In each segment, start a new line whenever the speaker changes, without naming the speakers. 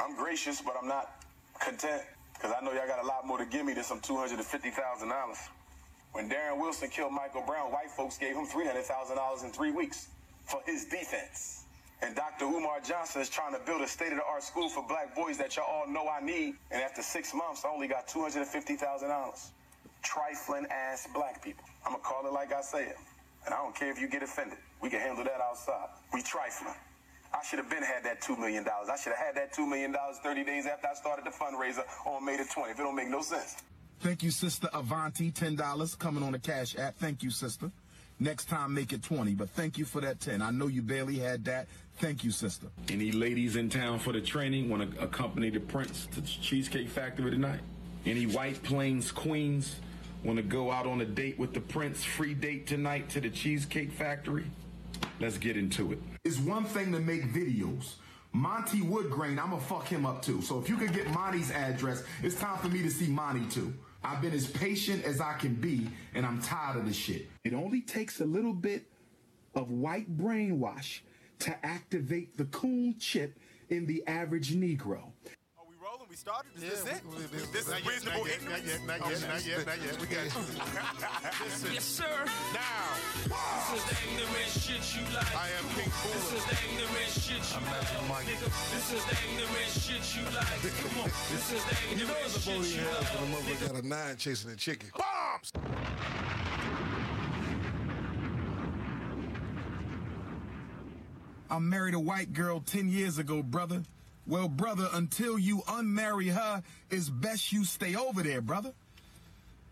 I'm gracious, but I'm not content because I know y'all got a lot more to give me than some two hundred and fifty thousand dollars. When Darren Wilson killed Michael Brown, white folks gave him three hundred thousand dollars in three weeks for his defense. And Dr. Umar Johnson is trying to build a state-of-the-art school for black boys that y'all all know I need. And after six months, I only got two hundred and fifty thousand dollars. Trifling ass black people. I'ma call it like I say it. And I don't care if you get offended. We can handle that outside. We trifling. I should have been had that two million dollars. I should have had that two million dollars thirty days after I started the fundraiser on May the twentieth. It don't make no sense.
Thank you, sister Avanti. Ten dollars coming on the Cash App. Thank you, sister. Next time, make it twenty. But thank you for that ten. I know you barely had that. Thank you, sister.
Any ladies in town for the training want to accompany the prince to the Cheesecake Factory tonight? Any White Plains queens want to go out on a date with the prince? Free date tonight to the Cheesecake Factory? Let's get into it.
It's one thing to make videos. Monty Woodgrain, I'ma fuck him up too. So if you could get Monty's address, it's time for me to see Monty too. I've been as patient as I can be, and I'm tired of this shit.
It only takes a little bit of white brainwash to activate the coon chip in the average Negro.
Are we rolling? We started? Is this it?
we- we-
this
not
is
yet,
reasonable
not yet,
ignorance.
Not yet, not yet, not yet, not yet. We got
Yes, sir.
now.
This is the ignorant shit you like.
I am King
This
Cooler.
is the ignorant shit you
Magic
like.
Mike.
Nigga, this is the ignorant shit you like. Come on. This is the
You know
ignorant
it's a booty
shit you
house
like.
when a motherfucker got a nine chasing a chicken. Bombs!
I married a white girl 10 years ago, brother. Well, brother, until you unmarry her, it's best you stay over there, brother.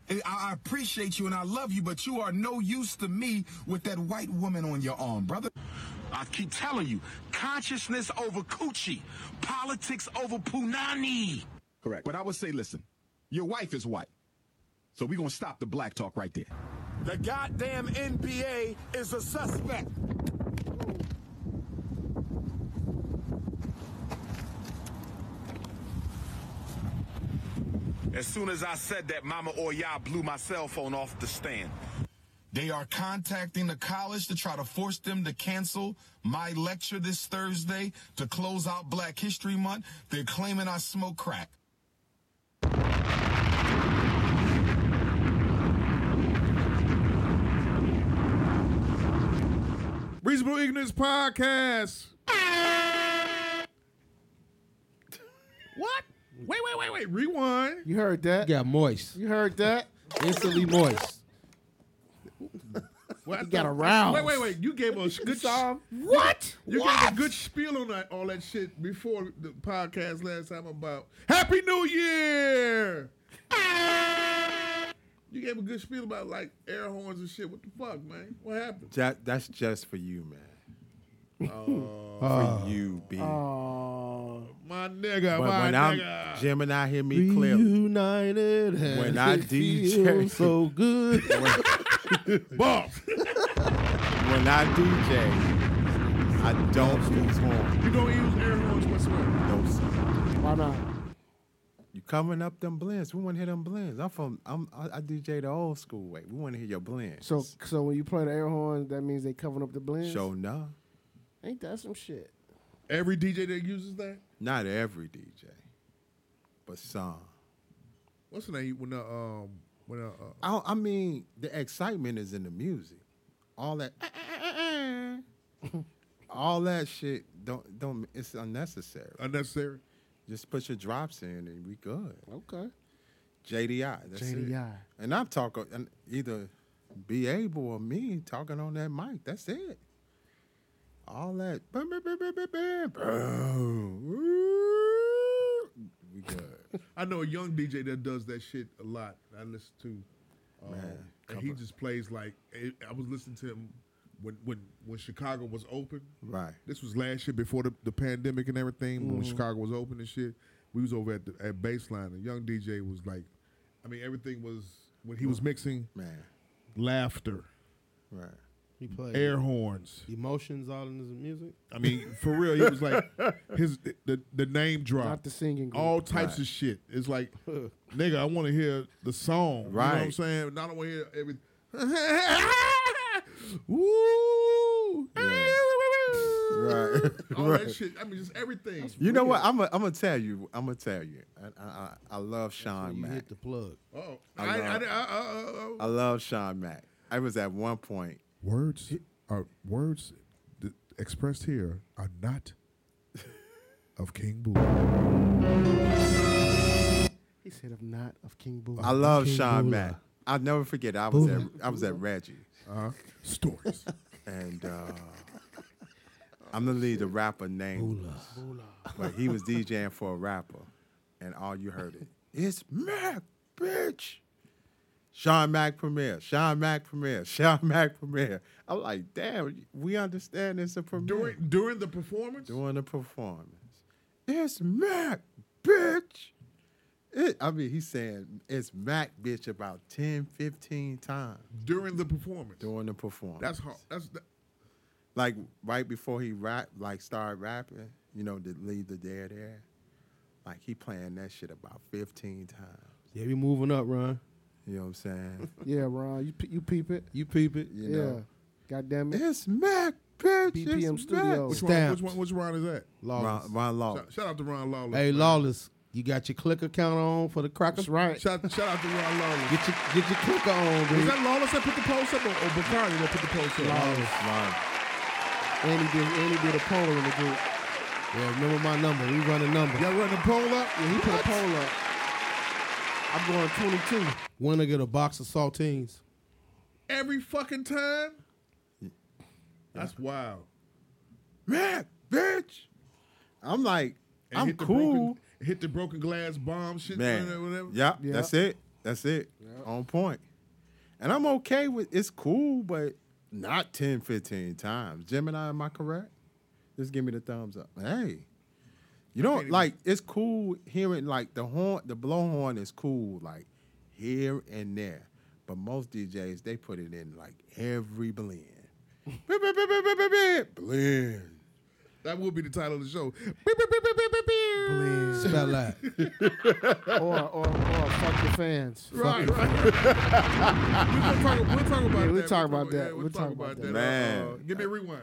I- I appreciate you and I love you, but you are no use to me with that white woman on your arm, brother.
I keep telling you, consciousness over coochie, politics over punani.
Correct. But I would say, listen, your wife is white. So we're going to stop the black talk right there.
The goddamn NBA is a suspect.
As soon as I said that, Mama Oya blew my cell phone off the stand.
They are contacting the college to try to force them to cancel my lecture this Thursday to close out Black History Month. They're claiming I smoke crack.
Reasonable Ignorance Podcast. what? Wait, wait, wait, wait. Rewind.
You heard that?
got moist.
You heard that?
Instantly moist.
What?
You got aroused.
Wait, wait, wait. You gave us good song.
What?
You gave
what?
a good spiel on that, all that shit before the podcast last time about Happy New Year. you gave a good spiel about like air horns and shit. What the fuck, man? What happened?
That, that's just for you, man.
Oh.
for you, B.
My nigga,
but
my
when
nigga.
I'm Gemini, hear me clearly.
Reunited.
When
as
I
it
DJ.
feels so good.
Boss.
When I DJ, I don't use horn.
you don't use air horns whatsoever.
No, sir.
Why not?
You covering up them blends. We want to hear them blends. I'm from. I'm. I, I DJ the old school way. We want to hear your blends.
So, so when you play the air horn, that means they covering up the blends.
show no.
Ain't that some shit?
Every DJ that uses that.
Not every DJ, but some.
What's the name when the um when the, uh,
I, I mean, the excitement is in the music. All that, all that shit. Don't don't. It's unnecessary.
unnecessary?
Just put your drops in and we good.
Okay.
JDI. That's It.
JDI.
And I'm talking and either be able or me talking on that mic. That's it. All that. Bam, bam, bam, bam, bam, bam. Boom. Woo. We good.
I know a young DJ that does that shit a lot. I listen to, um, and he just plays like eh, I was listening to him when when when Chicago was open.
right.
This was last year before the, the pandemic and everything. When
Mm.
Chicago was open and shit, we was over at the, at Baseline. A young DJ was like, I mean, everything was when he was
Mm.
mixing
Man.
laughter,
Right.
He played
air horns.
emotions all in his music.
I mean, for real, he was like his the the name drop,
Not the singing group.
all types of shit. It's like, nigga, I want to hear the song. You know what I'm
Right.
saying? I don't want to hear every. Woo!
Right.
all
Right.
that shit. I mean, just everything.
You know what? I'm gonna I'm tell you. I'm gonna tell you. I I, I, I love Sean Mack.
hit the plug.
Oh,
I
I, I, uh, I,
love-
I,
I love Sean Mack. I was at one point.
Words are words th- expressed here are not of King Boo.
He said, "If not of King Boo."
I love
King
Sean
Boola.
Mack. I'll never forget. I was at
Boola.
I was at Reggie.
Uh-huh. Stories.
and uh, I'm gonna leave the rapper name. But he was DJing for a rapper, and all you heard it. It's Mac, bitch. Sean Mack premiere. Sean Mack premiere. Sean Mack premiere. I'm like, damn, we understand it's a premiere
during during the performance.
during the performance. It's Mac, bitch. It- I mean, he's saying it's Mac, bitch, about 10, 15 times.
During the performance.
During the performance.
That's hard. That's that,
Like right before he rap, like started rapping, you know, to leave the there there. Like he playing that shit about 15 times.
Yeah, we moving up, Ron.
You know what I'm saying?
Yeah, Ron, you pe- you peep it.
You peep it. You
yeah.
know.
God damn it.
It's Mac, bitch.
BPM
Oh,
Studio.
Which one, which one? Which round is that?
Ron, Ron Lawless.
Shout, shout out to Ron Lawless.
Hey,
man.
Lawless, you got your clicker counter on for the cracker? That's
right.
Shout, shout out to Ron Lawless.
Get your, get your clicker on,
Was
dude.
that Lawless that put the post up, or, or Bacardi that put the post up?
Lawless. And he did, and he did a poll in the group.
Yeah, remember my number. We run a number.
Y'all run a poll up?
Yeah, he put a poll up. I'm going 22.
Winner get a box of saltines.
Every fucking time. That's wild.
Mac, bitch. I'm like,
And
I'm
hit the
cool.
Broken, hit the broken glass bomb shit.
Man.
Whatever.
Yep, that's it. That's it. On point. And I'm okay with it's cool, but not 10, 15 times. Gemini, am I correct? Just give me the thumbs up. Hey. You know, like it's cool hearing like the horn, the blowhorn is cool, like here and there. But most DJs, they put it in like every blend. Beep, beep, beep, beep, beep, beep, beep. Blend.
That would be the title of the show.
Spell that.
or, or, or fuck your fans.
Right,
Fuck your
right. we'll,
fans.
talk, we'll talk about
Yeah,
that.
we'll talk about
yeah,
that.
we'll,
We'll
talk,
talk
about,
about
that.
that.
Man.
Uh, give me a rewind.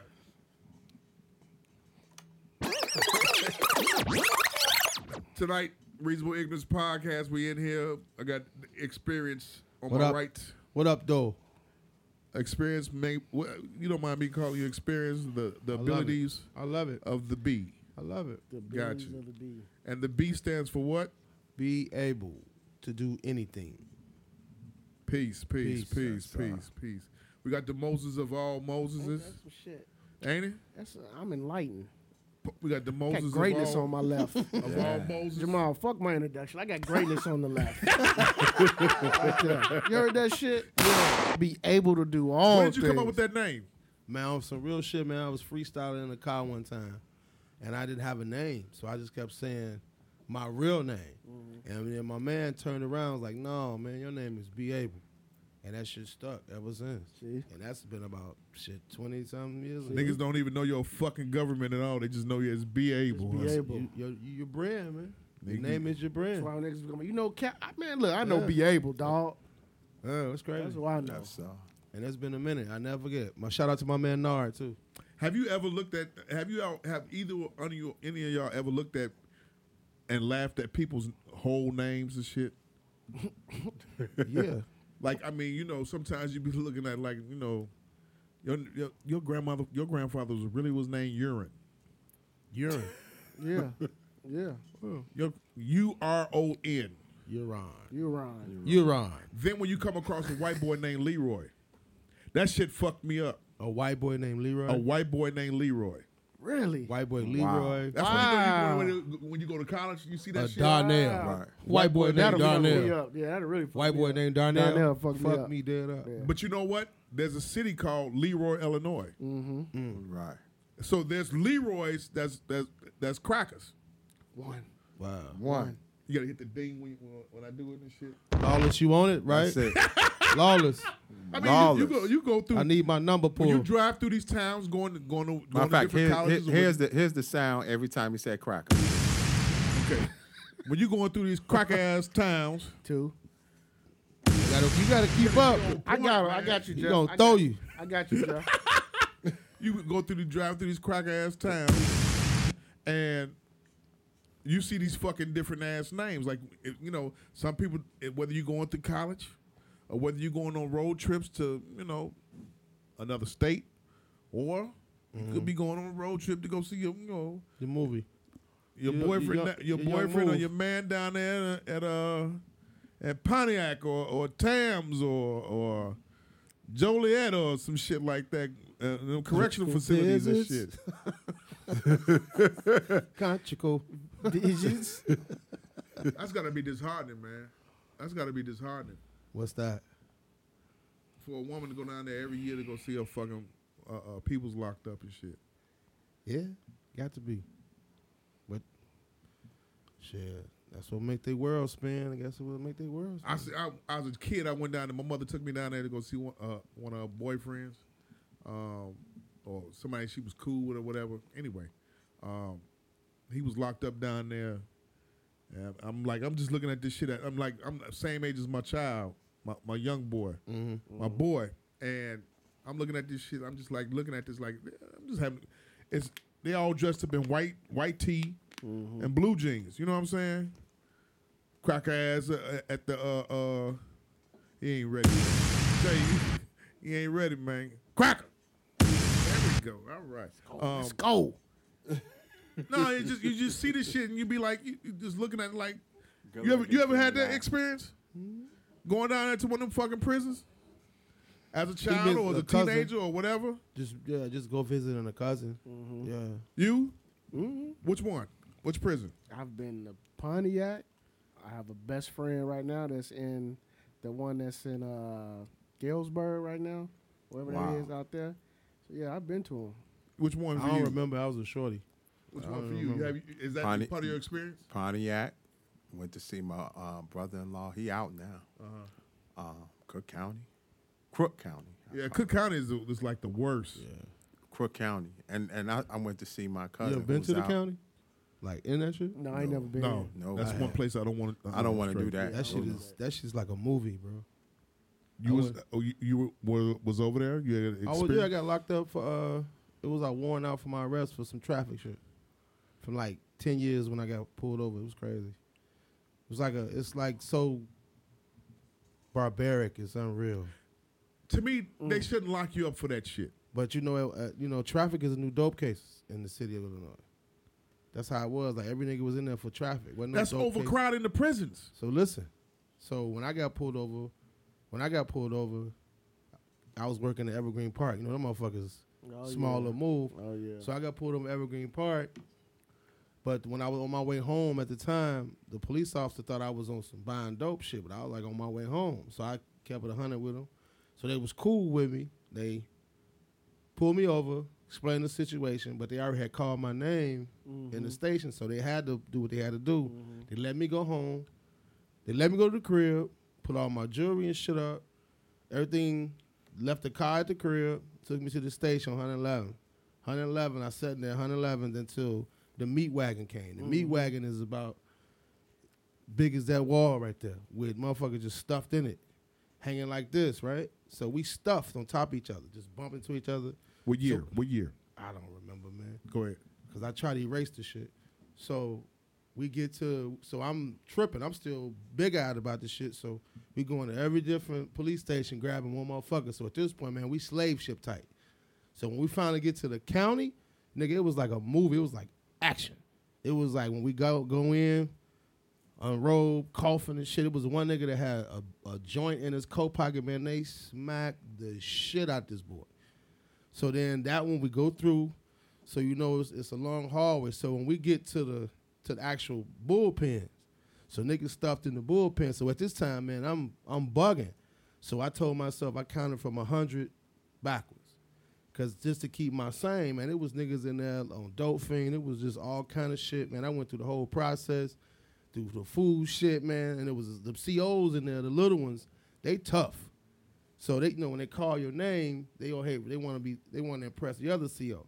Tonight, Reasonable Ignorance Podcast. We in here. I got experience on
What
my
up?
right.
What up, though?
Experience, may, well, you don't mind me calling you experience the the
love it.
abilities
I love it.
of the bee.
I love it.
Gotcha.
Of the bee.
And the B stands for what?
Be able to do anything.
Peace, peace,
Peace,
peace,
that's all.
peases, peace, We got the Moses of all Moseses,
That's some shit.
ain't it?
That's I'm enlightened.
We got the
I
Moses
got greatness
of all,
on my left.
Of all Moses.
Jamal, fuck my introduction. I got greatness on the left. Right there. You heard that shit? Yeah. Be able to do all
Where did you
things.
come up with that name?
Man, on some real shit, man. I was freestyling in the car one time, and I didn't have a name, so I just kept saying my real name.
Mm-hmm.
And then my man turned around, was like, "No, man, your name is Be Able," and that shit stuck ever since. And that's been about shit twenty something years.
Niggas don't even know your fucking government at all. They just know you as be able.
Be
huh?
able.
You, your, you- your brand, man. Your
Nigga.
name is your brand.
That's why niggas be going, you know, Cap, I- man, look, I know
Yeah.
be able, dog.
Yeah, that's crazy.
That's why I know.
and that's been a minute. I never forget. My shout out to my man Nard too.
Have you ever looked at? Have you all have either one of you, any of y'all ever looked at and laughed at people's whole names and shit?
Yeah.
Like I mean, you know, sometimes you be looking at like you know, your your, your grandmother, your grandfather was really was named Urine.
Urine.
Yeah. Yeah.
Your U R O N.
Uron.
You're Ron.
Uron.
Then when you come across a white boy named Leroy, that shit fucked me up.
A white boy named Leroy.
A white boy named Leroy.
Really?
white boy Leroy.
That's
Wow.
when, you know, you, when, you go to college, you see that
A
shit.
Darnell.
Right.
White boy named
That'll fuck me
Darnell.
up. Yeah, that'll really fuck
White
me
boy
up.
named Darnell.
Darnell fucked me
Fuck
up.
me dead up.
But you know what? There's a city called Leroy, Illinois.
Right.
So there's Leroy's that's that's that's crackers.
One.
Uh,
Wow.
One.
You gotta hit the ding when, when, when I do it and shit.
Lawless, you on it, right?
That's it.
Lawless.
I mean, you, you go
Lawless.
you go through.
I need my number
when you
pulled.
drive through these towns, going to going to,
Matter
going
of
to
fact,
different
here-
colleges.
here-
or
here's the here's the sound every time he said cracker.
what- okay. when you going through these crack ass towns,
Two.
You gotta, you gotta keep up.
I got him. I got you,
He
Jeff.
gonna
I
throw
got-
you.
I got you, Jeff.
you would go through the drive through these crack ass towns, and you see these fucking different ass names. Like it- you know, some people it- whether you're going through college or whether you're going on road trips to you know another state, or you could be going on a road trip to go see your you know
the movie.
Your
Your-
boyfriend,
your-
na- your,
your young
boyfriend, or
move.
your man down there at uh at Pontiac or or Tams or or Joliet or some shit like that. Uh, them correctional facilities and shit.
Visits. Conjugal. Digits.
That's gotta be disheartening, man. That's gotta be disheartening
What's that?
for a woman to go down there every year to go see her fucking uh, uh, people's locked up and shit.
Yeah, got to be. But shit, that's what make their world spin. I guess it will make their world spin.
I, see, I, I was a kid. I went down there. My mother took me down there to go see one, uh, one of her boyfriends, um, or somebody she was cool with or whatever. Anyway, um, he was locked up down there. And I'm like, I'm just looking at this shit. At, I'm like, I'm the same age as my child, my, my young boy, my boy, and I'm looking at this shit. I'm just like looking at this like I'm just having. It's they all dressed up in white white tee and blue jeans. You know what I'm saying? crack her ass uh, at the uh uh he ain't ready. Tell you, he ain't ready, man. Cracker. There we go. All right.
let's go.
no, you just you just see this shit and you be like you, you just looking at it like you ever you ever had that experience? Going down there to one of them fucking prisons? As a child or as a teenager or whatever?
Just yeah, just go visiting a cousin. Yeah.
You?
Mm-hmm.
Which one? Which prison?
I've been to Pontiac. I have a best friend right now that's in the one that's in uh, Galesburg right now, wherever
Wow.
that is out there. So yeah, I've been to him.
Which one
I
for
don't
you?
remember. I was a shorty.
Which
I
one
don't
for you?
remember.
Have you- is that
Ponti-
part of your experience?
Pontiac. Went to see my um, brother-in-law. He out now.
Uh-huh.
uh Cook County, Crook County.
Yeah, Cook County is, is like the worst.
Crook County, and and I, I went to see my cousin.
You ever been
who's
to the
out.
county? Like in that shit?
No, I ain't never been.
No.
there.
No.
That's
I
one
had-
place I don't want.
I don't wanna do that.
That shit
Hell no.
is that shit's like a movie, bro.
You was oh, you, you were was over there. You had an
I was,
experience?
yeah, I got locked up for uh it was like worn out for my arrest for some traffic shit. From like ten years when I got pulled over. It was crazy. It was like a it's like so barbaric, it's unreal.
To me, they
Mm.
shouldn't lock you up for that shit.
But you know, uh, you know, traffic is a new dope case in the city of Illinois. That's how it was. Like every nigga was in there for traffic. Wasn't no
That's
dope case.
overcrowding the prisons.
So listen. So when I got pulled over, when I got pulled over, I was working at Evergreen Park. You know them motherfuckers
Oh,
smaller
yeah.
move.
Oh, yeah.
So I got pulled over at Evergreen Park. But when I was on my way home at the time, the police officer thought I was on some buying dope shit, but I was like on my way home. So I kept it 100 with them. So they was cool with me. They pulled me over, explained the situation, but they already had called my name
Mm-hmm.
in the station, so they had to do what they had to do. They let me go home. They let me go to the crib, put all my jewelry and shit up, everything, left the car at the crib, took me to the station, 111. 111, I sat in there, 111 until the meat wagon came. The meat wagon is about big as that wall right there, with motherfuckers just stuffed in it, hanging like this, right? So we stuffed on top of each other, just bumping to each other.
What year?
So-
what year?
I don't remember, man.
Go ahead.
Cause I try to erase the shit. So we get to so I'm tripping. I'm still big eyed about this shit. So we going to every different police station grabbing one motherfucker. So at this point, man, we slave ship tight. So when we finally get to the county, nigga, it was like a movie. It was like action. It was like when we go go in, unrobe, coughing and shit. It was one nigga that had a, a joint in his coat pocket, man. They smacked the shit out this boy. So then that one we go through. So you know it's, it's a long hallway. So when we get to the to the actual bullpens, so niggas stuffed in the bullpen. So at this time, man, I'm I'm bugging. So I told myself I counted from hundred backwards. Cause just to keep my sane, man, it was niggas in there on dope fiend. It was just all kind of shit, man. I went through the whole process, through the food shit, man, and it was the COs in there, the little ones. They tough, so they you know when they call your name, they all hey, they want to be, they want to impress the other CO.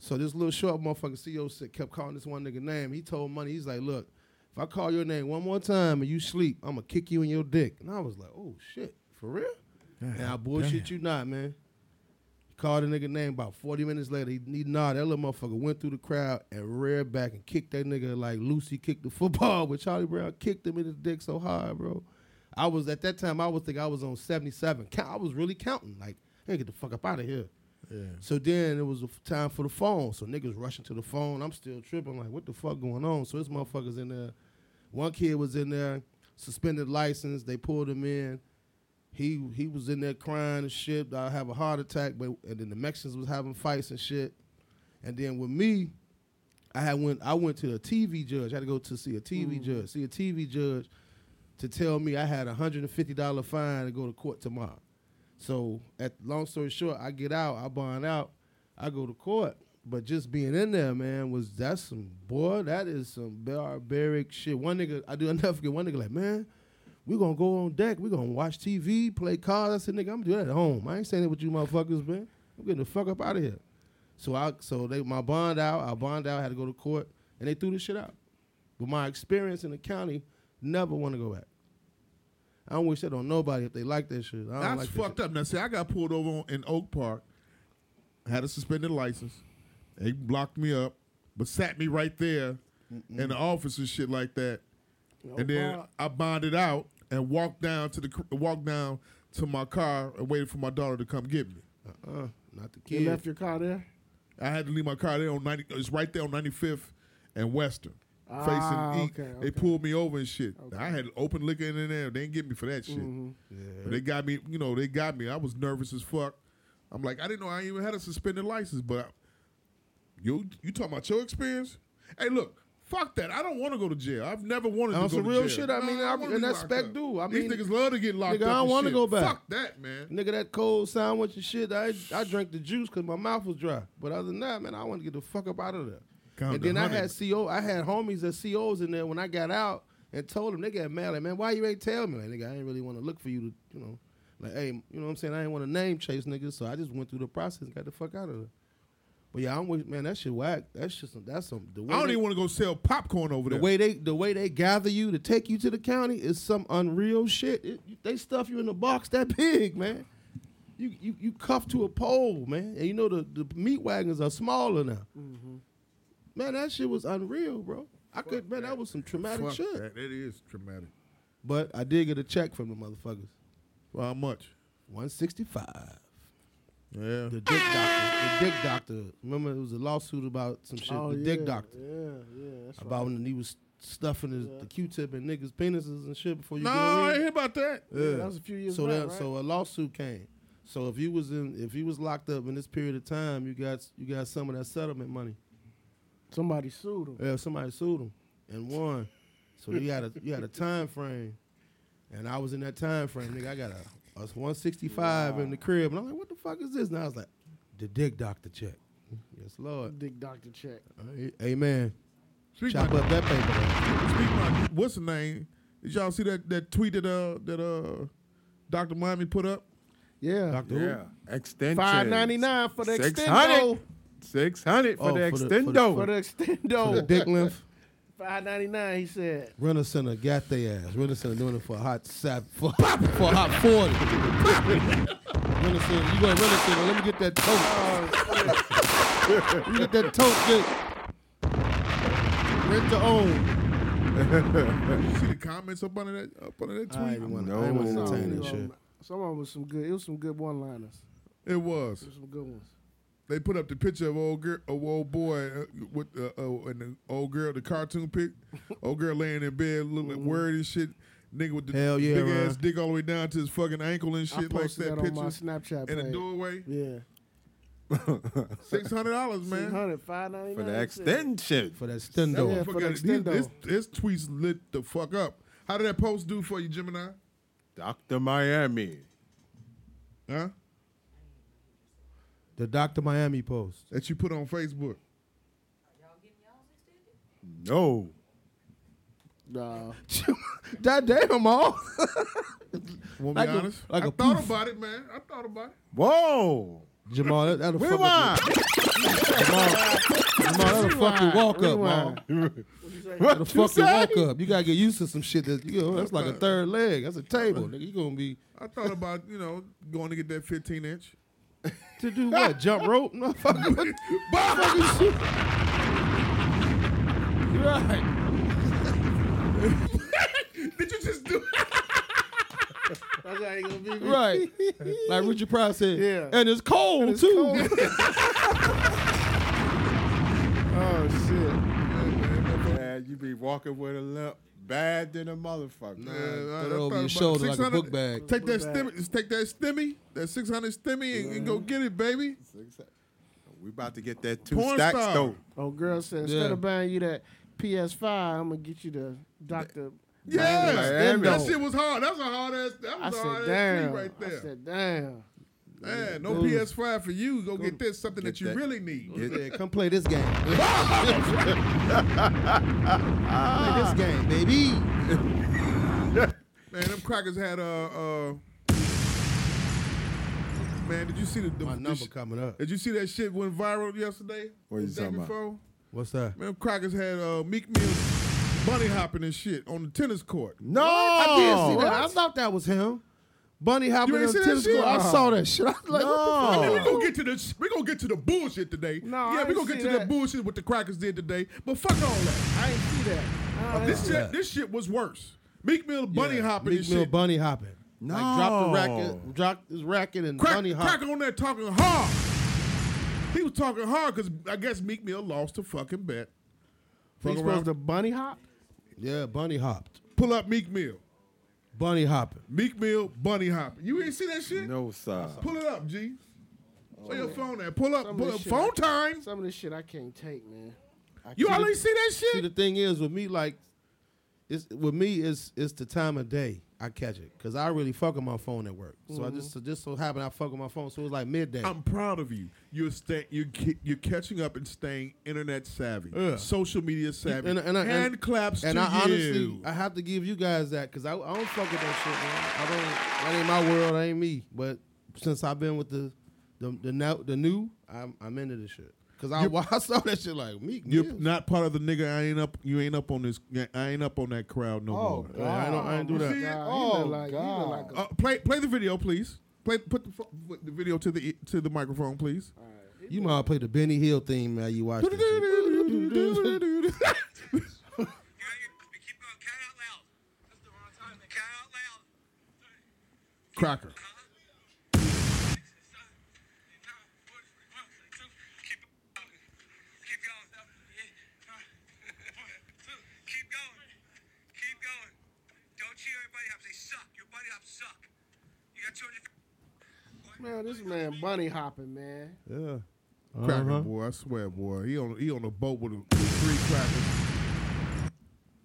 So this little short motherfucker CEO said- kept calling this one nigga name. He told Money, he's like, look, if I call your name one more time and you sleep, I'm gonna kick you in your dick. And I was like, oh shit, for real? And I bullshit you not, man. Called a nigga name about 40 minutes later. He, he nah, that little motherfucker went through the crowd and reared back and kicked that nigga like Lucy kicked the football, but Charlie Brown kicked him in his dick so hard, bro. I was at that time I was think I was on 77. Count- I was really counting. Like, hey, get the fuck up out of here.
Yeah.
So then it was a f- time for the phone. So niggas rushing to the phone. I'm still tripping. Like, what the fuck going on? So this motherfucker's in there. One kid was in there, suspended license. They pulled him in. He he was in there crying and shit. I have a heart attack. But and then the Mexicans was having fights and shit. And then with me, I had went I went to a TV judge. I had to go to see a TV
Mm.
judge. See a TV judge to tell me I had a hundred and fifty dollar fine to go to court tomorrow. So at long story short, I get out, I bond out, I go to court. But just being in there, man, was that's some boy, that is some barbaric shit. One nigga, I do enough forget one nigga like, man, we gonna go on deck, we gonna watch TV, play cards. I said, nigga, I'm gonna do that at home. I ain't saying it with you motherfuckers, man. I'm getting the fuck up out of here. So I so they my bond out, I bond out, had to go to court, and they threw this shit out. But my experience in the county, never want to go back. I don't wish that on nobody if they like that shit. I don't
That's
like that
fucked up. Now, see, I got pulled over on- in Oak Park, had a suspended license. They blocked me up, but sat me right there in the office and shit like that. and then
Park.
I bonded out and walked down to the cr- walked down to my car and waited for my daughter to come get me.
Uh-uh, not the
You left your car there.
I had to leave my car there on ninety. It's right there on ninety fifth and Western,
Ah,
facing east.
okay,
They
okay.
pulled me over and shit. I had open liquor in there. They didn't get me for that shit.
Mhm.
But they got me. You know, they got me. I was nervous as fuck. I'm like, I didn't know I even had a suspended license. But I- you, you talking about your experience? Hey, look. Fuck that! I don't want to go to jail. I've never wanted
On
to go
some
to
real
jail.
shit, I
No,
mean,
don't
I-
wanna
and
be
that
locked
spec
up.
do. I
These
mean-
niggas love to get locked
nigga,
up.
I don't
want to
go back.
Fuck that, man.
Nigga, that cold sandwich and shit. I I drank the juice because my mouth was dry. But other than that, man, I want to get the fuck up out of there.
Count
and
the
then I
hundred.
had CO. I had homies that COs in there when I got out and told them. They got mad like, man, why you ain't tell me? Like, nigga, I ain't really want to look for you to, you know, like, hey, you know what I'm saying? I ain't want to name chase niggas, so I just went through the process and got the fuck out of there. But yeah, I'm with man. That shit whack. That's just some, that's some. The way
I don't
they-
even want to go sell popcorn over
the
there.
way they the way they gather you to take you to the county is some unreal shit. It- they stuff you in a box that big, man. You you you cuffed to a pole, man. And you know the, the meat wagons are smaller now. Man, that shit was unreal, bro. I could man, that was some traumatic
Fuck
shit.
that. It is traumatic.
But I did get a check from the motherfuckers.
For how much?
One sixty five.
Yeah.
The dick doctor. The dick doctor. Remember it was a lawsuit about some shit.
Oh,
the
yeah,
dick doctor.
Yeah, yeah. That's
about
right.
when he was stuffing his, the Q-tip in niggas' penises and shit before you.
No,
go
I
in.
ain't hear about that. Yeah, that was a few years
So
back,
that-
right?
so a lawsuit came. So if you was in, if you was locked up in this period of time, you got you got some of that settlement money.
Somebody sued him.
Yeah, somebody sued him and won. So you had a you had a time frame, and I was in that time frame. Nigga, I got a, a 165 in the crib, and I'm like, what the fuck is this? And I was like, the dick doctor check. Yes, Lord.
Dick doctor check.
A- Amen.
Speak
Chop
my-
up that paper.
Speak my, what's the name? Did y'all see that that tweet that uh that uh Dr. Miami put up?
Yeah.
Doctor
Yeah. Extension.
$5.99 for the
600.
extendo.
600 for
Oh,
the
for
extendo.
the- for the-
For the extendo.
For the dick length.
Five ninety nine. He said.
Rental Center got their ass. Rental Center doing it for a hot sap for, for a hot forty. Rental Center, you go to Rental Center. Let me get that tote. let me get that tote. Dick. Rent to own.
You see the comments up under that up under that tweet?
I ain't wanna- I ain't wanna entertain that
Um, some of them was some good. It was some good one liners.
It was.
Some good ones.
They put up the picture of old girl, of old boy uh, with uh, uh, and the old girl, the cartoon pic. old girl laying in bed, looking worried and shit. Nigga with the
Mm-hmm. Hell yeah,
big ass
Ron.
dick all the way down to his fucking ankle and
I
shit like
posted
that.
that on my
picture
Snapchat
in a
page.
doorway.
Yeah.
Six hundred dollars, man.
Six hundred. Five ninety nine.
For that
That
extendo.
motherfucker got- he- This, this tweet's lit the fuck up. How did that post do for you, Gemini?
Dr. Miami.
Huh?
The Dr. Miami post.
That you put on Facebook.
No.
No.
that damn all.
Want
be
like a-
honest?
like
I
a
thought
poof.
about it, man. I thought about it.
Whoa.
Jamal, that, that'll fuck
Rewind.
up. your- Jamal, Jamal, that'll fuck your walk up,
Rewind.
man.
What
That'll
you
fuck your
say?
walk up. You gotta get used to some shit that you know, that's like a third leg. That's a table, nigga. You gonna be
I thought about you know going to get that fifteen inch.
To do what? Jump rope? No, fuck. What? Fuck you. You're right.
Did you just do
That's how gonna be.
Right. Like Richard Pryor said.
Yeah.
And it's cold too.
oh shit.
Man, you be walking with a limp, bad than a motherfucker.
Uh,
Put it
I
over
thought
your
about
shoulder like a
600
book bag.
Take that
Book
stimmy, just take that stimmy, that six hundred stimmy, and, and go get it, baby.
We about to get that two
Porn
stacks
star.
though.
Oh, girl said instead
Yeah.
of buying you that PS5, I'm gonna get you the Doctor.
Yes,
Miami.
that shit was hard. That was a hard ass. That
I
was a hard
said,
ass
damn.
treat right
I
there.
said, damn.
Man, no PS5 for you. Go, get this something that
get
you
that.
really need.
Yeah, come play this game. play this game, baby.
Man, them crackers had uh, uh Man, did you see the, the,
My
the
number
sh-
coming up.
Did you see that shit went viral yesterday?
What you
The day
talking about?
before?
What's that?
Man, them crackers had uh Meek Mill bunny hopping and shit on the tennis court.
No,
I did see that. I thought that was him. Bunny hopping
ain't
on
see that
tennis
shit?
court. I
Uh-uh.
saw that shit. I was like, what
Man,
the
we
fuck?
gonna get to the we gonna get to the bullshit today.
No, I
yeah, we
ain't
gonna
see
get to
that.
that bullshit what the crackers did today. But fuck all that.
I ain't see that. I ain't
This
see
shit,
that.
this shit was worse. Meek Mill bunny
Yeah,
hopping
Meek
and
Mill
shit.
bunny hopping. Like drop the
No.
racket, drop his racket and
Crack,
bunny hop.
crack on there talking hard. He was talking hard because I guess Meek Mill lost the fucking bet.
He
Fuck
supposed
around.
to bunny hop?
Yeah, bunny hopped.
Pull up Meek Mill.
Bunny hopping.
Meek Mill, bunny hopping. You ain't see that shit?
No sir.
Pull it up, G.
Oh,
Show your phone there. Pull up.
Some of
Pull
this
up.
shit
Phone
I-
time.
Some of this shit I can't take, man.
You
See
all
the-
ain't see that
See,
shit?
the thing is with me, like, it's with me, it's it's the time of day I catch it because I really fuck with my phone at work. So I just so just so happened I fuck with my phone, so it was like midday.
Mm-hmm. I'm proud of you. You're sta- you're, ki- you're catching up and staying internet savvy,
Yeah.
social media savvy.
and, and, I-
Hand
and-
claps
and
to
I honestly,
you.
I have to give you guys that because I, I don't fuck with that shit, man. I don't. That ain't my world. That ain't me. But since I've been with the the the, now, the new, I'm I'm into this shit because I, I saw that shit like Meek
you're
Mill.
not part of the nigga. I ain't up. You ain't up on this. I ain't up on that crowd no more.
Yeah, I don't I ain't do that.
Oh, See it?
Oh, he
Oh,
look like, He look like a,
Uh, play play the video, please. Play put the, fo- put the video to the to the microphone, please.
You might play the Benny Hill theme while you watch this. shit.
Keep going. Count out loud. That's the wrong time. Count out loud.
Cracker.
man, this man bunny hopping, man.
Yeah.
Cracker
Uh-huh.
boy, I swear, boy, he on he on a boat with, a, with three crackers.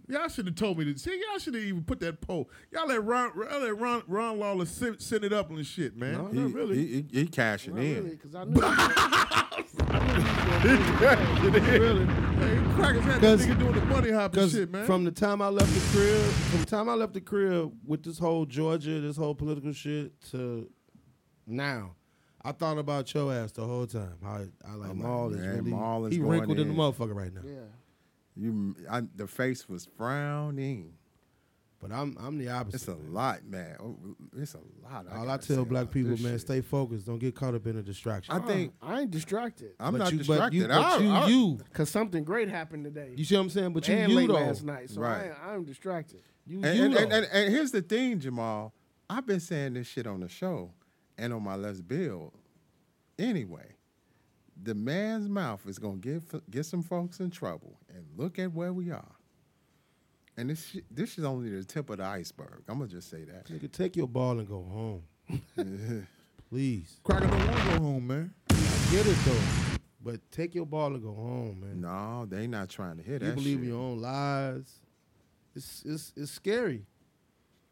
Y'all should have told me to see. Y'all should have even put that poll. Y'all let Ron, y'all let Ron, Ron Lawler send, send it up and shit, man.
He, he, he, he cashing
Not
in.
really, cause I knew. I knew he was gonna do it. really.
Hey, crackers had that
Cause-
nigga doing the bunny hop and
Cause
shit, man.
from the time I left the crib, from the time I left the crib with this whole Georgia, this whole political shit to now, I thought about your ass the whole time. How I, I like
I'm like,
Maul
Oh,
is
man,
really
Maul is
he
going
wrinkled in the
in.
motherfucker right now.
Yeah.
You, I, the face was frowning.
But I'm I'm the opposite.
It's a
man.
lot, man. Oh, It's a lot.
All I
gotta
tell
say
black
about
people,
this
man,
shit.
stay focused. Don't get caught up in a distraction.
I think
I ain't distracted.
I'm
but
not
you,
distracted.
But you, but
I,
you,
I,
you,
Cause something great happened today.
you see what I'm saying? But you,
and
you
late
though.
last night, so
Right.
I ain't, I'm distracted.
You,
and,
you
and,
though.
and, and, and here's the thing, Jamal. I've been saying this shit on the show and on my Let's Build. Anyway, the man's mouth is gonna get get some folks in trouble, and look at where we are. And this shit, this is only the tip of the iceberg. I'm gonna just say that.
Nigga, take your ball and go home. Please.
Cracker don't want to go home, man.
Get it though. But take your ball and go home, man.
No, they not trying to hear that.
you believe
shit.
in your own lies. It's it's it's scary.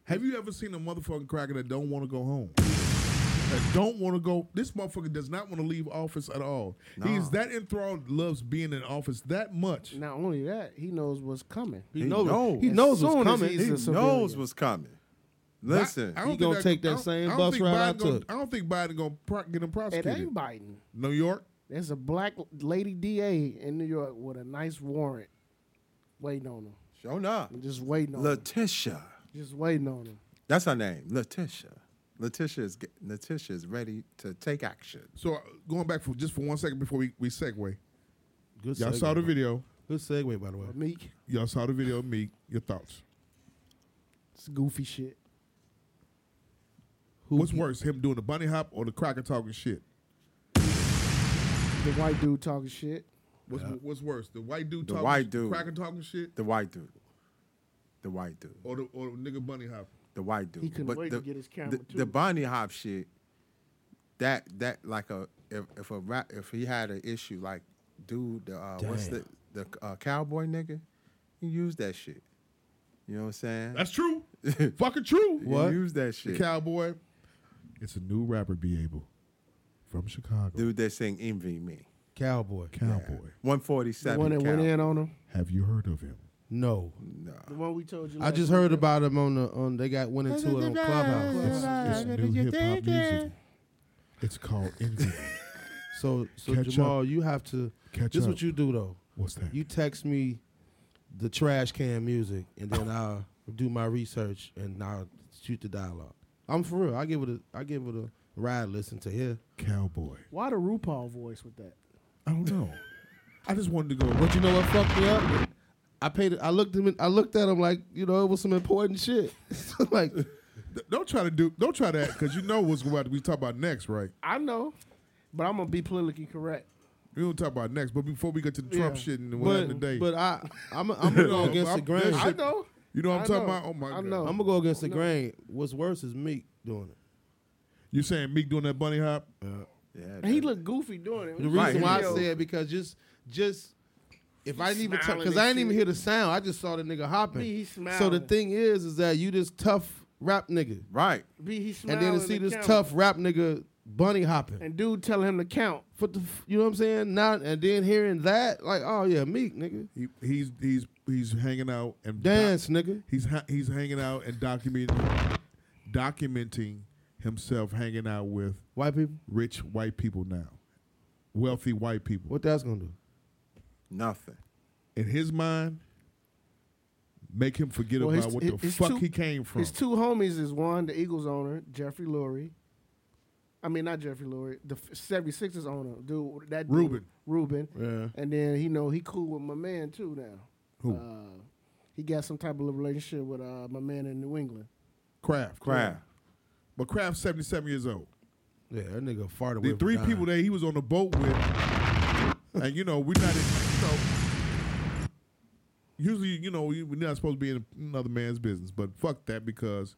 Have you ever seen a motherfucking cracker that don't want to go home? That don't want to go. This motherfucker does not want to leave office at all. He is
Nah.
that enthralled, loves being in office that much.
Not only that, he knows what's coming.
He,
He
knows.
knows.
He
As
knows
soon
what's
as
coming.
he's
He
a
knows
civilian.
what's coming. Listen,
I don't
He
think
gonna take that
I don't-
same
I don't
bus
think
ride I
Biden gonna-
took.
I don't think Biden gonna pro- get him
It
prosecuted.
ain't Biden.
New York.
There's a black lady DA in New York with a nice warrant waiting on him.
show up.
I'm just waiting on him.
Letitia.
Just waiting on him.
That's her name, Letitia. Letitia is get- Letitia is ready to take action.
So uh, going back for just for one second before we we segue. Y'all saw the video.
Good segue, by the way.
Meek.
Y'all saw the video of Meek. Your thoughts?
It's goofy shit.
What's worse, him doing the bunny hop or the cracker talking shit?
The white dude talking shit.
What's, what's worse, the white dude
The
talking
white
sh-
dude.
cracker talking shit,
The white dude. The white dude.
or the or the nigga bunny hop?
The white dude.
He couldn't
But
wait
the,
to get his camera,
The,
too.
the Bonnie Hop shit. That that like a if if a rap, if he had an issue like dude the uh, what's the
Damn.
the uh, cowboy nigga, he used that shit. You know what I'm saying?
That's true. Fucking true.
He used that shit.
The cowboy.
It's a new rapper, Be Able, from Chicago.
dude that sing envy me.
Cowboy.
Cowboy.
One forty
The
seven.
one that went in on him.
Have you heard of him?
No.
The one we told you.
I
last
just
week.
heard about him on the on. They got went into it on Clubhouse.
It's new hip hop music. It's called Envy.
So so
Catch
Jamal, you have to.
Catch
this is
up.
what you do though.
What's that?
You text me the trash can music, and then I'll do my research and I'll shoot the dialogue. I'm for real. I give it a I give it a ride. Listen to here.
Cowboy.
Why the RuPaul voice with that?
I don't know. I just wanted to go.
But you know what fucked me up? I paid. I looked him. in- I looked at him like you know it was some important shit. So, like
Th- Don't try to do. Don't try that because you know what's about to be talk about next, right?
I know, but I'm gonna be politically correct.
We don't talk about next, but before we get to the Trump
Yeah.
shit and what
but
happened today,
but I I'm I'm gonna go against the
I'm- that
grain.
shit-
I know.
you know what I'm
I
talking
know.
about? Oh my
I
god!
know.
I'm gonna go against the grain. What's worse is Meek doing it.
You saying Meek doing that bunny hop?
Yeah,
And he looked goofy doing it.
The reason why I
Yo,
said because just just if I didn't even
Smiling
because
and
I didn't even
shit.
hear the sound, I just saw the nigga hopping.
He
so the
smiling.
thing is, is that you this tough rap nigga,
right.
B, he
and then to
smiling
see
at the
this
camera.
tough rap nigga bunny hopping.
and dude telling him to count.
For the f- you know what I'm saying? Not and then hearing that like oh yeah Meek nigga
He, he's he's he's hanging out and
dance nigga.
He's ha- he's hanging out and documenting documenting himself hanging out with
White people,
rich white people now, wealthy white people.
what that's gonna do?
Nothing.
In his mind, make him forget
Well,
about
his-
what
his-
the
his
fuck
two-
he came from.
His two homies is one, the Eagles owner, Jeffrey Lurie. I mean, not Jeffrey Lurie, the f- 76ers owner, dude. That dude,
Reuben.
Reuben.
Yeah.
And then he know he cool with my man too now.
Who?
Uh, he got some type of relationship with uh, my man in New England.
Kraft.
Crab.
But Kraft's 77 years old.
Yeah, that nigga farted away.
The
from
three
dying.
people that he was on the boat with, and you know, we're not, in, you know, usually, you know, we- we're not supposed to be in another man's business, but fuck that because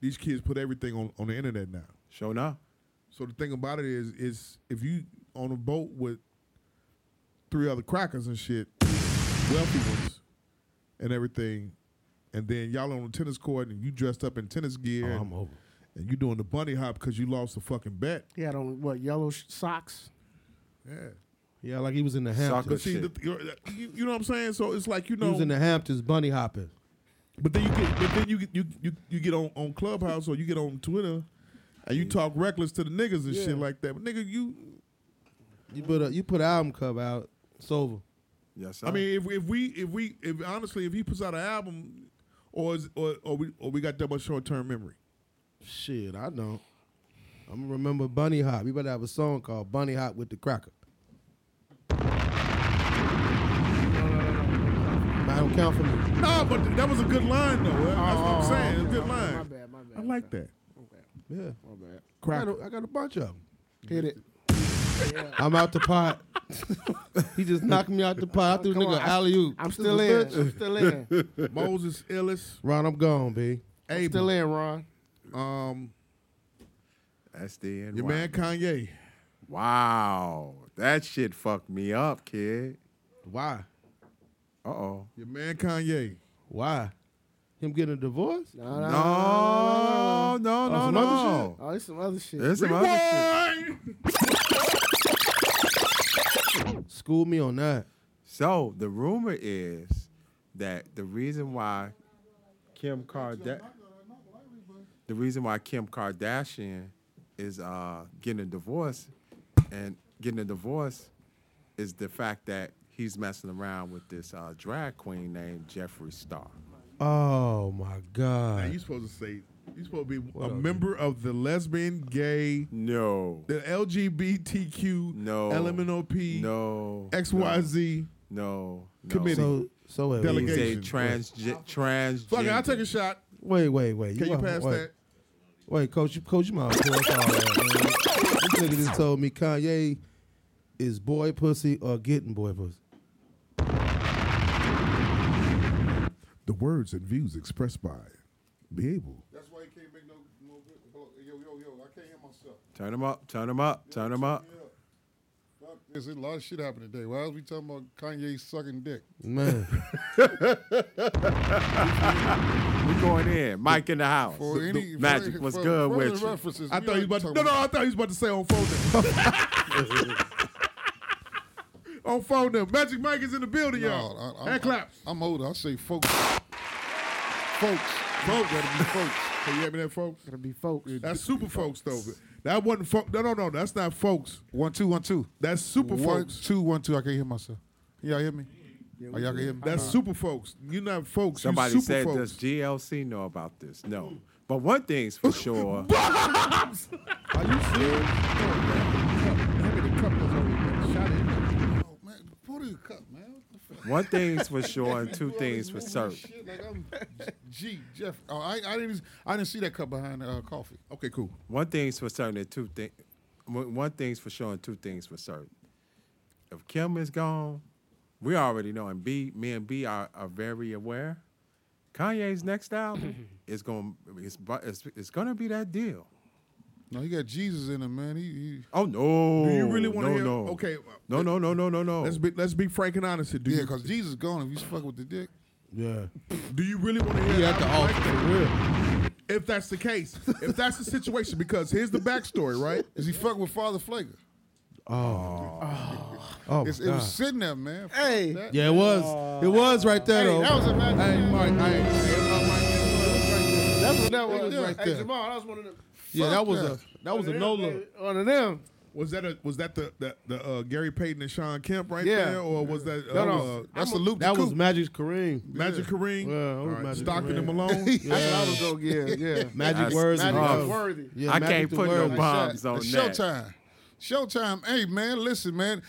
these kids put everything on, on the internet now.
Show enough.
So the thing about it is, is if you on a boat with three other crackers and shit, wealthy ones and everything, and then y'all on the tennis court and you dressed up in tennis
Oh,
gear
I'm
and,
over.
and you doing the bunny hop because you lost the fucking bet.
He had on what yellow sh- socks.
Yeah.
Yeah, like he was in the Hamptons.
Sucker
But see, the, you, you know what I'm saying? So it's like you
He was
know,
in the Hamptons bunny hopping.
but then you get, but then you get, you you, you get on, on Clubhouse or you get on Twitter, and you talk reckless to the niggas and
Yeah.
shit like that. But nigga, you,
You put a, you put an album cover out. It's over.
Yes, sir.
I mean, if, if we if we if honestly, if he puts out an album, or is, or or we or we got that much short term memory.
Shit, I don't. I'm gonna remember Bunny Hop. We better have a song called Bunny Hop with the Cracker. I don't count for me.
No, but th- that was a good line though. That's what I'm
Oh,
saying.
okay,
a good
okay,
line.
My bad, my bad.
I like that.
Yeah,
My bad.
I
Crack.
got, a, I got a bunch of them.
Hit it.
I'm out the pot. he just knocked me out the pot. I threw
Come
nigga
on, I-
alley oop.
I'm still in. I'm still in.
Moses Ellis.
Ron, I'm gone, b.
I'm still in, Ron.
Um,
That's the end.
your man Kanye.
Wow. That shit fucked me up, kid.
Why?
Uh oh.
Your man Kanye.
Why? Him getting a divorce?
Nah, nah,
No, Oh, no, no,
some other
no.
Oh, there's some other shit.
There's some other shit.
School me on that.
So the rumor is that the reason why Kim Kardashian, the reason why Kim Kardashian is uh, getting a divorce and getting a divorce is the fact that he's messing around with this uh, drag queen named Jeffree Star.
Oh my
Now
god.
you supposed to say
You supposed to be
What
a
else?
member of the lesbian, gay,
no,
the LGBTQ,
no,
LMNOP,
no,
XYZ
no, no.
committee.
So-
so uh, wait, wait.
delegation.
He's a trans trans.
Fuck it, I'll take a shot.
Wait, wait, wait.
Can you
are-
pass
wait.
that?
Wait, coach, you, coach, you might have pulled all that, man. This nigga just told me Kanye is boy pussy or getting boy pussy.
The words and views expressed by Be Able
That's why you can't make no, no yo yo yo. I can't hear myself.
Turn him up. Turn him up. Turn him up.
There's a lot of shit happening today. Why else we talking about Kanye sucking dick?
Man.
We going in. Mike in the house.
For any- for
Magic,
any-
what's
for
good
further
with you?
references,
I
we
thought he was about to, no, no, I thought he was about to say on phone them. on phone them. Magic Mike is in the building, y'all.
No,
Hand claps.
I'm older. I say folks. Folks. Folks. Gotta be folks.
Can you hear me there, folks?
Gotta be folks.
That's super folks, though. That wasn't folks. No, no, no. That's not folks.
One, two, one, two.
That's super
One,
folks.
two, one, two. I can't hear myself. Can y'all hear me? Oh, y'all can hear me?
That's
All right.
super folks. You're not folks. you
Somebody
super
said,
folks.
does GLC know about this? No. But one thing's for sure.
Are you serious?
Pour the cup, man.
One thing's for sure and two things for certain.
Shit, like I'm G Jeff. Oh, I, I didn't I didn't see that cup behind the uh, coffee.
Okay, cool.
One thing's for certain and two things. One thing's for sure and two things for certain. If Kim is gone, we already know, and B, me and B are, are very aware. Kanye's next album is going it's, bu- it's, it's gonna be that deal.
No, he got Jesus in him, man. He, he
Oh no!
Do you really want to
no,
hear?
No.
Okay.
No, no, no, no, no, no.
Let's be let's be frank and honest. here. Do
yeah,
you
because Jesus gone. If you fuck with the dick,
Yeah.
Do you really want to hear?
He
an
at the
album like
altar,
that? If that's the case, if that's the situation, because here's the backstory, right?
is he fuck with Father Flaker?
Oh. Oh, my
It's, it
God.
was sitting there, man. Fuck
Hey.
that.
Yeah, it was. It was right there,
Hey,
though.
that was a magic.
Hey, Mike, hey,
That's what that
It
was.
was right
hey,
there.
Jamal, that was one of them.
yeah, that
fuck
was
that.
a that was a
One of them,
no look.
baby. One of them.
Was that a was that the the, the uh, Gary Payton and Sean Kemp right
Yeah.
there, or was that uh,
No, no.
uh,
That's
I'm
a loop.
That
to
was
Coop.
Magic's Kareem.
Magic Kareem,
Yeah, that was
All right,
Magic
Stockton
Kareem.
and Malone?
That's what I was going to give. Yeah.
Magic
That's-
words.
Magic
and
was
love.
worthy.
Yeah,
I
Magic
can't
the
put no
words.
Like
bombs
that.
on
It's
that.
Showtime. Showtime. Hey, man, listen, man.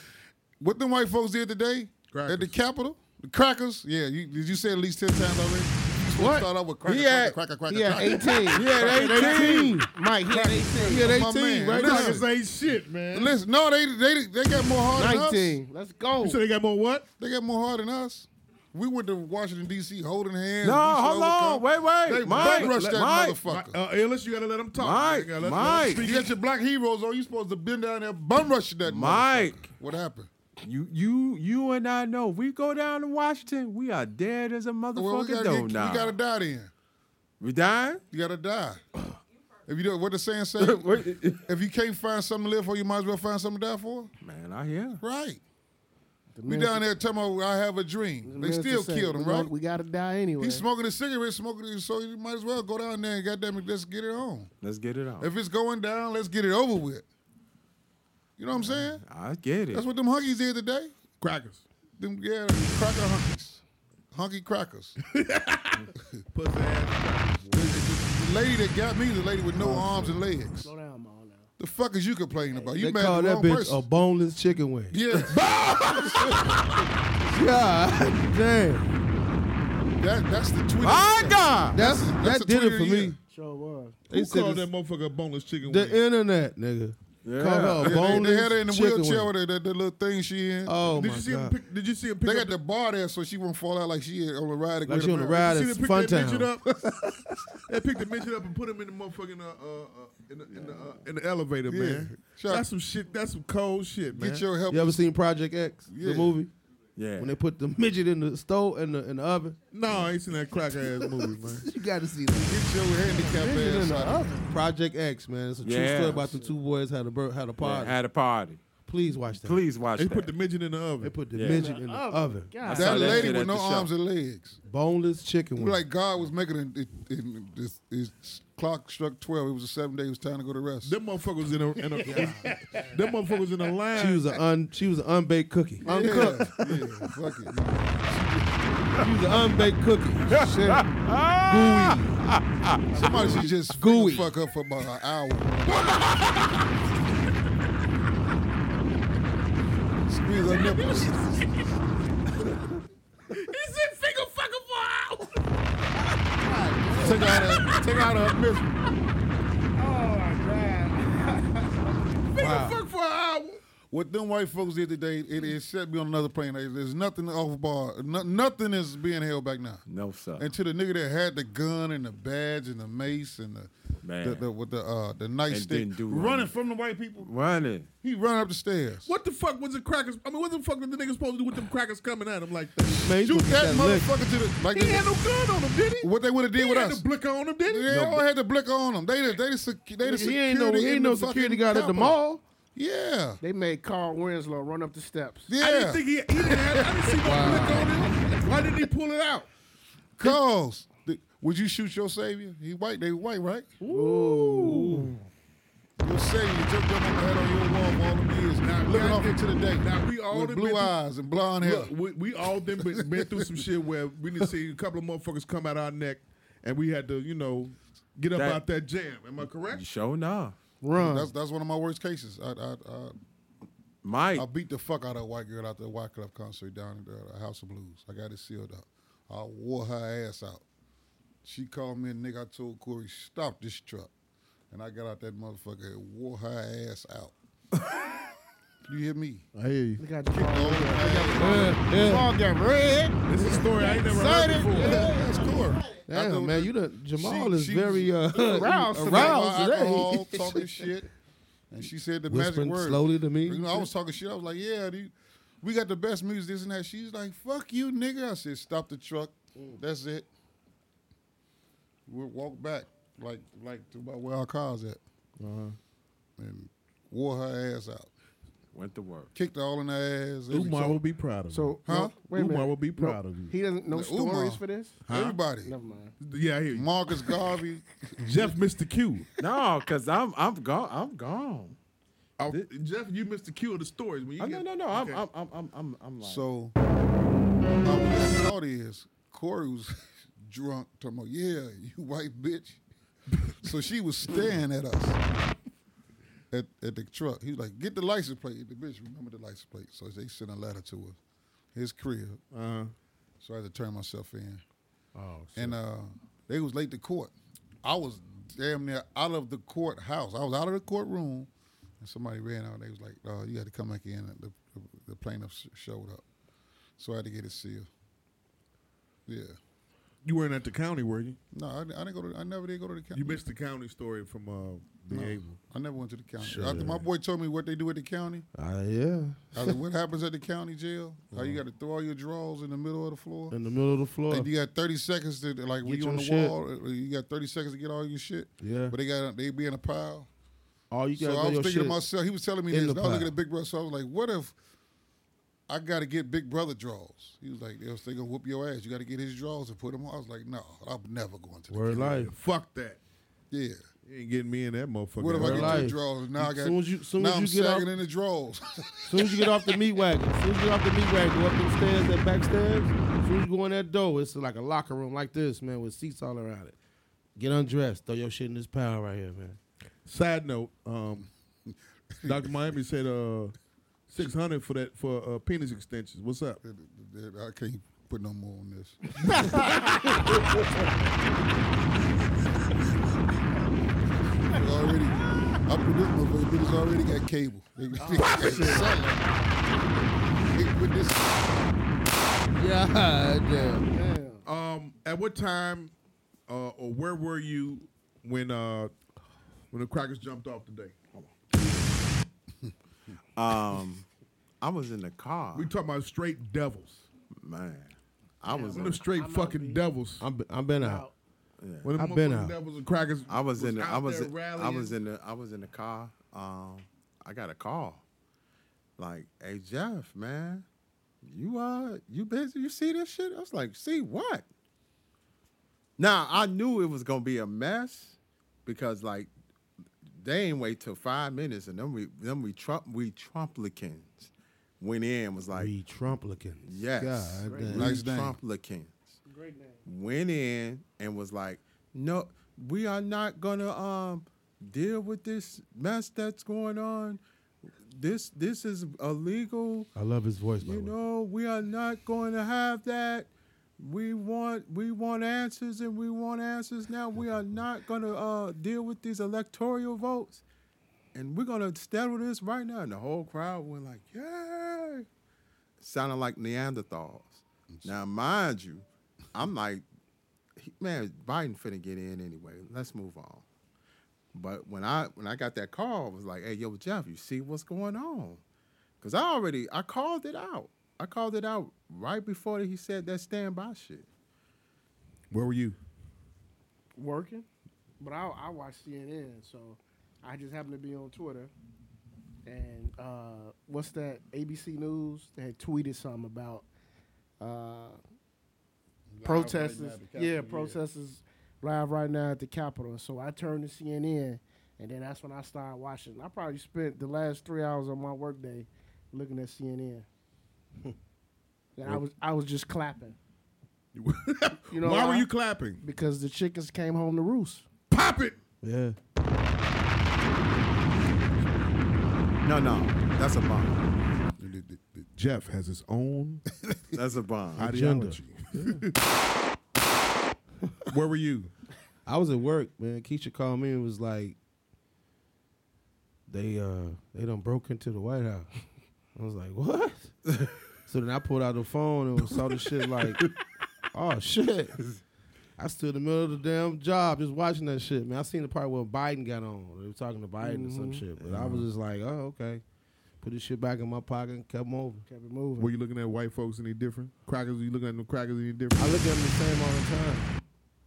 What them white folks did today at the
Crackers.
Capitol? The crackers? Yeah, you, did you say at least 10 times already? You
What?
Start off with cracker,
He
cracker,
had-
cracker, cracker,
He had
cracker.
18. He
had 18.
Mike, he had 18.
He had
My man.
18, right?
Listen.
Now.
Crackers ain't shit, man.
Listen, no, they they they got more hard than us.
19. Let's go.
You said they got more what?
They got more hard than us. We went to Washington D.C. holding hands.
No,
We should
hold on.
overcome.
Wait, wait.
They
Mike,
butt rushed
let-
that
Mike,
motherfucker.
Uh, Ellis, you gotta let them talk.
Mike,
You gotta let- let 'em
Mike.
speak.
you got your black heroes on. You supposed to bend down there, bum rush that.
Mike.
motherfucker. what happened?
You you you and I know if we go down to Washington, we are dead as a
Well, we
motherfucking
gotta,
dough
get,
now.
we gotta die then.
we dying?
You gotta die. if you do what the saying say, if you can't find something to live for, you might as well find something to die for.
Man, I hear.
Right.
The
We
man's-
down there talking about I have a dream.
the
They
man's
still
just saying,
killed him,
we
right?
Gonna, we got to die anyway.
He's smoking a cigarette, smoking it, so you might as well go down there and goddamn it, let's get it on.
Let's get it on.
If it's going down, let's get it over with. You know what I'm saying?
I get it.
That's what them hunkies did today.
Crackers.
Them yeah, them cracker hunkies. Hunky crackers.
Pussy ass.
the, the- the lady that got me is a lady with no arms and legs.
Slow down, Maul, now.
The fuck is you complaining about? You
They
mad at the
call that
wrong
bitch
person.
a boneless chicken wing.
Yeah,
God damn.
that, that's the tweet.
My God.
That's,
that's a
that did
tweet
it
of
for
the
me.
year.
Sure was.
They
Who
said
called
it's-
that motherfucker a boneless chicken
The
wing?
internet, nigga.
Yeah.
Called her a
Yeah, they- they,
boneless
had her in the
chicken
wheelchair
wing.
with that, that, that little thing she in.
Oh
did
my
you see him?
god.
Pick, did you see him? Pick
they
up
got the bar there so she won't fall out like she on the ride. at
Like
Great
she on the
America.
ride
You
at
see they picked that midget
Funtown.
up. they picked the midget up and put him in the motherfucking uh, uh, uh, in the in the, uh, in the elevator,
Yeah.
man.
Sure.
That's some shit. That's some cold shit, man.
Get your help.
You ever seen Project X,
Yeah.
the movie?
Yeah.
When they put the midget in the stove in the in the oven.
no, I ain't seen that cracker ass movie, man.
You gotta see that.
Get your handicap ass out of here.
Project X, man. It's a true
Yeah.
story about the two boys had a bir- had a
Yeah,
party.
At a party.
Please watch that.
Please watch
They
that.
put the midget in the oven.
They put the
Yeah.
midget in the
Oh,
oven.
God.
saw that
That lady
shit
with
at
no
the
arms
show.
and legs.
Boneless chicken wing.
Like God was making it. it, it, this, his clock struck twelve. It was a seven day. It was time to go to rest.
them motherfuckers in a, in a them motherfuckers in a line.
she was an un she was an unbaked cookie.
Uncooked. Yeah, yeah, fuck it.
She was an unbaked cookie. Shit. Gooey.
Somebody should just gooey fuck up for about an hour. Squeeze her nipples.
He said finger fucker for out.
take out her, take out her miss.
Oh, Finger fuck for out.
What them white folks did today, it, it set me on another plane. There's there's nothing off bar. No, nothing is being held back now.
No, sir.
And to the nigga that had the gun and the badge and the mace and the
Man.
the, the with the uh the nightstick
didn't do
running
nothing.
from the white people.
Running.
He run up the stairs.
What the fuck was the crackers? I mean, what the fuck was the nigga supposed to do with them crackers coming at him like that?
Man, Shoot that motherfucker to the like
he
the-
had no gun on him, did he?
What they would have did
He
with
had
us?
the blicker on him, did he?
They
No,
all
but-
had the blicker on them. They the they the, secu- they the security.
He ain't no- he
in
ain't no
the fucking
security guard at the
Capitol.
mall.
Yeah.
They made Carl Winslow run up the steps.
Yeah. didn't
think he, he didn't have, I didn't see no blick on him. Why didn't he pull it out?
Cause th- would you shoot your savior? He white. They white, right?
Ooh.
Your savior took your mama had on your wall for all them years. Now looking off into the day.
Now we all
with
done
blue
been through-
eyes and blonde hair.
Look, we, we all been, been been through some shit where we didn't see a couple of motherfuckers come out our neck, and we had to, you know, get up
That-
out that jam. Am I correct?
Show nah.
That's that's one of my worst cases. I I, I
Mike.
I beat the fuck out of a white girl after a white club concert down at the House of Blues. I got it sealed up. I wore her ass out. She called me a nigga. I told Corey, stop this truck. And I got out that motherfucker and wore her ass out. you hear me?
I hear you.
They got the
Oh,
Yeah, yeah.
ball got red.
This is a story I ain't never heard
Excited.
before.
Yeah, it's Corey.
Damn,
After-
man, you done, Jamal
she-
is
she
very uh,
was
aroused,
aroused
today.
alcohol, talking shit. And she said the
Whispering
magic word.
slowly to me
You know, I
and
was talking shit. I was like, yeah, dude, we got the best music, this and that. She's like, fuck you, nigga. I said, stop the truck. That's it. We'll walk back, like, like to about where our car's at.
Uh-huh.
And wore her ass out.
Went to work.
Kicked her all in her ass. every
Umar
joint.
will be proud of
So
you.
Huh?
no, wait a
Umar
minute.
will be
No,
proud of you.
He doesn't know
Now,
stories
Umar.
for this.
Huh?
Everybody.
Never mind.
Yeah, I hear you.
Marcus Garvey.
Jeff missed the cue.
No, cause I'm I'm gone. I'm gone.
Oh, Jeff, you missed the cue of the stories. When you
Oh,
get-
no, no, no. I'm
Okay.
I'm I'm I'm I'm, I'm like.
So, I was thought is Corey was drunk, talking about, yeah, you white bitch. so she was staring at us at, at the truck. He was like, get the license plate. The bitch remember the license plate. So they sent a letter to us, his crib.
Uh-huh.
So I had to turn myself in.
Oh,
And uh, they was late to court. I was damn near out of the courthouse. I was out of the courtroom, and somebody ran out. They was like, "Oh, you got to come back in." And the, the, the plaintiff sh- showed up, so I had to get it sealed. Yeah,
you weren't at the county, were you?
no, I, I didn't go to. I never did go to the county.
You missed the county story from uh, the
No,
Able.
I never went to the county.
Sure.
After my boy told me what they do at the county,
Uh, yeah.
I said, "What happens at the county jail? How you got to throw all your drawers in the middle of the floor?"
Uh-huh. In the middle of the floor.
And you got thirty seconds to like when
Get
you on
your
the
shit.
wall. uh, You got thirty seconds to get all your shit.
Yeah.
but they got they be in a pile.
All you
So
got
I was
your
thinking
shit.
to myself, he was telling me
in
this. and
the
I was looking
pile.
at Big Brother, so I was like, what if I got to get Big Brother draws? He was like, they're going to whoop your ass. You got to get his draws and put them on. I was like, no, I'm never going to. the
Word
game."
life.
Fuck that.
Yeah.
You ain't getting me in that motherfucker.
What if I
word
get
life.
two draws? Now I got.
Soon as you- soon
now
as you
I'm
get
sagging
off-
in the draws.
soon as you get off the meat wagon, soon as you get off the meat wagon, go up them stairs, that back stairs, soon as you go in that door, it's like a locker room like this, man, with seats all around it. Get undressed, throw your shit in this pile right here, man.
Side note, um, Dr. Miami said uh, 600 for that for uh, penis extensions. What's up?
I can't put no more on this. already, I put this motherfucker. This already got cable. They, they, they, they put this.
Yeah, damn.
Um, at what time uh, or where were you when uh, when the crackers jumped off today?
Um, I was in the car.
We talking about straight devils.
Man, I was
When
in,
them straight fucking devils.
I'm, I've been out.
yeah.
When them
I've been
motherfucking
out.
devils and crackers.
I was, in. The,
out
I was.
there
In, I
rallying.
was in the. I was in the car. Um, I got a call. Like, hey Jeff, man, you uh, you busy? You see this shit? I was like, see what? Now I knew it was gonna be a mess because like they ain't wait till five minutes and then we then we Trump we Trumplicans went in and was like
We Trumplicans.
yes
God
we
damn.
Nice name.
Trumplicans
Great name.
went in and was like, No, we are not gonna um deal with this mess that's going on. This this is illegal.
I love his voice. by
You
the way.
know, we are not going to have that. We want we want answers and we want answers now. We are not going to uh, deal with these electoral votes, and we're going to settle this right now. And the whole crowd went like, "Yay!" Sounding like Neanderthals. Now, mind you, I'm like, he- man, Biden finna get in anyway. Let's move on. But when I when I got that call, I was like, "Hey, yo, Jeff, you see what's going on?" Because I already I called it out. I called it out right before he said that standby shit.
Where were you?
working, but I, I watch CNN, so I just happened to be on Twitter, and uh, what's that? ABC News they had tweeted something about uh, protesters.
now at the Capitol,
yeah,
yeah.
protesters live right now at the Capitol. So I turned to CNN, and then that's when I started watching. I probably spent the last three hours of my workday looking at CNN. And I was I was just clapping. You know
Why were
why?
you clapping?
Because the chickens came home to roost.
Pop it!
Yeah.
No, no, that's a bomb.
Jeff has his own
That's a bomb.
ideology.
Where were you? I was at work, man. Keisha called me and was like, "They uh, they done broke into the White House." I was like, "What?" so then I pulled out the phone and saw the shit like, "Oh shit!" I stood in the middle of the damn job just watching that shit, man. I seen the part where Biden got on. They were talking to Biden or some
Mhm.
shit, but I was just like, "Oh okay." Put this shit back in my pocket and kept moving.
Kept it moving.
Were you looking at white folks any different? Crackers, you looking at them crackers any different? I
look at them the same all the time.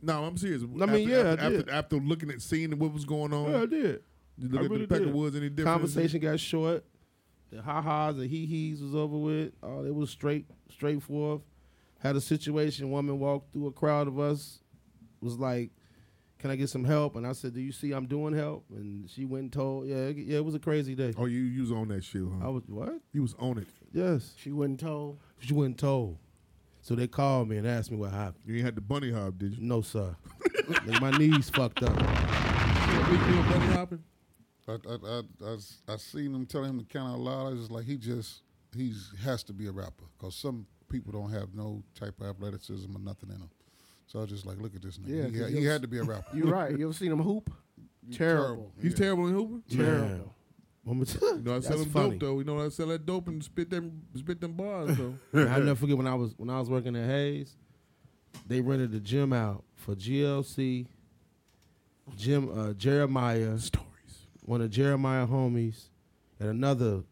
No, I'm serious. I
mean, yeah, I
after,
did.
After, after looking at seeing what was going on,
Yeah, I did.
You look
I
at
really
the
did.
Peckerwoods any different?
Conversation got short. The ha ha's, the hee hees was over with. Uh, it was straight, straight forth. Had a situation. Woman walked through a crowd of us. Was like, "Can I get some help?" And I said, "Do you see I'm doing help?" And she went and told, "Yeah, it- yeah." It was a crazy day.
Oh, you you was on that shit, huh?
I was what?
You was on it.
Yes.
She wasn't told.
She wasn't told. So they called me and asked me what happened.
You ain't had the bunny hop, did you?
No, sir. like my knees fucked up.
bunny hopping? I, I, I, I s- I seen him telling him to count out loud. I was just like, he just, he has to be a rapper. Because some people don't have no type of athleticism or nothing in them. So I was just like, look at this nigga.
Yeah,
he,
'cause
had-
you
he
ever-
had to be a rapper.
You're right. You ever seen him hoop? Terrible.
He's terrible in Hooper.
Terrible.
You know I sell
That's
them
funny.
dope though. You know I sell that dope and spit them spit them bars though.
I never forget when I was when I was working at Hayes, they rented the gym out for GLC, Jim uh, Jeremiah stories. One of Jeremiah homies and another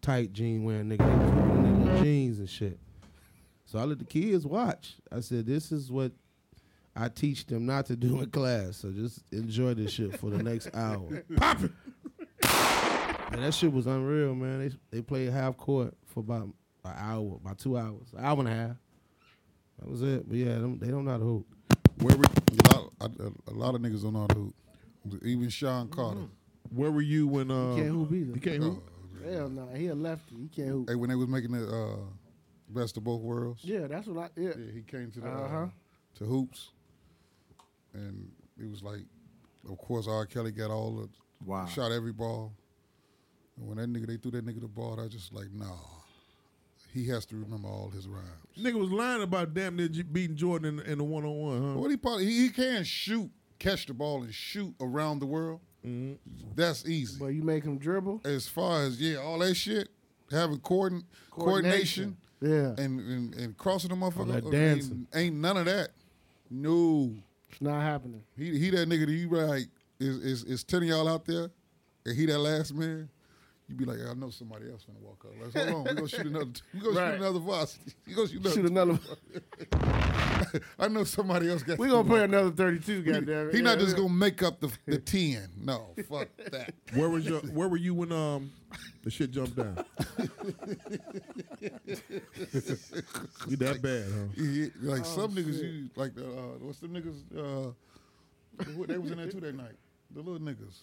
tight jean wearing nigga, nigga in jeans and shit. So I let the kids watch. I said, "This is what I teach them not to do in class. So just enjoy this shit for the next hour." Pop it. Man, that shit was unreal, man. They they played half court for about an hour, about two hours, an hour and a half. That was it. But yeah, them, they don't know how to hoop.
Where we, a, lot, a, a lot of niggas don't know how to hoop. Even Sean Carter.
Where were you when? Uh,
Um,
He can't hoop either.
He can't hoop.
Hell no. He a lefty. He can't hoop.
Hey, when they was making the uh, best of both worlds
Yeah, that's what I. Yeah.
he came to the
Uh huh.
uh, to hoops, and it was like, of course, R. Kelly got all the
Wow.
shot every ball, and when that nigga they threw that nigga the ball, I was just like, nah, he has to remember all his rhymes.
Nigga was lying about damn near J- beating Jordan in, in the one on one, huh?
What he probably he, he can shoot, catch the ball, and shoot around the world.
Mm-hmm.
That's easy.
But you make him dribble.
As far as yeah, all that shit, having coordin- coordination,
Yeah.
and, and and crossing the motherfucker,
that
I mean,
dancing.
ain't none of that. No,
It's not happening.
he he that nigga that you like is is is ten of y'all out there, and he that last man. You be like, I know somebody else gonna walk up. Let's hold on, we gonna shoot another. We gonna
Right.
shoot another varsity. You gonna shoot another.
Shoot another.
I know somebody else got.
We gonna play
walk up.
another 32. Goddamn.
He not just gonna make up the the ten. No, fuck that.
Where was your? Where were you when um the shit jumped down? you that bad, huh?
Yeah,
Oh,
like some
shit.
niggas, you like the uh, what's the niggas? Uh, who- they was in there too that night. The little niggas.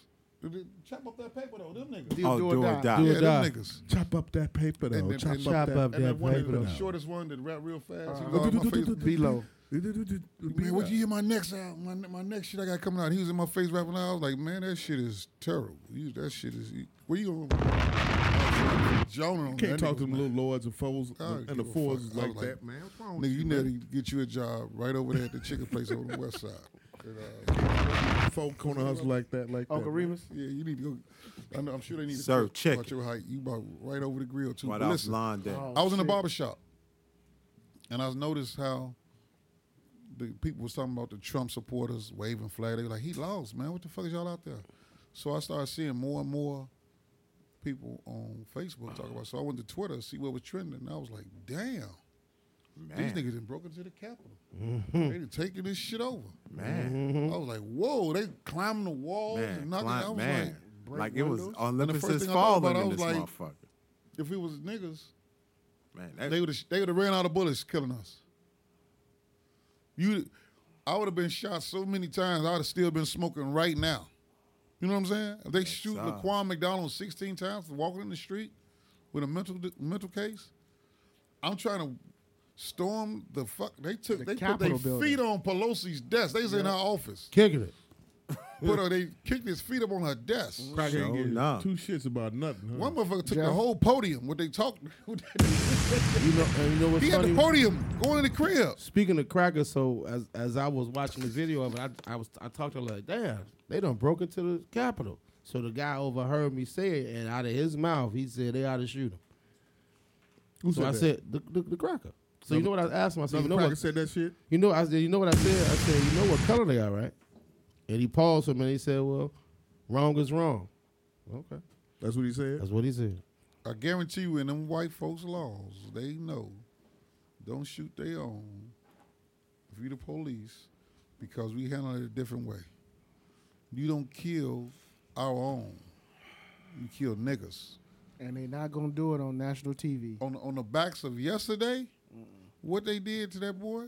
Chop up that paper though, them niggas.
Oh, do or die.
Yeah,
Do or
them
die.
niggas.
Chop up that paper though.
And then-
chop
and
up
then-
that, Oh,
and then one of
paper
the
though.
shortest one that rap real fast.
Uh-huh.
He was all in my face.
Below.
Man, what you hear my next album? My, my next shit I got coming out. He was in my face rapping out. I was like, man, that shit is terrible. You, that shit is. You, where you gonna? Jonah.
You can't talk to them little lords and foes and the fours is like, that, man. What's wrong with
Nigga, you
you,
need
man?
to get you a job right over there at the chicken place on the west side. And,
Folk corner hustle like that, like that.
Uncle
man.
Remus? Yeah, you need to go. I know, I'm sure they need to
Sir,
cook
check
about your height. You about right over the grill too.
Right
But
off
listen,
line there. Oh,
I was in the
shit.
barber shop, and I noticed how the people was talking about the Trump supporters waving flag. They were like, "He lost, man. What the fuck is y'all out there?" So I started seeing more and more people on Facebook talk about. it. So I went to Twitter to see what was trending. And I was like, "Damn,
Man.
these niggas done broke into the Capitol.
Mhm.
They done taking this shit over."
Man.
I was like, "Whoa!" They climbing the walls
Mm-hmm. Man,
and knocking.
climb-
I was
man.
like, break
Like it was
windows.
on
And the
Olympus
first
is
thing I thought
falling
I
in
was
this
like,
motherfucker.
If it was niggas,
Man,
they would have they would have ran out of bullets killing us. You, I would have been shot so many times. I would have still been smoking right now. You know what I'm saying? If they shoot
sir.
Laquan McDonald 16 times for walking in the street with a mental mental case, I'm trying to storm the fuck. They took they put their
Capitol building.
feet on Pelosi's desk. They was in her
Yeah.
office.
Kicking it.
Put her, they kicked his feet up on her desk.
Crack ain't give
nah.
two shits about nothing. Huh?
One motherfucker took the
Jeff.
whole podium. What they talked. what they-
You know, and you know what's
He at
funny?
the podium, going to the crib.
Speaking of crackers, so as as I was watching the video of it, I, I was I talked to her like, damn, they done broke into the Capitol. So the guy overheard me say it, and out of his mouth, he said they ought to shoot him.
Who
so
said
I
that?
said the, the, the cracker. So you know what I asked him? I said,
Another
you know
cracker
what?
said that shit.
You know I said, you know what I said? I said, you know what color they are, right? And he paused him and he said, well, wrong is wrong. Okay,
that's what he said.
That's what he said.
I guarantee you, in them white folks' laws, they know don't shoot their own if you the police because we handle it a different way. You don't kill our own, you kill niggas.
And they not gonna do it on national TV.
On, on the backs of yesterday, what they did to that boy,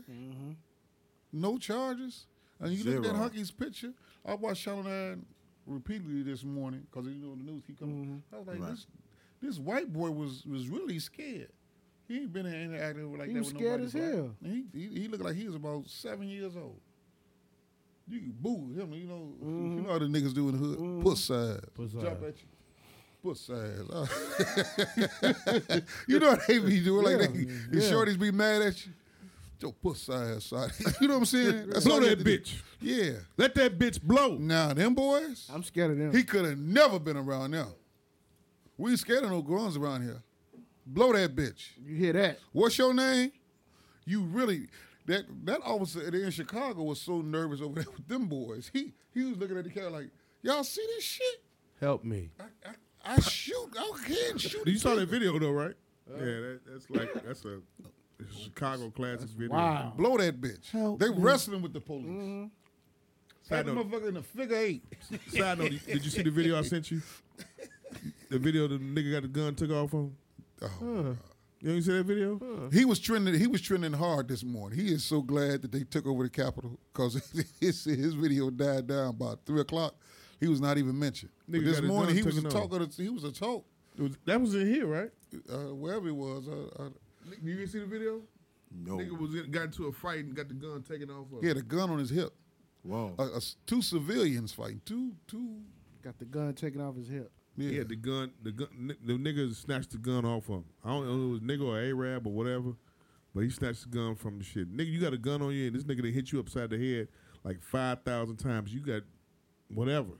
no charges. And you look at
Zero.
Hunky's picture, I watched Shalanan repeatedly this morning because you know the news keep coming. I was like,
Right.
this, this white boy was was really scared. He ain't been in interacting with like
He
that
was
with
scared
nobody
as
black.
hell.
And He, he he looked like he was about seven years old. You can boo him, you know. You
Mhm.
know how the niggas do in the hood. Puss ass.
Puss
Jump
ass.
at you. Puss ass. you know how they be doing like
Yeah,
that.
man.
The
Yeah.
shorties be mad at you. Yo, puss ass. son. you know what I'm saying?
Blow
all you
that
have to do.
bitch.
Yeah.
Let that bitch blow.
Now them boys.
I'm scared of them.
He could have never been around them. We ain't scared of no grunts around here. Blow that bitch.
You hear that?
What's your name? You really that that officer there in Chicago was so nervous over there with them boys. He he was looking at the camera like, y'all see this shit?
Help me.
I shoot. I can't shoot.
You saw that video though, right? yeah, that, that's like that's a Chicago classics video.
Wow. Blow that bitch. they wrestling with the police.
Side
Had the
note,
motherfucker in the figure eight.
side note, did you see the video I sent you? The video the nigga got the gun took off on. Oh, You ain't see that video?
He was trending. He was trending hard this morning. He is so glad that they took over the Capitol because his his video died down about three o'clock. He was not even mentioned. But
Nigga
this
got his
morning
gun
he was a
taken
talk.
off.
Of the, he was a talk.
that was in here, right?
Uh, wherever it was. Uh, uh,
You didn't see the video?
No.
Nigga was in, got into a fight and got the gun taken off. Of
he had a gun on his hip.
Whoa.
Uh, uh, s- two civilians fighting. Two two.
Got the gun taken off his hip.
Yeah. the gun. The gun. ni- The nigga snatched the gun off him. I don't know if it was nigga or Arab or whatever, but he snatched the gun from the shit. Nigga, you got a gun on you, and this nigga that hit you upside the head like five thousand times. You got whatever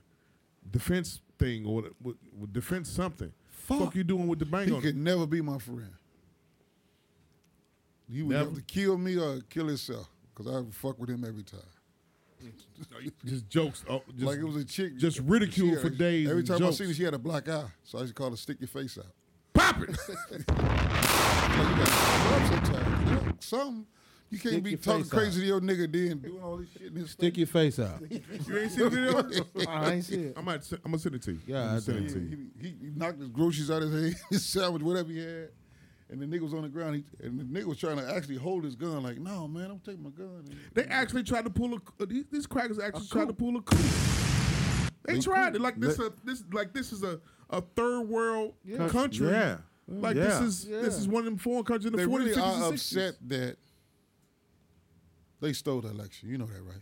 defense thing or what- what- what- defense something. Fuck. you doing with the bang
He
on
could never be my friend. He would
Never.
have to kill me or kill himself because I fuck with him every time.
it? Just jokes. Oh, just,
like it was a chick.
Just ridicule
She
for
had-
days.
Every
and
time
jokes.
I seen her, she had a black eye, so I used to call her "stick your face out."
Pop it.
Some you can't
Stick
be
your
talking
face
crazy to your nigga then doing all this shit. In his
Stick your face out.
you ain't seen the video?
I ain't see it.
I might. I'm gonna send it to you.
Yeah,
I'm
I
gonna send it
Yeah,
to you.
he, he, he knocked his groceries out of his hand, his sandwich, whatever he had. And the nigga was on the ground, he, and the nigga was trying to actually hold his gun. Like, no, man, I'm taking my gun.
They actually tried to pull a. uh, These, these crackers actually tried to pull a coup. They
They
tried
could.
it like this. A,
Let-
this like this is a, a third world
Yeah.
country.
Yeah.
Like
Yeah.
this is this is one of them foreign countries in the
they
forties,
really
fifties,
are
and sixties.
upset that They stole the election. You know that, right?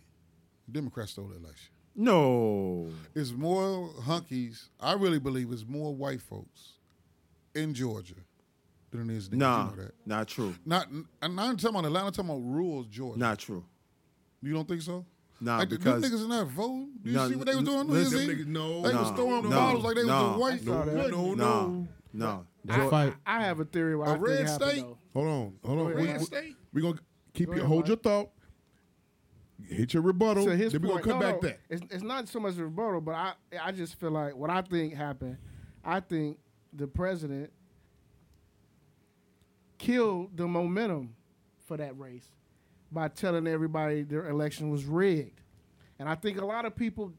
Democrats stole the election.
No.
It's more hunkies. I really believe it's more white folks in Georgia than it is niggas.
Nah,
You know that.
not true.
Not, I'm not talking about Atlanta. I'm talking about rural Georgia.
Not true.
You don't think so?
Nah,
like,
because
them niggas in there voting. Do you
No,
see what they was
n-
doing on New
listen-
Year's Eve?
Them niggas- no.
they was
No,
throwing the
no,
bottles like they
no,
was the
no,
white.
no, no, no, no.
I,
Geor-
I, I have a theory why
A
I think
red
it happened,
state?
though.
Hold on, hold on.
Go
We,
ahead.
we- we gonna keep
Go
your
ahead,
hold your thought. Hit your rebuttal.
to his
then we gonna
point,
come
no,
back
no,
that.
It's, it's not so much a rebuttal, but I I just feel like what I think happened. I think the president killed the momentum for that race by telling everybody their election was rigged, and I think a lot of people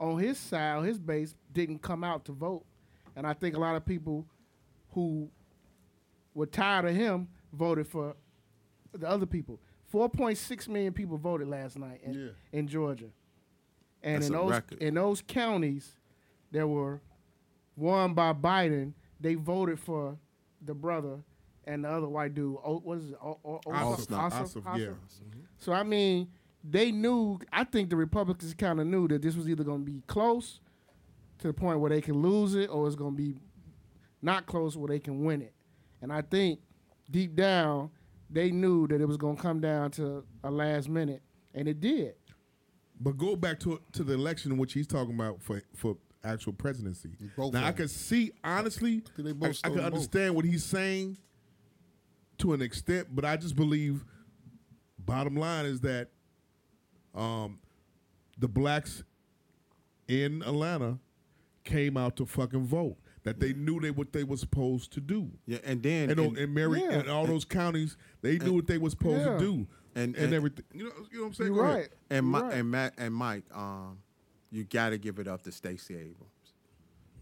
on his side, on his base, didn't come out to vote, and I think a lot of people who were tired of him voted for the other people. 4.6 million people voted last night in, in Georgia. And
That's
in
a
those
record.
in those counties that were won by Biden, they voted for the brother and the other white dude. O, what is it? O, o, o,
Ossoff,
Ossoff,
Ossoff, yeah.
Ossoff? So I mean, they knew. I think the Republicans kind of knew that this was either going to be close to the point where they can lose it, or it's going to be not close where they can win it. And I think deep down they knew that it was going to come down to a last minute, and it did.
But go back to to the election, which he's talking about for for actual presidency.
Both
now
of
I
them.
can see honestly,
think they
I-
both
I,
stole
can
them both.
understand what he's saying to an extent, but I just believe. Bottom line is that um, the blacks in Atlanta came out to fucking vote. That they knew they what they were supposed to do.
Yeah, and then
and, and, and Mary
Yeah.
and all those counties, they knew
and-
what they were supposed
Yeah.
to do,
And-
and,
and-
everything. You know, you know what I'm saying?
You're
Go ahead.
right.
And
You're
Mi-
right.
and Matt and Mike, um, you gotta give it up to Stacey Abrams.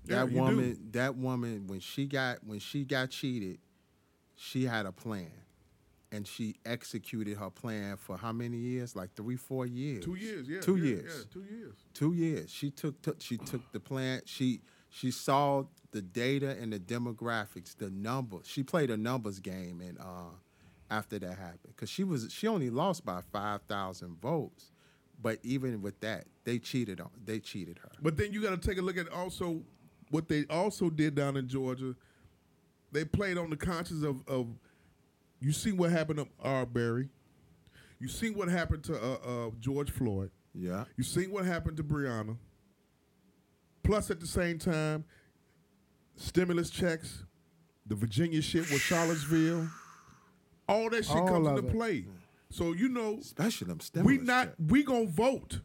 Yeah,
That
you do.
woman, that woman, when she got when she got cheated, she had a plan, and she executed her plan for how many years? Like three, four years.
Two years, yeah,
Two
yeah,
years.
yeah, two years.
Two years. She took, took she took the plan. She she saw the data and the demographics, the numbers. She played a numbers game, and uh, after that happened, because she was she only lost by five thousand votes, but even with that, they cheated on they cheated her.
But then you got to take a look at also what they also did down in Georgia. They played on the conscience of, of you see what happened to R. Berry. You see what happened to uh, uh, George Floyd.
Yeah.
You see what happened to Breonna. Plus, at the same time, stimulus checks, the Virginia shit with Charlottesville, all that shit
All
comes
of
into
it.
play. So you know,
especially them
we
stimulus
not we gonna vote.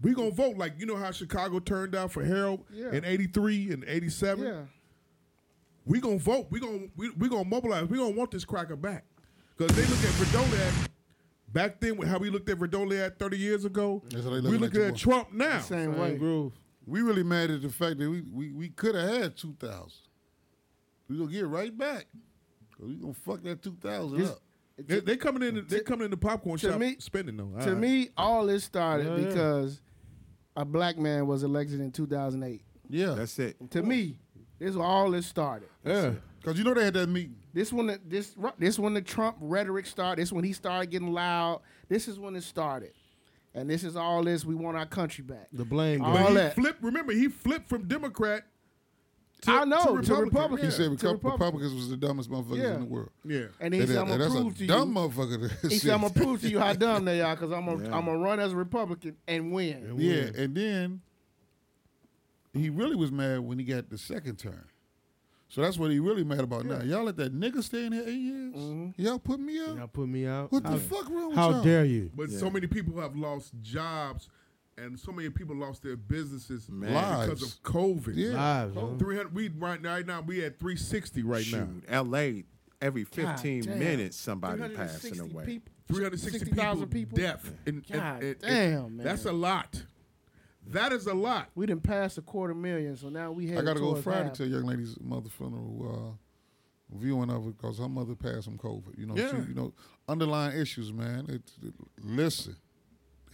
We gonna vote like you know how Chicago turned out for Harold
Yeah.
in '83 and '87.
Yeah.
We gonna vote. We gonna we, we gonna mobilize. We gonna want this cracker back because they look at Verdoliak back then with how we looked at Verdoliak 30 years ago.
how they
we
looking
look
at
at,
you, boy.
Trump now.
Same way.
groove.
We really mad at the fact that we we, we could have had two thousand. We gonna get right back. 'Cause We gonna fuck that two thousand
This-
up.
They, they coming in. They coming in the popcorn
to
shop
me-
spending though.
to
All right.
me, all this started
Yeah, yeah.
because a black man was elected in 2008.
Yeah,
that's it.
To me, this is where all this started.
Yeah, because you know they had that meeting.
This when the, this ru- this when the Trump rhetoric started. This when he started getting loud. This is when it started, and this is all this. We want our country back.
The blame
All
game.
He
that.
flipped. Remember, he flipped from Democrat. To,
I know,
to
to
Republican.
Republican.
He
Yeah.
said
to
Recu-
Republicans.
Republicans was the dumbest motherfuckers
Yeah.
in the world.
Yeah,
And he said,
that-
"I'm gonna
that's a
prove to
dumb
you."
motherfucker. to
He
say
said, "I'm gonna
that.
prove to you how dumb they are, cause I'm gonna
Yeah.
I'm gonna run as a Republican and win."
Yeah, and then he really was mad when he got the second term. So that's what he really mad about now. Y'all let that nigga stay in here eight years. Y'all put me out.
Y'all put me out.
What
How-
the fuck wrong with
How
y'all?
dare you?
But so many people have lost jobs, and so many people lost their businesses because
Lives.
of COVID.
Yeah.
Lives, man.
Three hundred. We right now, right now we at three sixty right now.
Shoot, L.A. Every fifteen
damn.
minutes somebody passing
360
away.
people.
Three hundred sixty people,
60,000 people?
deaf. And, and- and-
God
and
damn, man.
That's a lot. That is a lot.
We didn't pass a quarter million, so now we.
I
headed
gotta go
towards
Friday
half.
to a young lady's mother funeral uh, viewing of it because her mother passed from COVID. You know,
Yeah.
she, you know, underlying issues, man. It, it- listen,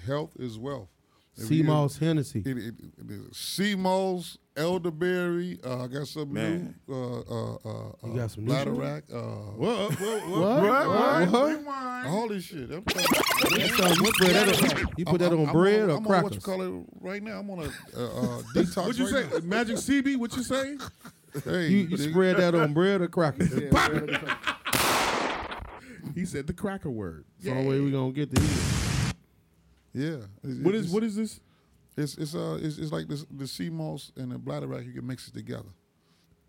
health is wealth. If you-
Seamoss Hennessy.
It, it, it is CMOS, elderberry. Uh, I got some
Man.
new. Uh, uh, uh,
You got some new
bladder
shit?
rack. Uh,
Whoa, whoa, whoa,
What?
whoa,
What?
rewind.
all this shit. I'm
on
talking,
what bread that on? You put that on bread or
I'm On what you
crackers?
call it right now? I'm on a uh, uh, detox.
What you
right
say? Magic CB? What you say?
Hey,
you you
nigga.
spread that on bread or crackers?
he said the cracker word.
It's the only way we gonna get to eat.
Yeah.
What is- what is this?
It's it's uh it's, it's like this, the sea moss and the bladder rack. You can mix it together.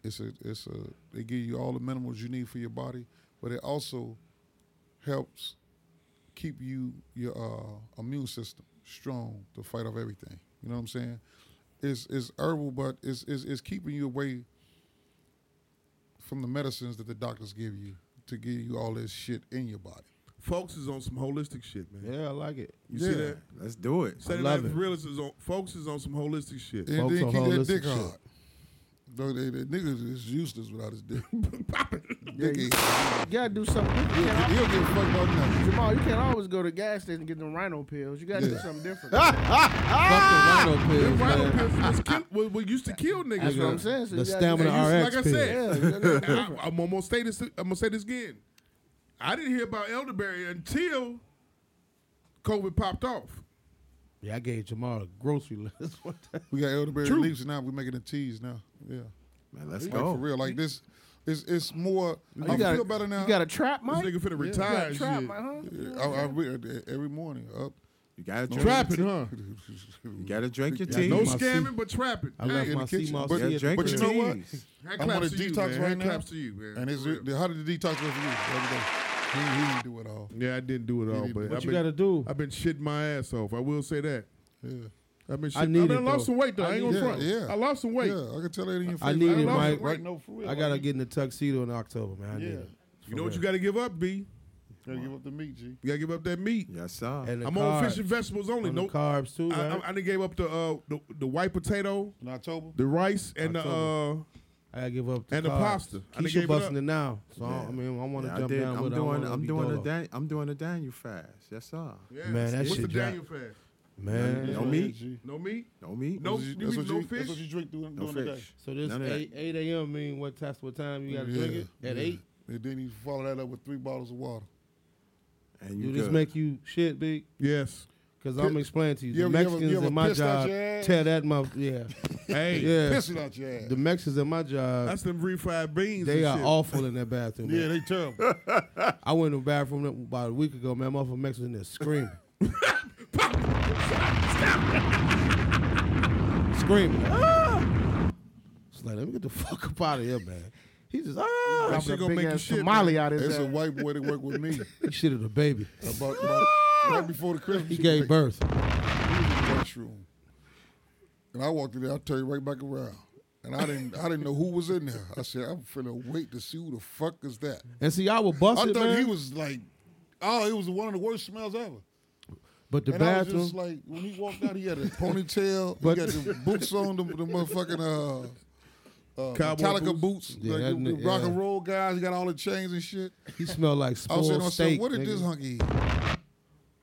It's a it's a they give you all the minerals you need for your body, but it also helps keep you your uh, immune system strong to fight off everything. You know what I'm saying? It's it's herbal, but it's it's, it's keeping you away from the medicines that the doctors give you to give you all this shit in your body.
Folks is on some holistic shit, man.
Yeah, I like it.
You
Yeah.
see that?
Let's do it.
Saturday
Love
Night
it.
Realist is on. Folks is on some holistic shit.
And then keep that dick hard. Though they, they niggas is useless without his dick. dick ain't-
You gotta do something. different. You can't
He'll
always-
give a fuck about nothing.
Jamal, you can't always go to the gas station and get them rhino pills. You gotta do
Yeah.
something different.
Fuck the rhino pills,
Rhino
man.
pills was kill, what, what used to kill niggas.
That's what I'm saying. So
The
you gotta
stamina
do
Like I
RX pill.
something- Yeah, you
said,
gotta do
I,
something
I'm gonna say this. I'm gonna say this again. I didn't hear about elderberry until COVID popped off.
Yeah, I gave Jamal a grocery list one time.
We got elderberry
True.
leaves now. We're making the teas now. Yeah.
Man, let's
Like,
go.
For real. Like this, it's, it's more. I
got a-
feel better now.
You got a trap, Mike?
This nigga finna
Yeah.
You got
retire.
a
and
trap,
shit.
Mike, huh?
Yeah, I, I, re- every morning up.
You gotta drink.
Trapping,
your tea.
huh?
You gotta drink your
Yeah,
tea.
no
My
scamming,
seat.
but trapping.
I left
in
my
the kitchen,
sea moss
but-
tea at the
yeah,
But you
Drink
know
your
what?
teas.
Hand
I'm on a
claps to you,
detox
man.
right
Hand
now.
claps to you, man.
And it's
For real.
the- how did the detox go for you every day? He, he do it all.
Yeah, I didn't do it all,
didn't
but
do
I've
What you
been-
gotta do?
I've been shitting my ass off. I will say that.
Yeah.
I've been shitting.
I
I,
need it,
done
though.
lost some weight though. I,
I
ain't
need
gonna
it.
front.
Yeah,
I lost some weight.
Yeah, I can tell that in your face.
I need it,
lost
Mike.
weight, no, for real.
I gotta get in the tuxedo in October, man. I need
Yeah.
it.
You know what you got to give up, B.
Gotta give up the meat, G.
You got to give up that meat.
Yes, sir.
And the
I'm
carbs.
on fish and vegetables only.
On
no
the carbs too,
I,
right?
I, I done gave up the uh the, the white potato,
In October.
the rice, and the uh
October. I gotta give up the
And the
carbs.
pasta. I done gave
Keisha
it
busting
up.
it now, so I
Yeah.
mean I want to
Yeah,
jump
I did.
down.
I'm
with it. I
doing.
wanna
I'm
be
doing the
dolo.
Dan, I'm doing the Daniel fast. Yes, sir.
yeah.
Man, that
What's
shit
the Daniel fast?
man.
No meat.
G.
No meat.
No meat.
No,
That's what you-
you
that's
mean
what
no
you- That's
fish.
what you drink during,
No
during the day.
fish.
So this
None of that.
eight eight a.m. mean what? That's what time you gotta drink it at
yeah.
eight.
And then you follow that up with three bottles of water.
And
Do
you
this
good.
make you shit big?
Yes.
Cause I'm explaining to you,
You
the
ever- you ever-
Mexicans
you ever
in my
pissed out
job
your ass?
tear that mother. Yeah,
Hey,
yeah.
Piss it out your ass.
The Mexicans in my job,
that's them refried beans.
they
and
are
shit.
awful in that bathroom. man.
yeah, they terrible.
I went to the bathroom about a week ago, man. Motherfucker Mexican there screaming. screaming. "Ah!" It's like, let me get the fuck up out of here, man. He just, ah.
That shit gonna make you shit.
Somali out his
it's a
ass.
white boy that worked with me
He shitted a baby.
about, about right before the Christmas.
He gave birth.
Mushroom. And I walked in there, I turned right back around. And I didn't I didn't know who was in there. I said, I'm finna wait to see who the fuck is that.
And see, I was
I
busted,
thought
man.
he was like, oh, it was one of the worst smells ever.
but the
and I was
bathroom,
just like, when he walked out, he had a ponytail,
But-
he had the boots on, the, the motherfucking uh, uh,
Cowboy
Metallica boots,
Yeah,
like
that
the, the
nigga-
rock
yeah.
and roll guys, he got all the chains and shit.
he smelled like
I was saying
spoiled
to myself,
steak.
what did
nigga.
this hunky eat?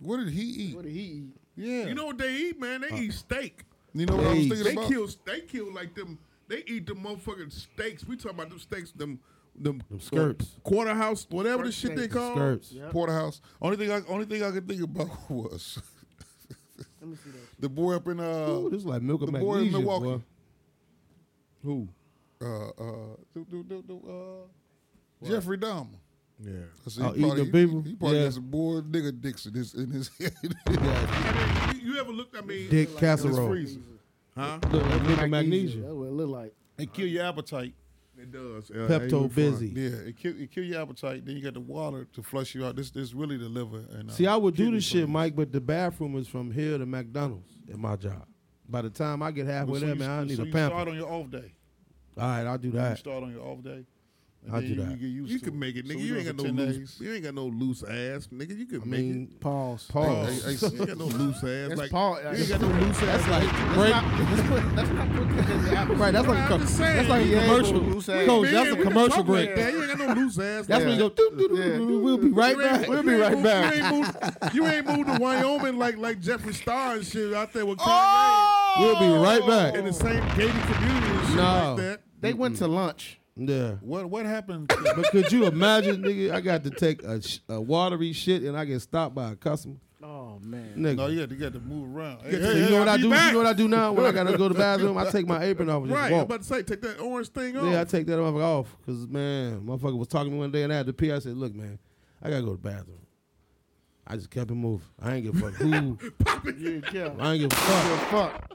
What did he eat?
What did he eat?
yeah.
You know what they eat, man? They eat steak.
You know what I was
Hey,
thinking
They
about?
kill. They kill like them. They eat them motherfucking steaks. We talking about them steaks. Them. Them,
Them skirts.
quarter house, whatever the shit they call.
Skirts.
Porterhouse. Only thing I only thing I could think about was
Let me see that.
the boy up in uh,
Ooh, this is like milk and
the boy in
magnesia,
Milwaukee.
boy.
Who?
uh, uh, do, do, do, do, uh, Jeffrey Dahmer.
Yeah.
I said,
Oh,
he probably,
eating the people?
He, he probably
Yeah.
has a boy nigga dicks in his in his head.
I mean, you, you ever looked? I mean,
Dick casserole. Look,
freezing.
huh?
like milk and
That's
magnesia.
what it look like.
They kill your appetite.
It does. Uh, ain't no
Pepto
fun.
busy.
Yeah, it kill it kill your appetite. Then you got the water to flush you out. This this really the liver. And uh,
See, I would do
kidney
this shit,
problems.
Mike, but the bathroom is from here to McDonald's at my job. By the time I get halfway
so
there,
you-
man, I need
so
a
you
pamper.
Start on your off day.
All right, I'll do
You
that.
start on your off day. and
I'll
then
do
you,
that.
You, get used
You
to
can make it,
So
nigga.
we
you
doing
ain't got no
for 10
loose.
days.
You ain't got no loose ass, nigga. You can
I
make
mean, pause.
it.
Pause.
Hey, hey,
you ain't got no loose ass.
That's
Like
Paul-
you ain't got no loose ass.
That's like
break.
Let's put- let's not put that in the atmosphere.
Right, that's like a,
I'm
com-
just saying,
that's like a
you ain't gonna
commercial.
lose ass.
Coach,
Man,
that's
we
a
can
commercial
talk
break.
Like that. You ain't got no loose ass.
That's when you go. doo, doo, doo,
Yeah.
doo, We'll be right
You ain't-
back.
you
We'll be
ain't
right
moved-
back.
You ain't, moved, you ain't moved to Wyoming like like Jeffree Star and shit out there with Kanye
We'll be right back.
in the same gated community and shit
No.
like that.
They went to lunch.
Yeah.
What what happened?
but could you imagine, nigga? I got to take a, sh- a watery shit and I get stopped by a customer.
Oh man.
Nigga.
No, you had to get to move around. Hey,
You
hey,
know
hey,
what
I'll
I
be
do?
back.
You know what I do now? When I gotta go to the bathroom, I take my apron off and just
Right, I'm
walk.
about to say, take that orange thing off.
Yeah, I take that motherfucker off because man, motherfucker was talking to me one day and I had to pee. I said, "Look, man, I gotta go to the bathroom." I just kept it moving. I ain't give a fuck who.
You yeah.
I ain't give a fuck.
Fuck.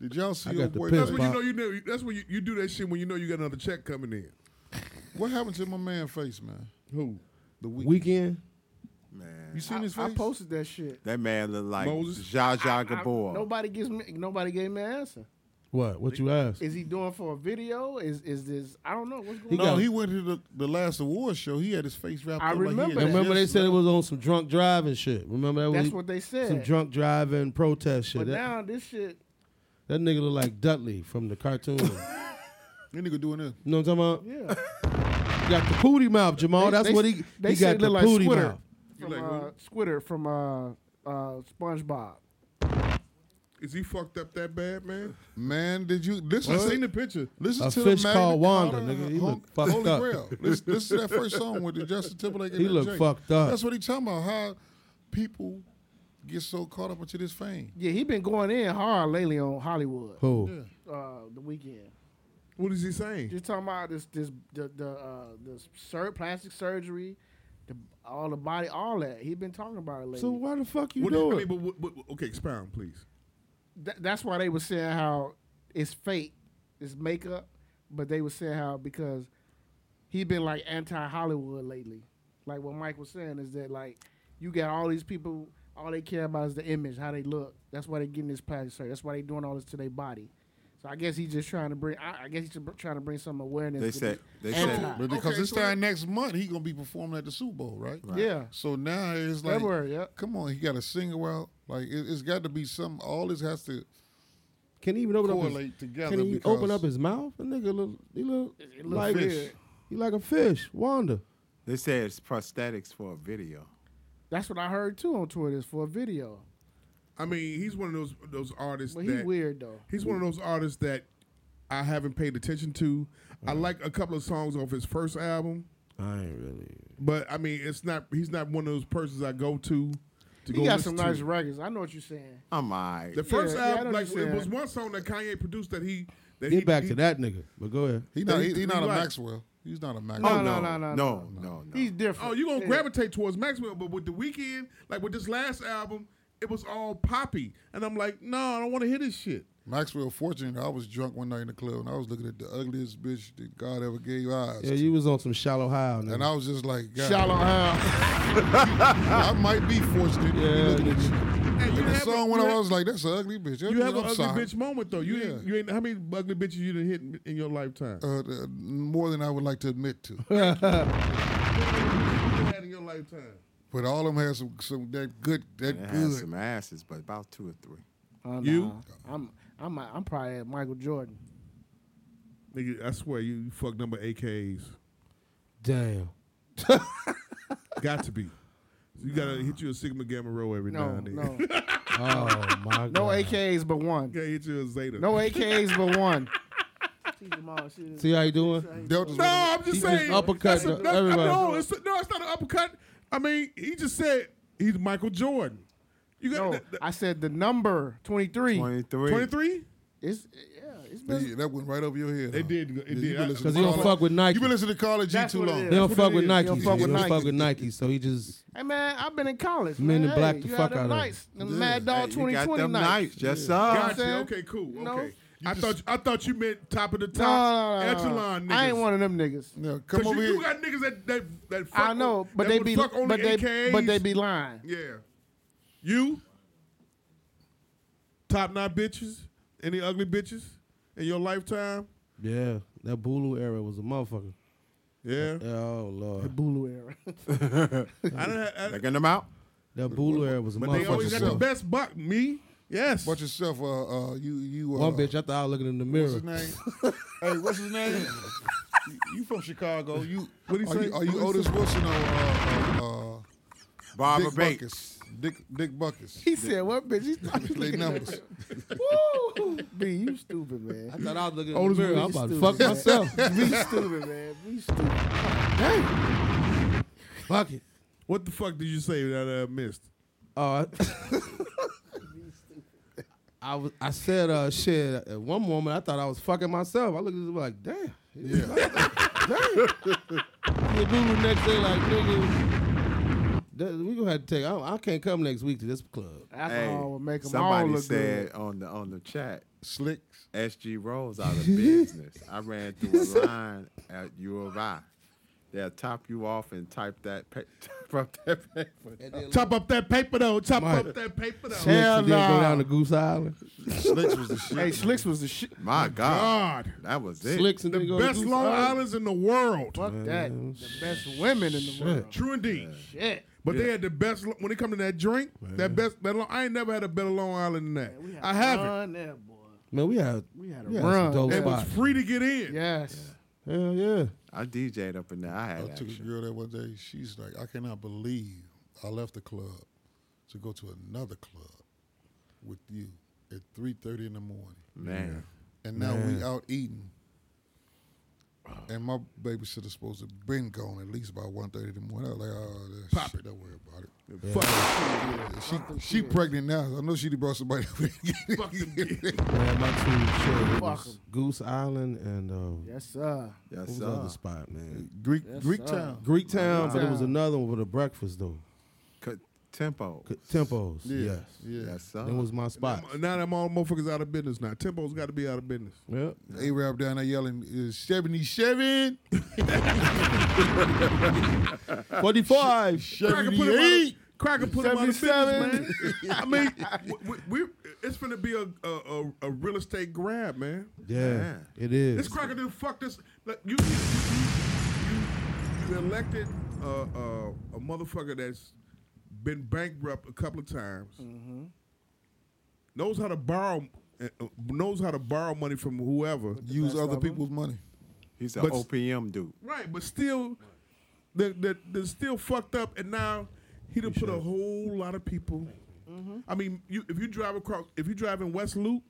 Did y'all
I
see your
got the
boy?
piss
That's when you know you know. That's when you, you do that shit when you know you got another check coming in.
What happened to my man face, man?
Who?
The weekend.
Weekend.
Man,
You seen his face?
I posted that shit.
that man look like
Moses?
Zsa
I-
Zsa Gabor.
nobody gives me. Nobody gave me an answer.
What? What you asked?
Is he doing for a video? Is is this? I don't know what's going
no,
on.
he went to the, the last award show. He had his face wrapped
I
up. like
remember
he had
that.
Remember they
just
said it was on some drunk driving shit. Remember that?
That's
was
what they said.
Some drunk driving protest shit.
but
That,
now this shit.
that nigga look like Dudley from the cartoon. you
That nigga doing this.
know what I'm talking
Yeah.
about? He got the pooty mouth, Jamal.
They-
Oh, That's
they-
what he.
They
he
say
got
he
the
look like
pooty
Squitter
mouth.
from,
like
uh, Squitter from uh, uh, SpongeBob.
Is he fucked up that bad, man?
Man, did you listen?
I
to
seen the picture.
Listen
A
to
fish
the
called
Magna
Wanda,
Carta,
nigga. He
Hol-
look fucked
Holy
up.
Grail. This, this is that first song with the Justin Timberlake. And
He
that
look
Jay.
fucked up.
That's what he talking about. How people get so caught up into this fame.
Yeah, he been going in hard lately on Hollywood.
Who?
Uh, the weekend.
What is he saying?
Just talking about this, this, the, the, uh, the sur- plastic surgery, the, all the body, all that. He been talking about it lately.
So why the fuck you
What-
do
I
it?
mean, but, what- but, okay, expound, please.
Tha- that's why they were saying how it's fake, it's makeup. But they were saying how because he been like anti Hollywood lately. Like what Mike was saying is that like you got all these people, all they care about is the image, how they look. That's why they getting this plastic surgery. That's why they doing all this to their body. So I guess he's just trying to bring. I, I guess he's just br- trying to bring some awareness.
They
to
said-
this
they said-
anti-
But because
Okay,
this
so
time next month he gonna be performing at the Super Bowl, right?
yeah,
So now it's like,
February, yeah.
come on, he got to sing out. Like it, it's got to be something. All this has to
Can he even open up? His,
correlate together.
can he
because
open up his mouth? That nigga look. He look
it look
like
weird.
he like a fish. Wanda.
They said it's prosthetics for a video.
That's what I heard too on Twitter is for a video.
I mean, he's one of those those artists
But he
that
weird though.
he's one of those artists that I haven't paid attention to. I like a couple of songs off his first album,
I ain't really.
but I mean, it's not he's not one of those persons I go to to go
He got
listen
some
to.
nice records. I know what you're saying.
I'm alright.
The first
yeah, I know
album,
what
like
you're
it was
saying.
one song that Kanye produced that he that
Get
he
back
he-
to that nigga. But go ahead.
He not.
He-
He, he
he
not a
right.
Maxwell. He's not a Maxwell.
No, no, no, no,
Oh, no, no, no.
He's different.
Oh, you gonna
Yeah.
gravitate towards Maxwell, but with the weekend, like with this last album, it was all poppy, and I'm like, no, I don't want to hear this shit.
Maxwell, fortunately, I was drunk one night in the club and I was looking at the ugliest bitch that God ever gave eyes.
Yeah, you was on some shallow high. Nigga.
and I was just like, God,
Shallow Hal.
I might be fortunate
Yeah,
to be looking at you.
Hey, you
And the
have a-
song
you
went on,
have-
I was like, that's an ugly bitch.
You have an
i
ugly bitch moment though. You
Yeah.
ain't, you ain't how many ugly bitches you done hit in- in your lifetime?
Uh, uh, more than I would like to admit to.
You had in your lifetime.
But all of them had some, some that good, that
It
good.
has some asses, but about two or three.
Oh,
You?
nah. I'm I'm I'm probably at Michael Jordan.
Nigga, I swear you, you fuck number AKs.
Damn.
Got to be. You gotta hit you a Sigma Gamma Rho every now
No,
and then.
no,
Oh my god.
no AKs but one.
gotta hit you a Zeta.
No AKs but one.
See how you doing?
Delta's
no, I'm just
He just
saying.
uppercut
that's a-
the-
that's- I-
everybody.
No, it's, no, it's not an uppercut. I mean, he just said he's Michael Jordan. You got
No, I said the number twenty three.
Twenty three.
23?
It's yeah, it's
But
been
yeah, that went right over your head.
It
huh?
did go- it
Yeah,
did.
you been listening
'Cause
to
he don't
Carla-
fuck with Nike.
You been listening to Carla G
That's
too
what it
long.
is.
They don't
That's
fuck
what
with
it is.
Nike.
They
They
don't
don't
fuck with
fuck
Nike.
with Nike. So he just
Hey man, I've been in college.
Men
man.
in black
Hey,
the
you
fuck
had them
out of
nights, them
Yeah.
Mad Dog
Hey, you
twenty
got
twenty
them
nights.
knives. Just up.
I'm
Gotcha.
saying?
Okay, cool. Okay.
No.
I thought I thought you meant top of the
No, no,
top
no, no, no.
echelon niggas.
I ain't one of them niggas.
Yeah,
Cause
come over
you,
here.
you got niggas that that, that fuck
I know, but
that
they
would
be
fuck only
but they
AKs.
but they be lying.
yeah. You top nine bitches? Any ugly bitches in your lifetime?
yeah. That Bulu era was a motherfucker.
Yeah,
Oh lord.
Bulu era.
I don't. Have, I,
Taking them out.
That Bulu era was a
but they always
motherfucker.
got the
yourself.
best buck. Me, yes.
Watch yourself. Uh, uh, you, you. Uh,
One bitch, I thought I was looking in the
What's
mirror.
his name? hey, what's his name? You- You from Chicago? You
What'd he
are
say?
You, are you
What'd he
Otis Wilson or uh, uh, uh,
Barbara
Dick
Bates.
Buckus. Dick Dick Buckus.
He said, "What bitch?" He's talking
They numbers.
Woo, B, you stupid man.
I thought I was looking
Oh,
in the
this
mirror.
movie
I'm about to
stupid,
fuck
man.
myself.
Be stupid, man. Be stupid.
Fuck it. What the fuck did you say that I missed?
Uh, I was. I said, uh, shit. At one moment, I thought I was fucking myself. I looked at it like, damn. Yeah. damn. The dude next day, like, nigga, that- we gonna have to take. I, I can't come next week to this club.
Alcohol
Hey,
Oh,
will make them all
somebody
look
said
good.
on the on the chat,
Slicks.
SG Rolls out of business. I ran through a line at U of I. They'll top you off and type that pa- type up that paper.
Top up that paper though. Top
Mike.
up that paper though.
Slicks, Hell
Then go down to Goose Island.
Slicks was the shit.
Hey, Slicks was the shit.
My God,
God.
that was it.
Slicks and
the
then go
best
to Goose
Long
Island.
Islands in the world.
Fuck that. The best women in the world.
True indeed.
Shit.
But they had the best lo- when it come to that drink. That best. That long, I ain't never had a better Long Island than that.
We had
I haven't.
fun there, boy.
Man, we had
We had a
we had
run.
Some dope
It was
spots.
free to get in.
Yes.
Hell yeah.
I DJ'd up in there. I
I
had
took a
action.
girl that one day. She's like, I cannot believe I left the club to go to another club with you at three thirty in the morning.
Man.
And now
Man.
we out eating. And my babysitter's supposed to been gone at least by 1.30 in the morning. I was like, oh, that
Pop
shit, don't worry about it.
Yeah. Fuck
Yeah, She, she pregnant now. I know she done brought somebody.
Fuck them kids.
Man, my two shit, it
Fuck
was
'em.
Goose Island and uh,
Yes, sir.
what was the other spot, man?
Greek
Yes,
Greek
sir.
town.
Greek Town, but it was
Town.
another one with a breakfast though.
Cut tempo.
C- Tempos,
Yeah,
yes.
yeah.
Yes, sir.
That was my spot.
Now them all motherfuckers out of business. Now Tempo's got to be out of business.
Yep.
Arab down there yelling, is 77,
45.
Cracker put him out of,
78.
Cracker put him out of business,
77.
man. I mean, w- w- we it's gonna be a, a a a real estate grab, man.
Yeah,
Man.
it is.
This Cracker didn't fuck this. Like, you, you, you, you, you elected uh, uh, a motherfucker that's been bankrupt a couple of times. Knows how to borrow. uh, uh, Knows how to borrow money from whoever.
Use other people's money.
He's an
But-
OPM dude.
Right, but still, they're, they're, they're still fucked up, and now he Mm-hmm. done put a whole lot of people. I mean, you if you drive across, if you drive in West Loop,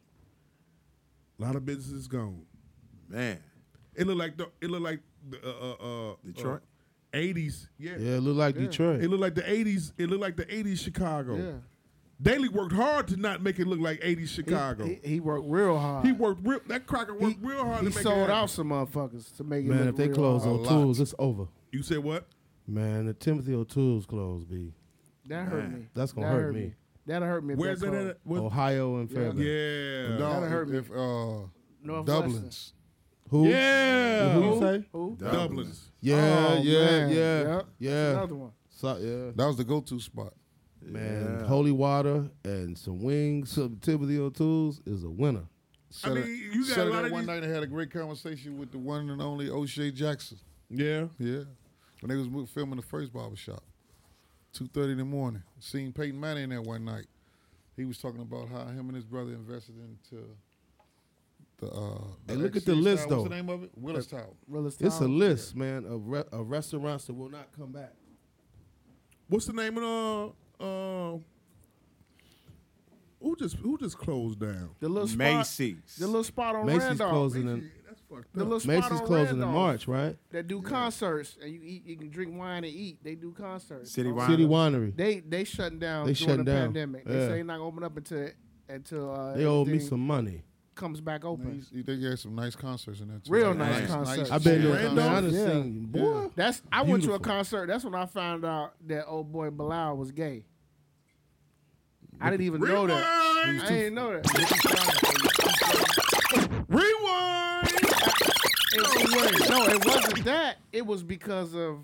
a lot of businesses gone.
Man.
It look like the it look like the uh, uh, uh,
Detroit?
eighties. Yeah.
yeah, it looked like Detroit.
it look like the eighties. It look like the eighties Chicago.
Yeah.
Daly worked hard to not make it look like eighties
He-
Chicago.
He,
He,
he worked real hard.
worked real. That cracker worked real hard
He
to make it
sold
happen.
out some motherfuckers to make it
man,
look
if they
real
close
hard.
on tools, it's over.
You said what?
Man, the Timothy O'Toole's closed, B.
That hurt me.
That's gonna
That
hurt me.
That'll hurt me. if
Where's that?
close.
At? What-
Ohio and Fairbanks.
Yeah.
No,
That'll hurt me.
if, uh,
Northwestern.
Dublin's.
Who?
Yeah.
Who you say?
Who?
Dublin's.
Yeah,
Oh,
yeah,
man.
yeah,
Yep.
yeah.
Another one.
So, yeah.
That was the go-to spot.
Man, holy water and some wings, some Timothy O'Toole's is a winner.
I mean, you got a
Saturday
lot of
one
these-
night I had a great conversation with the one and only O'Shea Jackson.
Yeah.
Yeah. When they was mo- filming the first barbershop, 2.30 in the morning. Seen Peyton Manning in there one night. He was talking about how him and his brother invested into the uh
Hey, look at
XC
the list,
Tower. What's
though.
the name of it? Willis Tower.
Realest
It's a
town.
list, man, of, re- of restaurants that will not come back.
What's the name of the uh, uh who just who just closed down?
The little spot.
Macy's.
The little spot on
Macy's
Randolph.
closing in
Shit, That's fucked
The
up.
little spot
Macy's
on
closing in
Randolph
March, right?
That do concerts and you eat, you can drink wine and eat. They do concerts.
City
on-
Winery.
City Winery.
They they shutting down
They
during
shutting
the
down.
pandemic. They
Yeah.
say they not gonna open up until until uh,
They owe me
everything
some money.
comes back open.
Man, he- They had some nice concerts in there too.
Real
Like,
nice
nice
concerts.
I've been to
Randolph?
man, I done
Yeah.
seen boy.
That's I went to a
Beautiful.
concert. That's when I found out that old boy Bilal was gay. I didn't even know that. I
Rewind!
didn't know that.
Rewind!
It- no, it wasn't that. It was because of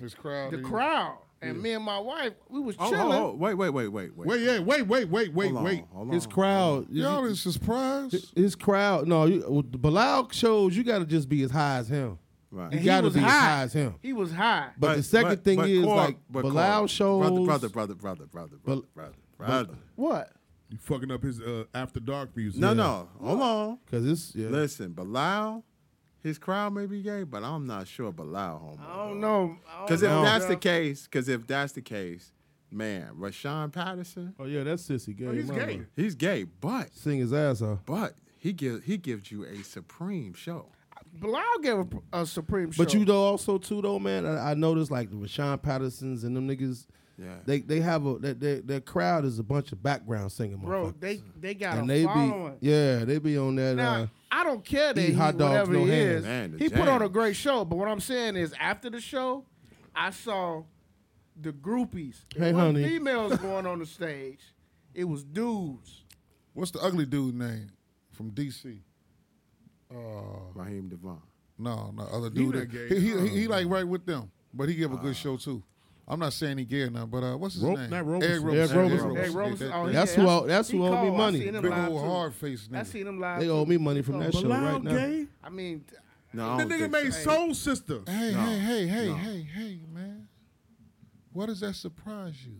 His crowd.
the
he-
crowd. And me and my wife, we was
Oh,
chilling.
oh, oh, wait, wait, wait, wait, wait.
Wait, yeah, wait, wait, wait, wait,
Hold on,
wait.
hold
His
on.
crowd,
Y'all is surprised.
his crowd. No, you, well, the Bilal shows you got to just be as high as him.
Right.
You
he
got to
was
be as
high.
high as him.
He was high.
But, the second thing
but
is
Cor-
like
but
Bilal
Cor-
shows.
Brother, brother, brother, brother, brother, brother, brother.
what?
You fucking up his uh, after dark music.
No, no, hold on.
Cause it's yeah.
Listen, Bilal, His crowd may be gay, but I'm not sure. But loud, homo.
I
Oh,
don't know.
Because if that's the case, because if that's the case, man, Rashawn Patterson.
Oh yeah, that's sissy gay.
Oh, he's
mama.
gay. He's gay, but
sing his ass off.
But he gives he gives you a supreme show.
Blau gave a, a supreme show.
But you know, also too though, man, I, I noticed like the Rashawn Pattersons and them niggas.
Yeah.
They they have a they, they, their crowd is a bunch of background singing
Bro, they they got
and
a
they
following.
be yeah they be on that.
Now,
uh,
I don't care that
eat
he,
hot dogs,
whatever
no
he
ham.
is.
Man, the
he put on a
jams.
great show, but what I'm saying is, after the show, I saw the groupies. It
Hey,
wasn't
honey.
females going on the stage. It was dudes.
What's the ugly dude name from DC? Uh,
Raheem Devon.
No, no, other
He not
dude. that-
gay.
He, he, he, he like right with them, but he give a good show too. I'm not saying he gay or not, but uh, what's his
Ro-
name?
not Robinson.
Eric Robinson.
Eric Robinson.
Yeah,
Eric Robinson.
that-
Oh,
that-
yeah,
That's who I- that's
he
who owe me
cold.
money.
I seen him
Big
live
old
too.
hard-faced
I
nigga.
seen him live.
They
too.
owe me money from
Oh,
that show
Bilal
right now.
gay? I mean, t-
No, I
That
don't
nigga
think
made
so.
Soul Sister.
Hey,
No.
hey, hey, hey,
No.
hey, hey, man. What does that surprise you?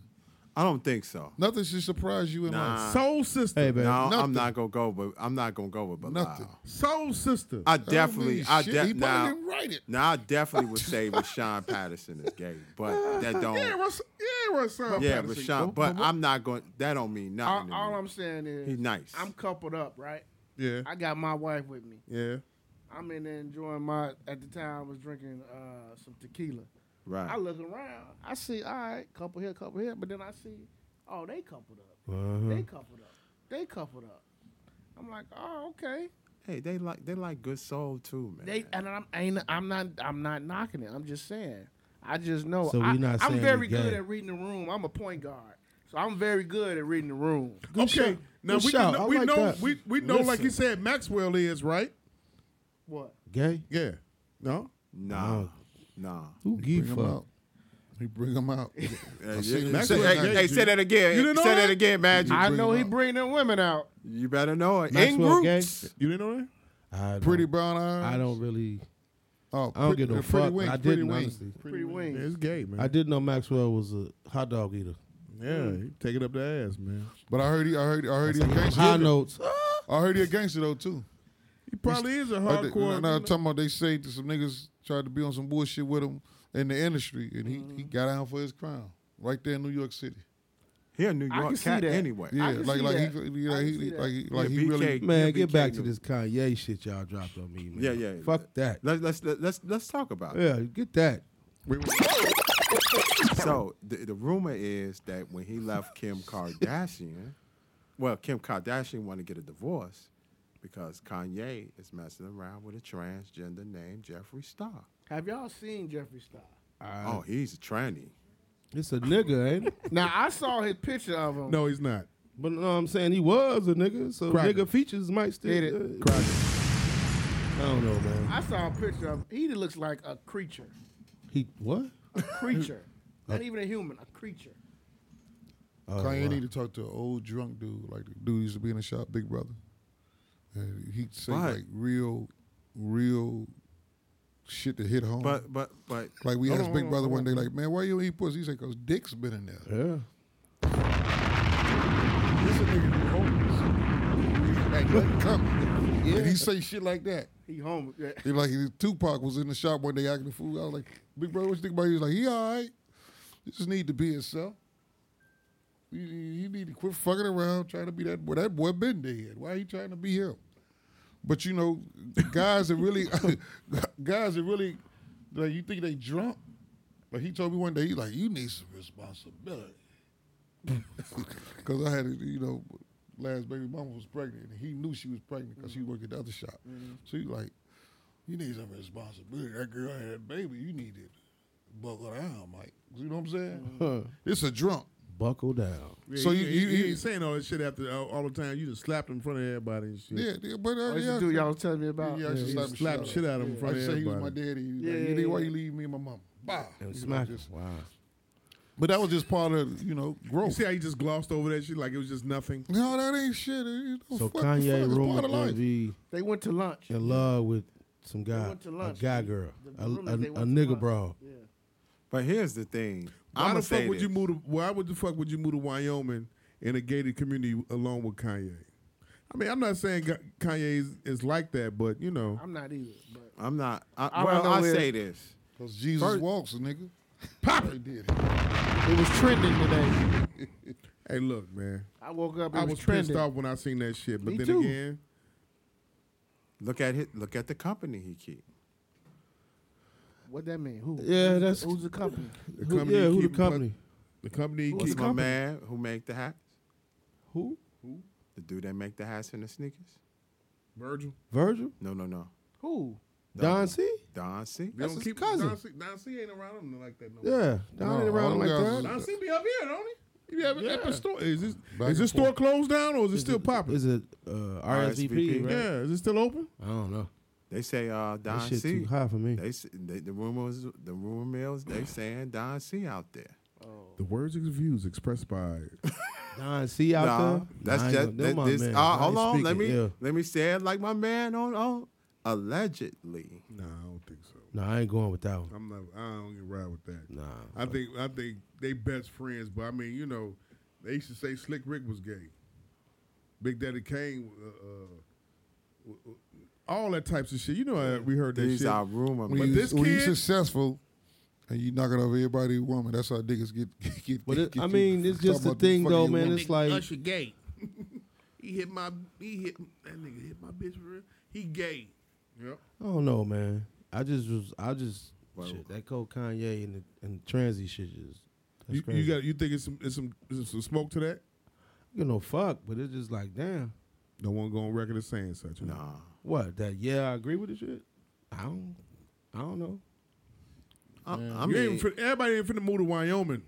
I don't think so.
Nothing should surprise you in
Nah.
life.
Soul Sister.
Hey, baby.
no,
nothing.
I'm not gonna go. But I'm not gonna go with Bilal.
Nothing.
Soul Sister.
I
That don't
definitely,
mean
I
shit. He
definitely
probably
now,
didn't write it.
now, I definitely would say Rashawn Patterson is gay, but that don't,
yeah,
yeah,
Russ, yeah, Russ.
Oh.
Rashawn, but I'm not going. That don't mean nothing.
all,
to
all
me.
I'm saying is,
He nice.
I'm coupled up, right?
Yeah,
I got my wife with me.
yeah.
I'm in there enjoying my. At the time, I was drinking uh, some tequila.
right.
I look around. I see, all right, couple here, couple here. But then I see, oh, they coupled up.
Uh-huh.
They coupled up. They coupled up. I'm like, oh, okay.
hey, they like they like good soul too, man.
uh,
They and I'm ain't I'm not I'm not knocking it. I'm just saying. I just know.
So we
I,
not
I'm
saying
very
you're
good
gay.
at reading the room. I'm a point guard, so I'm very good at reading the room.
okay,
shout.
now
Good
we
shout.
know,
I
we
like
know
that.
we, we know like he said Maxwell is right.
What?
Gay?
Yeah, no,
nah, nah.
Who give
Bring him
fuck?
out. He bring him out.
Hey,
seen
yeah,
him
you
say
say-
that
hey,
gay
hey,
dude.
say that again.
You didn't know
say that
that?
again, man. You,
I
bring
know
them
he
out.
bring them women out.
you better know it. In
Maxwell gay?
groups.
you didn't know that.
I don't,
Pretty brown eyes.
I don't really.
Oh,
I don't
pretty,
give no
the pretty
fuck.
Wings,
I
pretty
didn't
wings.
honestly.
Pretty wings.
Yeah, it's gay, man.
I did know Maxwell was a hot dog eater.
yeah, he take it up the ass, man.
But I heard he, I heard, I heard he a gangster.
High notes.
I heard he a gangster though too.
He probably is a
I did-
hardcore.
Now, now I'm talking about they say that some niggas tried to be on some bullshit with him in the industry, and he,
Mm-hmm.
he got out for his crown right there in New York City.
He a New
I
York
can see
cat
that.
anyway.
Yeah,
can
like
see
like
that.
he,
I
like
can
he,
see that.
like he, like
Yeah,
he really.
BK
Man,
He'll be
get back to
king
this Kanye shit y'all dropped on me, man.
Yeah, yeah.
Fuck that.
Let's let's let's let's talk about it.
Yeah, get that.
So the, the rumor is that when he left Kim Kardashian, well, Kim Kardashian wanted to get a divorce because Kanye is messing around with a transgender named Jeffree Star.
Have y'all seen Jeffree Star?
oh, he's a tranny.
It's a nigga, ain't it?
Now I saw his picture of him.
no, he's not.
But no, I'm saying he was a nigga, so
Crockett.
nigga features might still.
Hit it.
uh, I don't know, man.
I saw a picture of him. He looks like a creature.
He what?
A creature. Not even a human, a creature. Oh,
Kanye need to talk to an old drunk dude, like the dude used to be in the shop, Big Brother. And he'd say
Right.
like real, real shit to hit home.
But but but
like we
Hold
asked
on,
Big
hold
Brother
on,
one day, like, man, why you eat pussy? He said, cause dick's been in there.
Yeah.
This a nigga who homeless. Like, let come. And he say shit like that.
He home. Yeah.
He like Tupac was in the shop one day acting the fool. I was like, Big Brother, what you think about? it?" He was like, he all right. You just need to be yourself. You, you need to quit fucking around trying to be that boy. That boy been dead. Why are you trying to be him? But you know, guys are really, guys are really, like you think they drunk. But he told me one day, he like, you need some responsibility. Because I had, you know, last baby mama was pregnant, and he knew she was pregnant because
Mm-hmm.
she worked at the other shop. So he like, you need some responsibility. That girl had that baby. You need to buckle down, Mike. You know what I'm saying? It's a drunk.
Buckle down.
so
So
you,
you- you- you-
Mm-hmm. ain't saying all that shit after all, all the time. You just slapped in front of everybody and shit.
Yeah, yeah, but uh,
Oh, it's
yeah,
the dude y'all was telling me
yeah,
about.
yeah, I
you
just slapped
just slapped
the
the shit out of him in
I
front of
say he was my
everybody.
daddy. He was
Yeah,
like,
yeah,
you need why
yeah.
you leave me and my mama? Bah.
And
You know,
smack.
just-
Wow.
But that was just part of you know
You
growth.
see how he just glossed over that shit like it was just nothing.
No, that ain't shit. It- it-
So
fuck the fuck,
Kanye
it's part
rumored
of
to
life.
be
They went to lunch.
in love with some guy,
went to
a
lunch.
guy girl,
The
a, a,
rumors they
a
went to
nigga
lunch.
bro.
Yeah.
But here's the thing.
Why
I'm
the
gonna
fuck
say
would you
this.
move? To, why would the fuck would you move to Wyoming in a gated community along with Kanye?
I mean, I'm not saying Ga- Kanye is, is like that, but you know,
I'm not either. But
I'm not. I,
I
well,
don't know
I
where-
say this.
Cause Jesus
First-
walks, nigga.
Pop
it. did.
It was trending today.
hey, look, man.
I woke up. It
I
was,
was
trending.
pissed off when I seen that shit, but
Me
then
too.
again,
Look at it. Look at the company he keep.
What that mean? Who?
Yeah,
who's,
that's-
who's the company.
the
Who-
company
yeah,
he
who the
keep him-
company?
the company he
Who's
keep
my man who make the hats?
Who?
The dude that make the hats and the sneakers?
Virgil.
Virgil?
No, no, no.
Who?
Don C?
Don C.
They
That's
don't
his
keep
cousin.
Don C, Don C ain't around him like that no more.
Yeah,
Oh,
Don ain't around like that.
Don C be up here, don't he? He be up
Yeah.
at the store. Is this,
Back
is
and
this store closed down or is it still popping?
Is it uh, RSVP?
RSVP,
right?
Yeah, is it still open?
I don't know.
They say uh, Don
shit
C.
too high for me.
They, s- they the rumors, the rumor mills. They saying Don C. out there.
The words and views expressed by
Don C out
Nah,
there.
that's
Nah, I
just
ain't gonna- them
that,
my
this.
mans.
Uh,
I
hold
ain't
on, let me
speaking, yeah.
let me say it like my man on on allegedly.
No, I don't think so.
No, I ain't going with that one.
I'm not. I don't get ride with that.
Nah.
I think I think they best friends, but I mean, you know, they used to say Slick Rick was gay. Big Daddy Kane, uh, uh, w- w- all that types of shit. You know, uh, we heard that
These
shit.
are rumor
But
When, you,
this
when you
kid-
successful and you knocking over everybody woman, that's how niggas get get. get,
But it,
get
I
you
mean, it's
talking
just the
about you
thing
fucking
though,
your
man.
woman.
It's like
Usher gay. he hit my. He hit that nigga. Hit my bitch for real. He gay. Yep.
I don't know, man. I just was. I just shit, that cold Kanye and the, and the transy shit just. That's
You,
crazy.
you got. You think it's some, it's some it's some smoke to that?
you know fuck, but it's just like damn.
No one go on record as saying such.
Nah,
What that? Yeah, I agree with the shit. I don't. I don't know.
Uh,
I, I
You ain't
mean,
fin- everybody ain't finna move to Wyoming.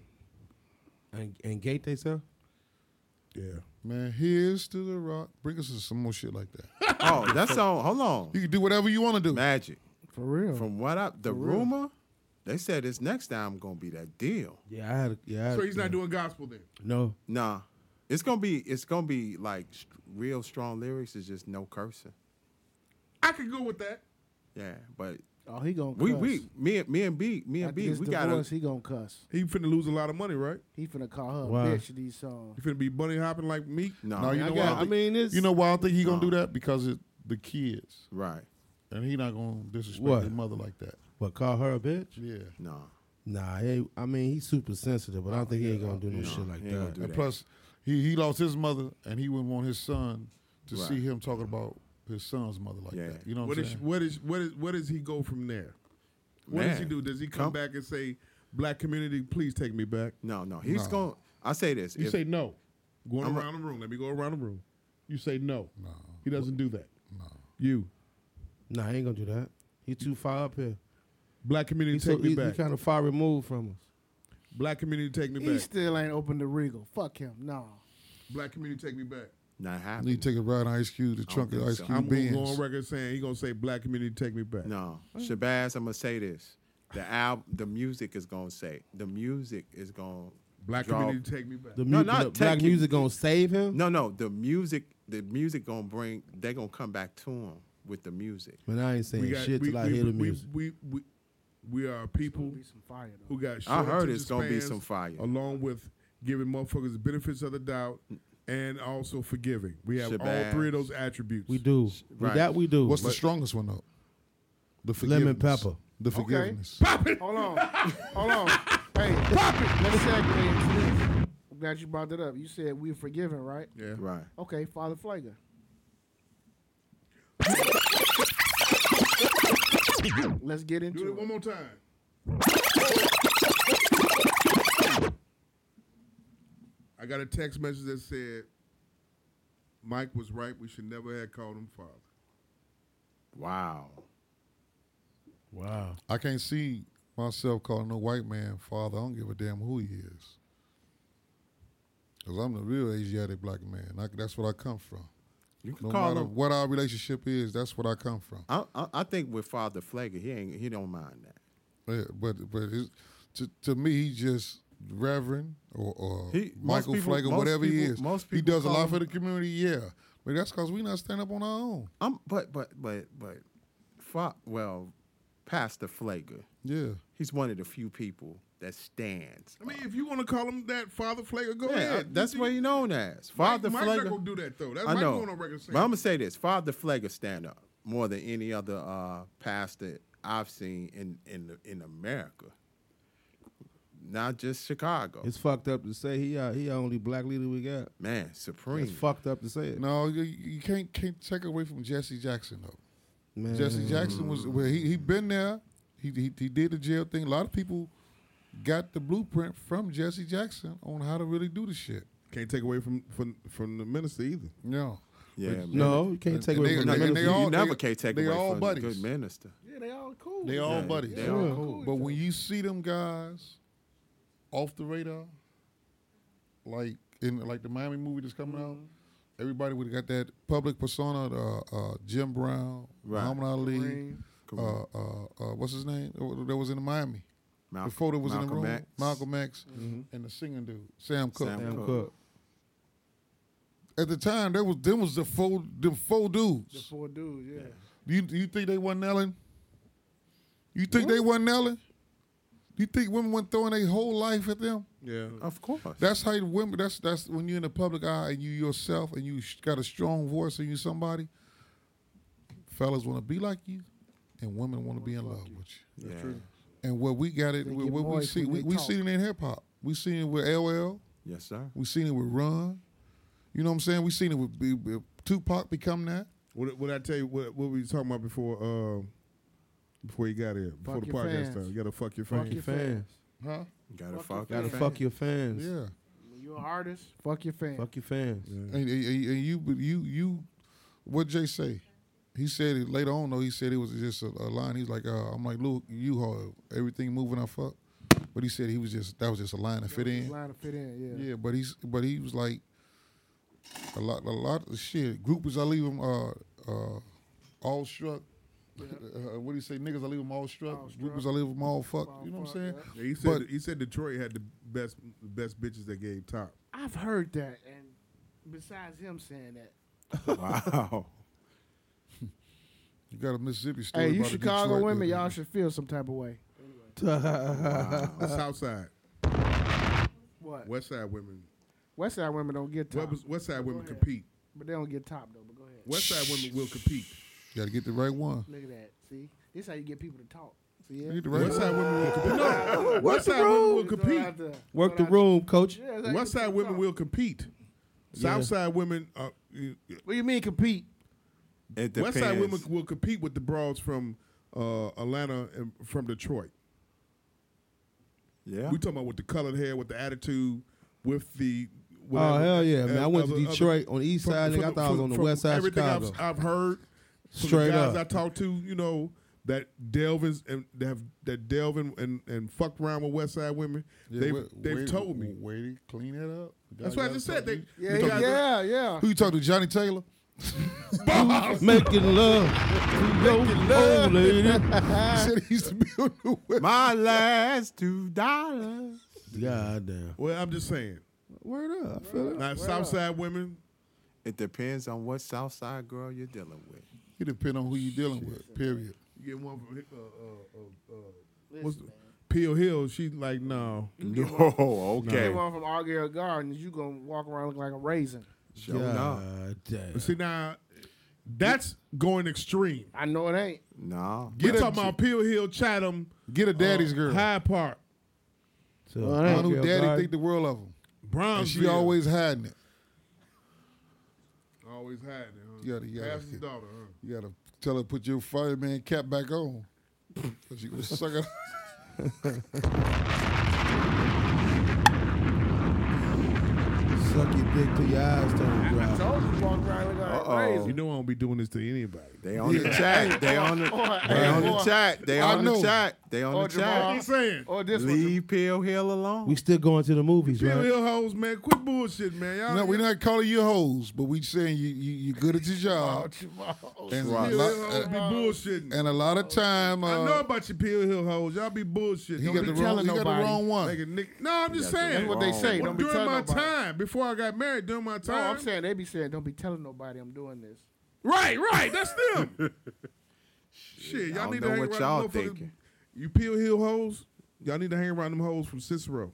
And, and gate they sell.
Yeah.
Man, here's to the rock. Bring us some more shit like that.
oh, that's on. Hold on,
You can do whatever you want to do.
Magic.
For real.
From what I the rumor, they said this next time gonna be that deal.
Yeah, I had. A, yeah. I had
So
a-
he's not doing gospel then.
No.
Nah, it's gonna be it's gonna be like st- real strong lyrics. It's just no cursing.
I could go with that.
Yeah, but
Oh, he gonna cuss.
we we me and me and B me and
After
B
this
we gotta
divorce, he gonna cuss.
He finna lose a lot of money, right?
He finna call her a
Wow.
bitch these songs.
He finna be bunny hopping like Meek.
no
No, you
I,
know
got,
what?
I mean, it's
You know why I think he gonna do that? Because it the kids,
right
and he not gonna disrespect
What?
their mother like that.
what call her a bitch.
Yeah.
no.
Nah, he, ain't- I mean he's super sensitive, but I don't think he ain't gonna do no shit like
he ain't gonna
that.
do
And
that.
plus, he he lost his mother, and he wouldn't want his son to
Right.
see him talking about his son's mother like
Yeah.
that. You know what,
What
I'm
is
saying?
what is what is where does he go from there? What does he
Man.
do? Does he come
Come-
back and say, "Black community, please take me back"?
No, no. He's gonna. I say this.
You
if-
say no.
Going
I'm a-
around the room. Let me go around the room.
You say no. No. He doesn't do that.
You,
Nah, he ain't gonna do that. He too far up here.
black community,
He, so,
take me
he,
back.
kind of far removed from us.
black community, take me
He
back.
still ain't open to Regal. Fuck him. No.
Black community, take me back.
not
He
happening.
need to take a ride on Ice Cube, the trunk of
think
Ice
so.
Cube
I'm gonna go
bands.
on record saying he gonna say, "Black community, take me back."
no,
Mm.
Shabazz. I'm gonna say this. The al- the music is gonna say the music is gonna
Black
draw-
community, take me back.
The
No,
mu-
not
the black
take you-
music gonna save him.
No, no. The music. The music gonna bring. They gonna come back to him with the music.
uh,
Man, I ain't saying
We got
shit
we,
till I
we,
hear the
we,
music.
We, we, we are
Gonna
people
be some fire though.
who got.
I
short
heard
attention
it's gonna be
spans,
some fire.
Along with giving motherfuckers the benefits of the doubt and also forgiving. We have all
Shabazz.
three of those attributes.
We do
right.
that. We do.
What's the strongest one though? The
Lemon
forgiveness.
pepper.
The
Okay.
forgiveness.
Hold on. Hold on. Hey, pop it. Let me segue into this. I'm glad you brought that up. You said we're forgiven, right?
Yeah.
Right.
Okay, Father Flagger. Let's get
Do it
into
one
it.
more time. I got a text message that said, Mike was right. We should never have called him father.
Wow.
Wow.
I can't see myself calling no white man father. I don't give a damn who he is. Because I'm the real Asiatic black man. I, that's what I come from.
You can
No
call
matter
him.
what our relationship is, that's what I come from.
I, I, I think with Father Flagger, he ain't. He don't mind that.
Yeah, but but it's, to to me, he just Reverend or, or
He- most
Michael
people-
Flagger,
most
whatever he
people-
is.
most
he
people
does a
call
lot
him-
for the community. Yeah,
Um,
but that's because we not stand up on our own.
I'm. But but but but. Fa- well, Pastor Flager.
Yeah.
He's one of the few people that stands.
I mean, if you want to call him that, Father Flaker, go
Yeah,
ahead.
that's
You-
what he known as. Father
Mike, Mike
Flager.
not gonna do that though. That's
I
Mike
know.
going on record
but I'm
saying.
gonna say this: Father Flager stand up more than any other uh, pastor I've seen in in in America, not just Chicago.
It's fucked up to say he uh, he only black leader we got.
Man, supreme.
It's fucked up to say it.
No, you, you can't can't take away from Jesse Jackson though. Jesse Jackson was well, he he been there. He, he he did the jail thing. A lot of people got the blueprint from Jesse Jackson on how to really do the shit.
Can't take away from from from the minister either.
No.
Yeah,
But-
man.
No, you can't
And-
take
and
away
they-
from the
and
minister.
They all,
you never
they-
can't take
they
away
all
from
buddies.
a good minister.
Yeah, they all cool.
They all
Yeah,
buddies.
they all Yeah. cool.
But when you see them guys off the radar, like in like the Miami movie that's coming out,
Mm-hmm.
everybody would have got that public persona. Uh, uh, Jim Brown,
Right.
Muhammad Ali,
Kareem.
uh, uh, uh, what's his name? That was in Miami.
Malcolm-
Before that was in the
Malcolm
room,
X.
Malcolm X
Mm-hmm.
and the singing dude, Sam Cooke.
Sam Sam Cooke.
Cooke.
At the time, there was them was the four them four dudes.
The four dudes, yeah.
You you think they wasn't nailing? You think they wasn't nailing? You think women weren't throwing their whole life at them?
Yeah.
Uh,
Of course.
That's how you- women. That's that's when you're in the public eye and you yourself and you sh- got a strong voice and you somebody. Fellas want to be like you, and women want to be in love with you.
That's true.
And what we got it,
They
what
get
what we
moist
see,
when
we,
they
we
talk.
seen it in hip hop. We seen it with LL.
Yes, sir.
We seen it with Run. You know what I'm saying? We seen it with, B- with Tupac become that.
What, what I tell you, what, what we was talking about before uh, before you got here, before
Fuck
the
your
podcast
fans.
started, you gotta fuck your
Fuck
fans.
your fans.
Huh?
You gotta
Fuck your
fuck.
Gotta
your
fuck
fans.
your fans.
Yeah.
When you're an artist, fuck your fans.
Fuck your fans.
And, and- and- and you, but you, you, what Jay say? He said it later on. Though he said it was just a, a line. He's like, uh, I'm like, look, you haul everything moving. I fuck. But he said he was just that was just a line to fit in.
Line to fit in, yeah.
Yeah, but he's but he was like a lot a lot of shit. Groupers, I leave them uh, uh, all struck. Uh, what do you say, niggas? I leave them all struck. Groupers, I leave them all fucked. you know what I'm saying?
Yeah, he said
But
he said Detroit had the best best bitches that gave top.
I've heard that, and besides him saying that,
Wow.
you got a Mississippi story.
hey, you
about a
Chicago
Detroit
women,
nigga.
y'all should feel some type of way.
The South Side,
What?
West Side women,
West Side women don't get top,
West, West Side women
ahead.
compete.
but they don't get top though. But go ahead.
West Side women will compete.
You got to get the right one.
Look at that. See, this how you get people to talk. See,
You
yeah.
get the right
West
one.
Side women will compete. No,
Work
West
the
Side women will
room.
Just
compete.
throw it out there.
Work
Throw
the
it out there.
room, coach.
Yeah, that's how you
West
get
Side
people
women
to
will compete.
Yeah.
South Side women, uh, you- you-
talk. What do you mean compete?
It depends.
West Side women will compete with the broads from uh, Atlanta and from Detroit.
Yeah.
We talking about with the colored hair, with the attitude, with the.
Oh hell yeah, man! I went to
other- other-
Detroit on the east
from-
side.
from
Nigga, I
the-
thought I was
from-
on the
from
west side of
Everything
Chicago.
I've, I've heard, from the
Straight
guys
up.
I talked to, you know that delve is and that have that delve and, and and fucked around with west side women.
Yeah,
they've
wait-
they've
wait-
told me.
Way to clean it up.
That's what I just said. They,
Yeah,
you
yeah,
guys-
yeah, yeah.
Who you talking to, Johnny Taylor?
Making love to your old lady.
He said he used to be on the West.
My last two dollars.
God damn.
Well, I'm just saying.
Word up. I feel it.
Now, South Side women,
It depends on what South Side girl you're dealing with.
It depend on who you dealing with. Period.
you get one from uh, uh, uh, uh, what's the, Peel Hill. She's like, no,
No, okay.
You one from Argyle Gardens, you gonna walk around looking like a raisin.
Show no.
God damn.
But see now, that's going extreme.
I know it ain't.
No.
We
Get a-
talking about Peel Hill, Chatham,
Get a daddy's girl.
Hyde Park,
So,
One
Argyle
who daddy
Garden.
think the world of him, and
Bronzeville.
she always hiding it.
always hiding. Huh?
You gotta- you gotta-
Pastor's daughter. Huh?
You gotta tell her to put your fireman cap back on, cause you gonna suck it.
Suck your dick till your eyes turn
I
dry.
told you walk around looking like
Uh-oh.
a raisin.
You know I don't be doing this to anybody.
They on the chat. They on the.
Oh,
They on the
boy.
chat. They
I
on the
know.
chat. They on
Oh,
the chat.
I'm saying.
Or oh, this one.
Leave Peel Hill alone.
We still going to the movies,
Peel
right?
Hill hoes, man. Quit bullshit, man. Y'all,
No, we're not calling you hoes, but we saying you you you good at your job. And,
Right.
a
Peel Hill hoes
lot, uh,
be bullshitting.
and a lot of time, uh,
I know about you, Peel Hill hoes. Y'all be bullshitting.
he
Don't
got
be
the wrong, he
telling
got the
nobody.
wrong one.
Nigga, nigga. No, I'm just saying.
That's what they say.
Wrong
Don't be
during
telling
my
nobody.
time, before I got married, during my
No,
time.
I'm saying they be saying, don't be telling nobody I'm doing this.
Right, right. That's them.
Shit,
I
y'all
don't
need
know
to hang
what
around
y'all
them motherfuckers-
thinking.
You peel hill hoes. Y'all need to hang around them hoes from Cicero.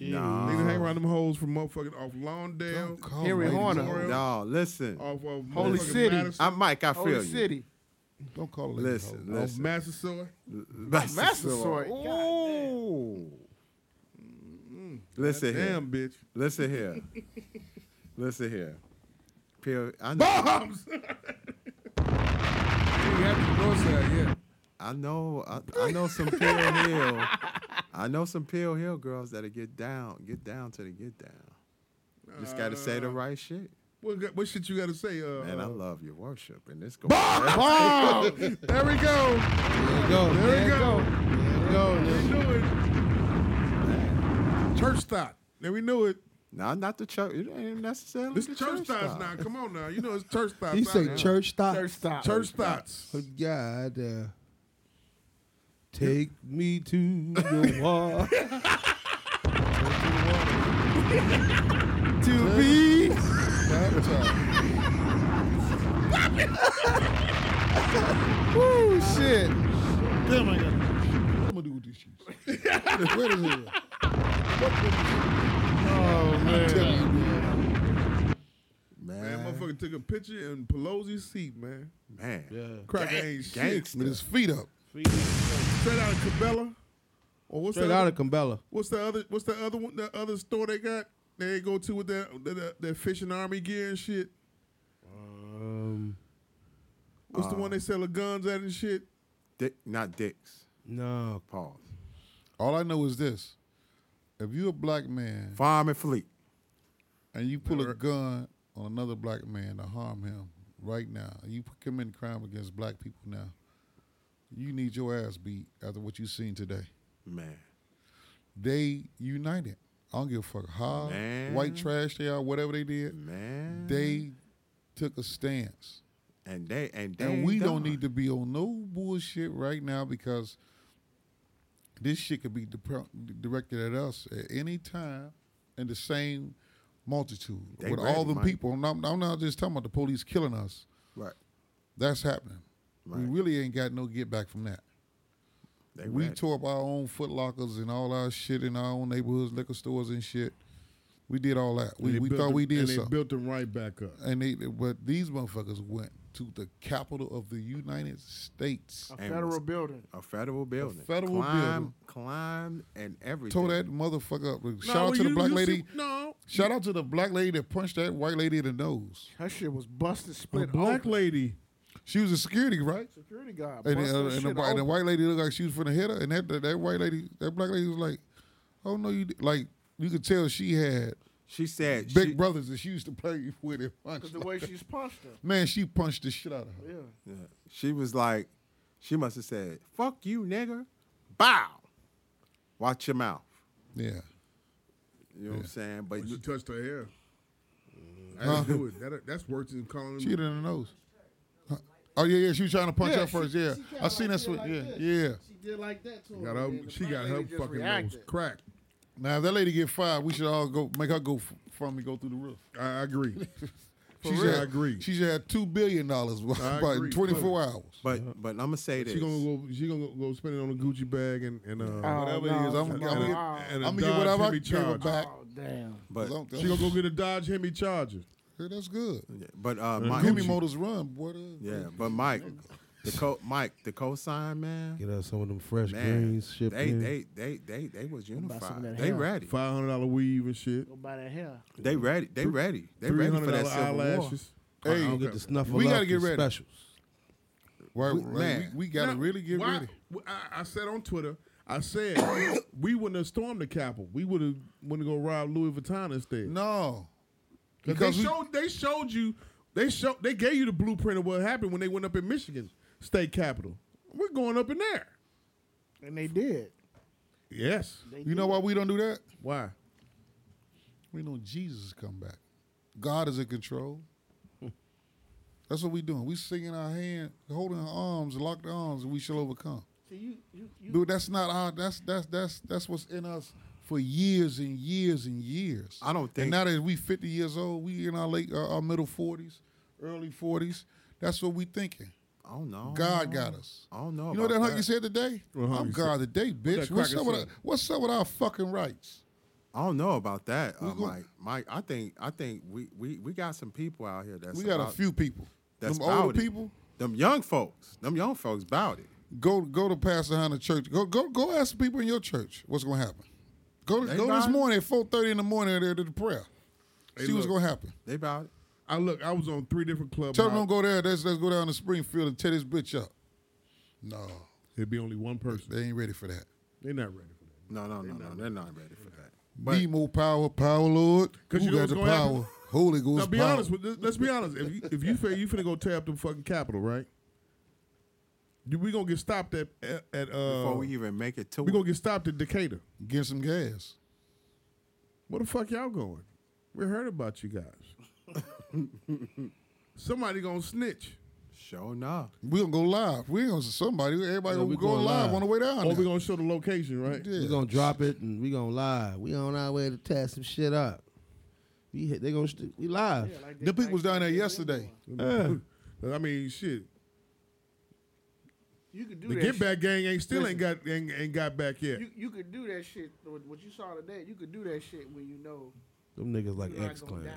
Nah.
Need to hang around them hoes from motherfucking off Lawndale.
Harry
off
Horner.
Memorial,
No, listen.
Oh,
Off of
Holy
motherfucking
City.
Madison.
I'm Mike, I Holy feel you. City.
Don't call it
Listen,
Off
listen.
Massasoit.
Massasoit. Ooh. Listen here.
Goddamn, bitch.
Listen here. Listen here. Peel, I know.
Bombs!
I know. I, I know some Peel Hill. I know some Peel Hill girls that'll get down, get down to the get down. Just got to say the
Uh,
right shit.
What, got- what shit you got to say? Uh,
Man, I love your worship, and this goes.
Wow! there we go. There we go. There we go. We knew it. Church stop. Then we knew it.
Nah, not the church. It ain't necessarily
This
the
church, stops
stop.
now. Come on now. You know it's church stops.
He
out
say
here.
church stops.
Church stops. Church stops.
God, uh, take me to the wall.
to be.
Woo, shit. Damn, I got I'm gonna do with these shoes. Where is it?
Oh
man.
Man, motherfucker took a picture in Pelosi's seat, man.
Man.
Yeah.
Cracker
Gang-
ain't shit.
gangster.
With his feet up.
Straight out of Cabela. Or what's
Straight
that
out
other-
of Cabela.
What's the other? What's the other one? The other store they got? They go to with that that, that, that fishing army gear and shit.
Um,
What's
Uh,
the one they sell the guns at and shit?
Dick, not dicks.
No.
Pause.
All I know is this: if you a black man,
farm and fleet,
and you pull a gun on another black man to harm him right now, you commit crime against black people now. You need your ass beat after what you seen today.
Man.
They united. I don't give a fuck how
Man.
white trash they are, whatever they did.
Man.
They took a stance.
and they and they
And
ain't
we don't
done.
need to be on no bullshit right now because this shit could be dep- directed at us at any time in the same multitude
They
with
ready,
all the
Mike.
people. I'm not, I'm not just talking about the police killing us.
Right.
That's happening. We
Right.
really ain't got no get back from that.
They
we
ready.
tore up our own foot lockers and all our shit in our own neighborhoods, liquor stores and shit. We did all that.
And
We,
they
we
built
thought
them-
we did
and
something
They built them right back up.
and they but these motherfuckers went to the capital of the United States.
A federal building.
A federal building.
federal
climb,
building.
Climb and everything.
Tore that motherfucker up. Shout
No,
out to the
you-
black
you
lady.
see- no.
Shout out to the black lady that punched that white lady in the nose.
That shit was busted, split. open.
lady.
She was a security, right?
Security guard.
And,
bust
the, uh,
that
and, the,
shit
white- and the
open.
white lady looked like she was finna hit her. And that, that that white lady, that black lady was like, "Oh no, you di-" like." You could tell she had
She said
big
she-
brothers that she used to play with and punch.
'Cause the way she's punched her.
Man, she punched the shit out of her.
Yeah.
Yeah. She was like, she must have said, "Fuck you, nigga." Bow. Watch your mouth.
Yeah.
You know what I'm saying? But
But
you,
you touched her hair.
Mm.
I
Huh?
didn't do it. That, that's worse than calling
She hit her in the nose. Huh. Oh yeah, yeah. She was trying to punch
Yeah,
her
she-
first. Yeah,
she kinda
I seen
like
that.
did
Switch.
like
yeah,
this.
yeah.
She did like that to
got
her.
her,
man. The
she
black
got
lady
her
just
fucking
reacted.
nose cracked.
Now if that lady get fired, we should all go make her go f- from and go through the roof.
I I agree.
she should
real?
have-
I agree.
She should have two billion dollars
I
by
agree.
twenty four hours.
but but I'm gonna say this.
She gonna go. She gonna go, go spend it on a Gucci bag and and uh,
Oh,
Whatever it is, I'm,
and,
I'm, gonna get-
a- and a
I'm gonna get
Dodge
whatever I
Hemi
give her
Charger.
back.
Oh, Damn.
But
'Cause I'm-
She gonna go get a Dodge Hemi Charger.
Yeah, that's good.
but uh,
My
Mike.
Hemi motors run, boy.
Yeah, but Mike, the co Mike, the cosign man.
Get us some of them fresh
Man,
greens. Ship
they,
in.
they they they they was
buy some of
unified.
that
They
hair.
ready.
Five hundred dollar weave and shit.
Go buy that hair.
They ready. They ready. They
Three
ready for
hundred
that
dollar
Civil War.
eyelashes.
Hey,
Hey,
I'll get the snuffle
we
up
gotta get
and
ready.
specials.
Right,
We-
right.
man.
We, we gotta
Now,
really get
why-
ready.
w- I, I said on Twitter, I said we wouldn't have stormed the Capitol. We would have wouldn't go rob Louis Vuitton instead.
No,
Cause
because
they
we-
showed they showed you they showed they gave you the blueprint of what happened when they went up in Michigan State Capitol. We're going up in there.
And they did.
Yes.
you know why we don't do that?
Why?
We know Jesus come back. God is in control. That's what we doing. We singing our hand, holding our arms, locked arms, and we shall overcome.
See, you, you, you,
Dude, that's not our. That's that's that's that's what's in us for years and years and years.
I don't think-
And now that we fifty years old, we in our late, uh, our middle forties, early forties. That's what we thinking.
I don't know.
God got us.
I don't know.
You know what that
Oh. about
hunky said today?
What Hunky
I'm God
said?
today,
What
bitch.
that
What's
cracker
up, with our,
said?
what's up with our fucking rights?
I don't know about that, uh,
We gon-
Mike. Mike, I think I think we, we, we got some people out here that's
we got a
about-
few people.
That's
Them older
about it.
people?
Them young folks. Them young folks about it.
Go go to Pastor Hunter Church. Go go go ask the people in your church what's gonna happen. Go
They
go
about
this
it.
morning at four thirty in the morning there to the prayer.
Hey,
See what's
look.
gonna happen.
They about it.
I look. I was on three different clubs.
Tell them don't go there. Let's let's go down to Springfield and tear this bitch up. No.
It'd be only one person.
They ain't ready for that.
They're not ready for
No, no, no, no. They're not ready for that.
Need more power, power, Lord.
'Cause
Who
you know
got
what's
the
gonna happen?
power? Holy
that. Now
Ghost
be
power.
honest with. Let's be honest. If you if you fin- you finna go tear up the fucking Capitol, right? You- We gonna get stopped at at at, uh,
Before we even make it to
we
it.
gonna get stopped at Decatur.
Get some gas.
Where the fuck y'all going? We heard about you guys. Somebody gonna snitch.
Sure enough.
We gonna go live. We gonna somebody. Everybody
Yeah,
gonna
we
go
going
live
live.
on the way down.
Or
there.
Oh, we gonna show the location, right?
We're gonna drop it and we gonna live. We on our way to tear some shit up. We hit, they gonna st- we live.
the people was down there yesterday.
Yeah. I mean, shit.
You could do
The
that.
Get
shit.
Back Gang ain't still ain't got ain't, ain't got back yet.
You, you could do that shit. What what you saw today, you could do that shit when you know
Them niggas like
you're not
X
gonna
Clan.
die.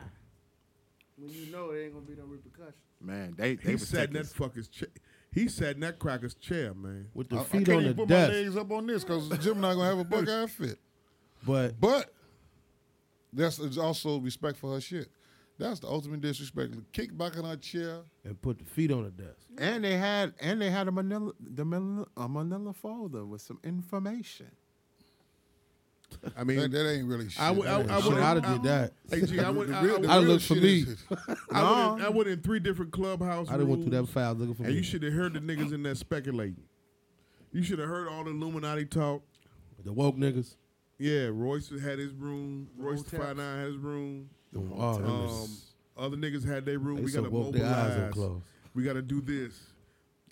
When you know there ain't gonna be no repercussions.
Man, they they
he
was
sat in
taking
that fucker's chair. He sat in that cracker's chair, man.
With
I,
the
I
feet
can't
on
even
the
put
desk.
my legs up on this because Jim not gonna have a Buckeye fit.
But
But that's it's also respect for her shit. That's the ultimate disrespect. Kick back in her chair.
and put the feet on the desk.
And they had and they had a manila the manila, a manila folder with some information.
I mean,
That, that ain't really shit.
I would, I, I would,
I'd have did that.
Hey, G, I would,
The
I,
real-
would,
the
I,
real
would,
look for
shit
me.
is-
I, would in, I would in three different clubhouse.
I done went through that
rooms,
file looking for
And
me.
you should have heard the niggas in there speculating. You should have heard all the Illuminati talk.
The woke niggas.
Yeah, Royce had his room. Royce the
hotels.
Five Nine had his room.
The hotels.
um, other niggas had their room.
Oh, They
we
so
gotta
woke their eyes are
mobilize.
closed.
We gotta do this.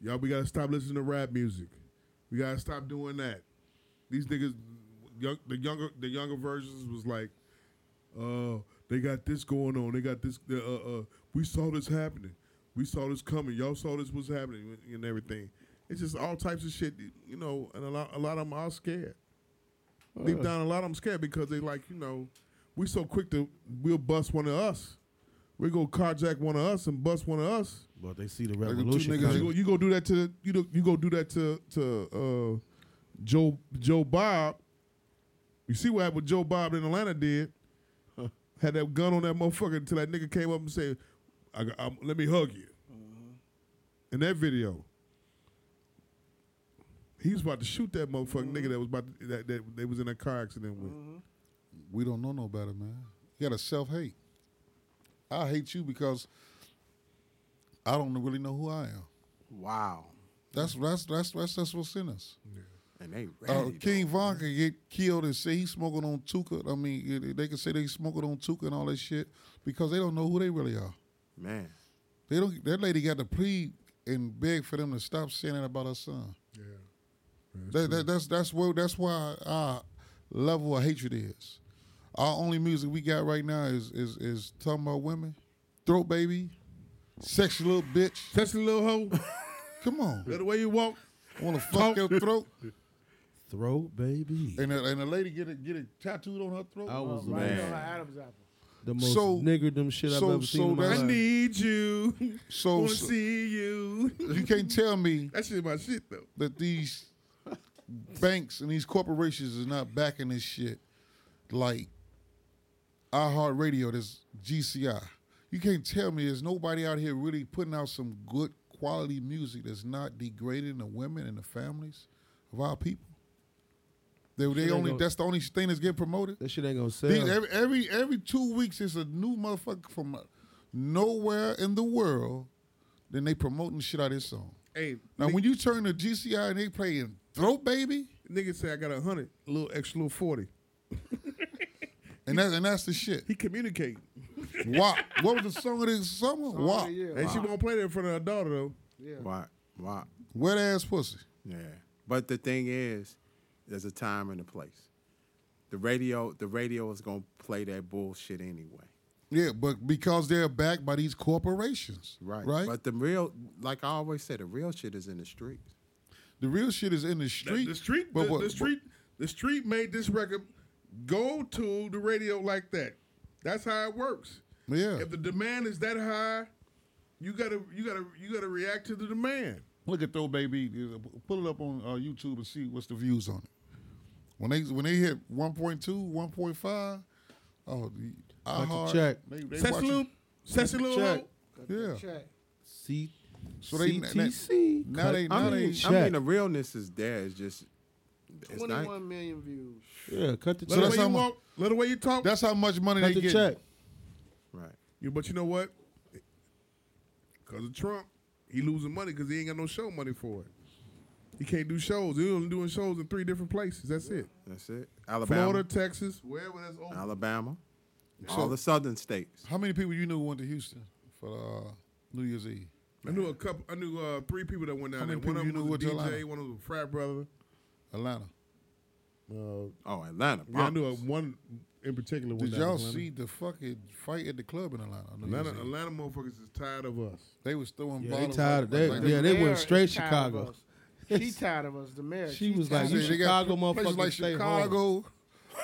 Y'all, we gotta stop listening to rap music. We gotta stop doing that. These niggas, young, the younger, the younger versions was like, uh, they got this going on. They got this. Uh, uh, we saw this happening. We saw this coming. Y'all saw this was happening and everything. It's just all types of shit, you know. And a lot, a lot of them are scared. Deep down, a lot of them scared because they like, you know, we so quick to we'll bust one of us. We go carjack one of us and bust one of us.
But they see the
the two
revolution.
niggas
coming.
You go, you go do that to you. Do, you go do that to to uh, Joe Joe Bob. You see what happened with Joe Bob in Atlanta did? Had that gun on that motherfucker until that nigga came up and said, I, got- I'm- "Let me hug you."
Mm-hmm.
In that video, he was about to shoot that motherfucking
Mm-hmm.
nigga that was about to, that, that they was in a car accident with.
We don't know no better, man. You gotta self hate. I hate you because I don't really know who I am.
Wow.
That's that's that's that's, that's what's in us.
And they
Uh,
ready.
King Von could get killed and say he's smoking on Tuka. I mean, they- they can say they smoking on Tuka and all that shit because they don't know who they really are.
man.
They don't. That lady got to plead and beg for them to stop saying that about her son.
Yeah.
That, that, that's that's where that's why our level of hatred is. Our only music we got right now is is is talking about women, throat baby, sexy little bitch.
Touch the little hoe.
Come on,
Look the way you walk.
I want to fuck your throat.
Throat baby.
And a, and a lady get it get it tattooed on her throat.
I was
Oh, Right
man.
on her Adam's apple.
The most
So-
niggerdom shit I've
so-
ever seen
so
in my
that's-
life.
I need you.
So-
wanna
so-
see you.
You can't tell me
That shit my shit though.
that these banks and these corporations is not backing this shit like iHeartRadio, this GCI. You can't tell me there's nobody out here really putting out some good quality music that's not degrading the women and the families of our people. They, they
ain't
only
gonna-
that's the only thing that's getting promoted.
That shit ain't gonna sell.
These- every, every every two weeks it's a new motherfucker from uh, nowhere in the world. Then they promoting shit out of this song.
Hey,
Now,
nigga,
when you turn to GCI and they playing Throat Baby,
nigga say I got a hundred, a little extra, little forty.
and that's and that's the shit.
He communicating,
Wow, what was the song of this summer?
Song of
Wow,
the year.
and she won't play that in front of her daughter though.
Yeah.
Why why
wet ass pussy.
yeah. But the thing is, there's a time and a place. The radio the radio is gonna play that bullshit anyway.
Yeah, but because they're backed by these corporations.
Right.
Right.
But the real, like I always say, the real shit is in the streets.
The real shit is in the street.
The street,
but
the,
what-
the street, the street made this record go to the radio like that. That's how it works.
Yeah.
If the demand is that high, you gotta, you gotta, you gotta react to the demand.
Look at Throw Baby. Pull it up on uh, YouTube and see what's the views on it. When they when they hit 1.2, 1.5, oh, the
Got to
iHeart,
check.
They, they
Sesame
watching-
Loop- Sesame Loop. Check.
Yeah.
C-
So they-
CTC.
now they-
Cut-
now
I
they-
mean,
Check.
I mean, the realness is there. It's just, it's
Twenty-one
not.
million views.
Yeah, cut the
So
check.
that's how mu-
Well, let the way you talk.
That's how much money
Cut
they
the
get.
check.
Right.
You, but you know what? Because of Trump, he losing money because he ain't got no show money for it. He can't do shows. He's only doing shows in three different places. That's it.
That's it. Alabama,
Florida, Texas, wherever that's open.
Alabama,
So-
all the southern states.
How many people you knew went to Houston for uh, New Year's Eve?
I knew a couple. I knew uh, three people that went
How
down
many
there. One of
people
them
you
was a
knew went to
DJ.
Atlanta?
One of them was a frat brother.
Atlanta.
Oh, Atlanta.
Yeah, I knew a,
Promise.
one in particular.
Did
went down to
y'all
Atlanta.
see the fucking fight at the club in Atlanta? on New Year's
Atlanta,
Eve?
Atlanta motherfuckers is tired of us.
They was throwing
Yeah, they
bottles.
tired
up
of- they-
like-
yeah, they
Mayor
went straight
is tired of
Chicago.
us. She tired of us. The mayor.
She was
tired
like,
of
"You
us."
They got
Chicago
places
motherfuckers
like
stay
Chicago.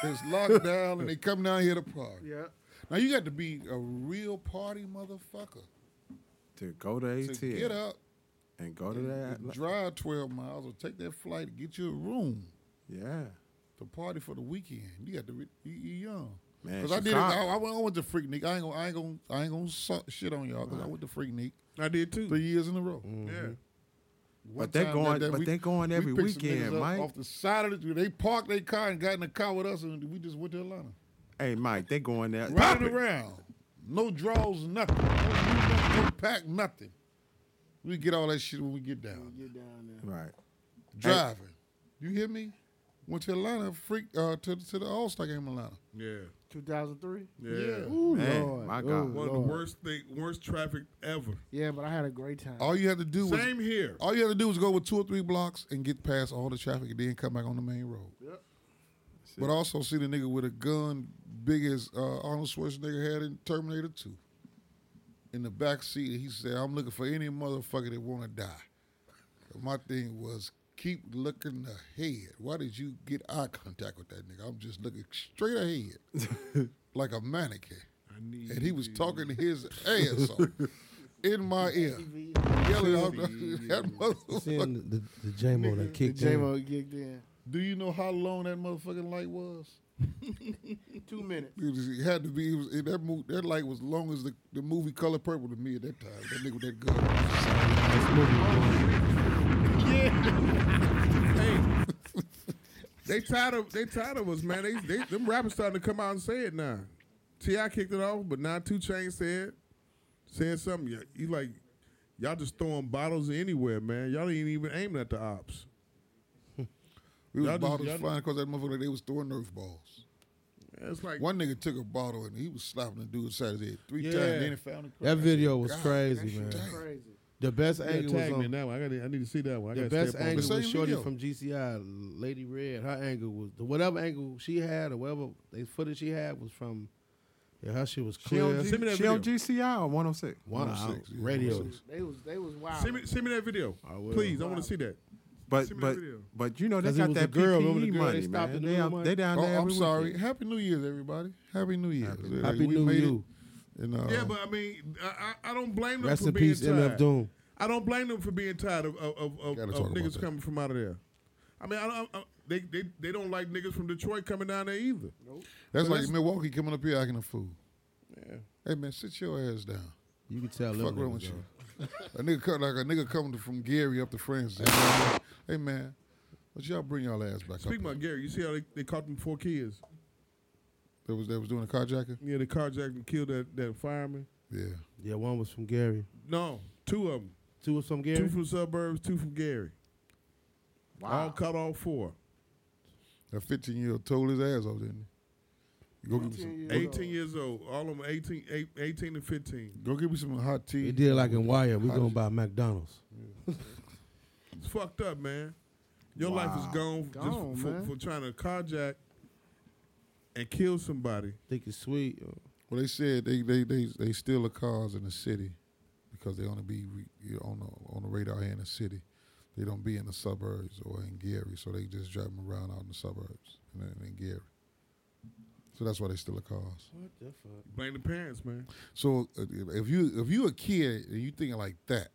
It's locked down, and they come down here to party.
Yeah.
Now you got to be a real party motherfucker
To go to ATL
to get up,
and go to that.
and drive twelve miles, or take that flight to get you a room
Yeah.
to party for the weekend. You got to re- you, you young.
Man,
Cause I did it. I,
Chicago.
I went I went to Freak Nick. I ain't gonna, I ain't gonna, I ain't gonna suck shit on y'all. Cause I went to Freak Nick
I did too.
three years in a row.
Yeah.
One
Mm-hmm. But they
time
going-
that- that
but
we-
they going
we
every
picked some
weekend,
niggas up
Mike.
Off the side of the street, they parked their car and got in the car with us, and we just went to Atlanta,
Hey, Mike, they going there. Pop
riding
it.
around, no draws, nothing, no, nothing, no pack, nothing. We get all that shit when we get down.
Get down there.
Right.
Driving, you hear me? Went to Atlanta, freak uh, to to the All Star game in Atlanta.
Yeah.
2003.
Yeah.
Ooh,
Man,
Lord.
my
Ooh,
Oh,
God.
One of the
Lord.
worst thing, worst traffic ever.
Yeah, but I had a great time.
Oh,
All you had to do was
Same here.
all you had to do was go with two or three blocks and get past all the traffic and then come back on the main road.
Yep.
But also see the nigga with a gun big as uh, Arnold Schwarzenegger had in Terminator 2. In the back seat, he said, I'm looking for any motherfucker that wanna die. But my thing was keep looking ahead. Why did you get eye contact with that nigga? I'm just looking straight ahead. like a mannequin. And he was talking his ass off in my ear. Yelling out that motherfucker.
Seeing the, the, the J-Mo that
The
kicked in.
J-Mo gigged in.
Do you know how long that motherfucking light was?
Two minutes.
It, was, it had to be. It was, it, that mo- that light was long as the, the movie Color Purple to me at that time. That nigga with that gun.
They tired of they tired of us, man. They, they them rappers starting to come out and say it now. Ti kicked it off, but now Two Chain said said something. You, you like y'all just throwing bottles anywhere, man. Y'all ain't even aiming at the ops.
We was
Y'all just-
bottles
y'all-
flying across that motherfucker. They was throwing Nerf balls.
It's like
One nigga took a bottle and he was slapping the dude's side of the head three
Yeah.
times. Then he found him.
That video was
God,
crazy,
that shit
man.
damn.
Crazy.
The best
Yeah,
angle was
tag me in
on,
that one. I got I need to see that one. I
the
gotta
best
step on
angle
it.
same
was Shorty
video.
from GCI, Lady Red. Her angle was the whatever angle she had or whatever they footage she had was from. Yeah, her shit was
She on,
clear.
G-
Send me that
she on
video.
GCI or 106?
Oh,
One hour
106, yeah,
radio.
They was they was wild.
Send me, send me that video,
I will.
please. I want to see that.
But
Send me that
but
video.
but you know they
'Cause it
got
was
that
the girl, remember the
PPE
girl they
money,
stopped
man.
in the
They,
middle
out-
one?
they down
Oh,
there.
I'm
every
sorry.
weekend.
Happy New Year's, everybody. Happy New Year's. Like,
Happy
we
New
made it,
Year.
And, uh,
Yeah, but I mean, I, I, I don't blame them
Rest
for
in
being
peace,
tired.
MF Doom.
I don't blame them for being tired of of, of, of,
Gotta
of
talk about
niggas
that.
coming from out of there. I mean, I don't. I, they, they they don't like niggas from Detroit coming down there either.
that's
but
like
that's-
Milwaukee coming up here acting a fool.
Yeah.
Hey man, sit your ass down.
You can tell.
Fuck
them
wrong
niggas
with
though.
you? a nigga come, like a nigga coming from Gary up to France. and- hey man, but y'all bring y'all ass back
Speaking
up.
about Gary, you see how they, they caught them four kids?
That was that was doing a carjacking.
Yeah, they carjacked and killed that, that fireman.
Yeah,
Yeah, one was from Gary.
No, two of them.
Two was from Gary.
Two from suburbs, two from Gary. All
Wow.
caught all four.
that fifteen year old told his ass off, didn't he? Go give me
15
some.
years
18
old.
years old. All of them 18, eight- 18 and 15.
Go give me some hot tea.
They did like in Wire. We
How
going
did-
by McDonald's.
It's fucked up, man. Your life is
Wow.
gone, just
Gone,
for,
man.
for trying to carjack and kill somebody.
Think it's sweet. uh,
Well, they said they they they they steal the cars in the city because they only be re, you know, on the on the radar here in the city. They don't be in the suburbs or in Gary, so they just drive them around out in the suburbs and in, in Gary. So that's why they steal the cars.
What the fuck?
Blame the parents, man.
So uh, if you if you a kid and you thinking like that,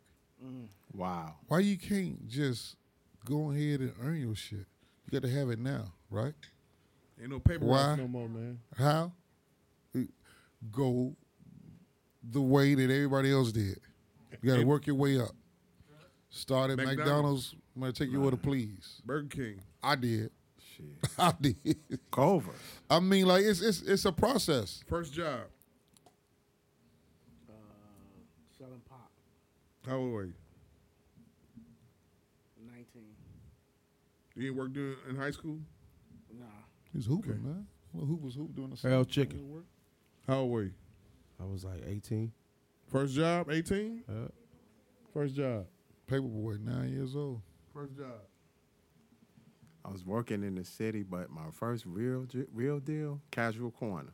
Mm.
Wow.
why you can't just go ahead and earn your shit? You got to have it now, right?
Ain't no paper
Why?
routes no more, man.
How? It- Go the way that everybody else did. You got to
And-
work your way up. Start at
McDonald's.
McDonald's. I'm gonna take you where to please.
Burger King.
I did. I did. Culver. I mean, like it's it's it's a process.
First job.
Selling Uh, pop.
How old were you?
19.
You ain't work doing in high school?
Nah.
He's hooping, man. Well, Hoop was hoop doing the
Hell chicken.
How old were you?
I was like 18.
First job, 18?
Uh,
First job.
Paperboy, nine years old.
First job.
I was working in the city, but my first real j- real deal, casual corner.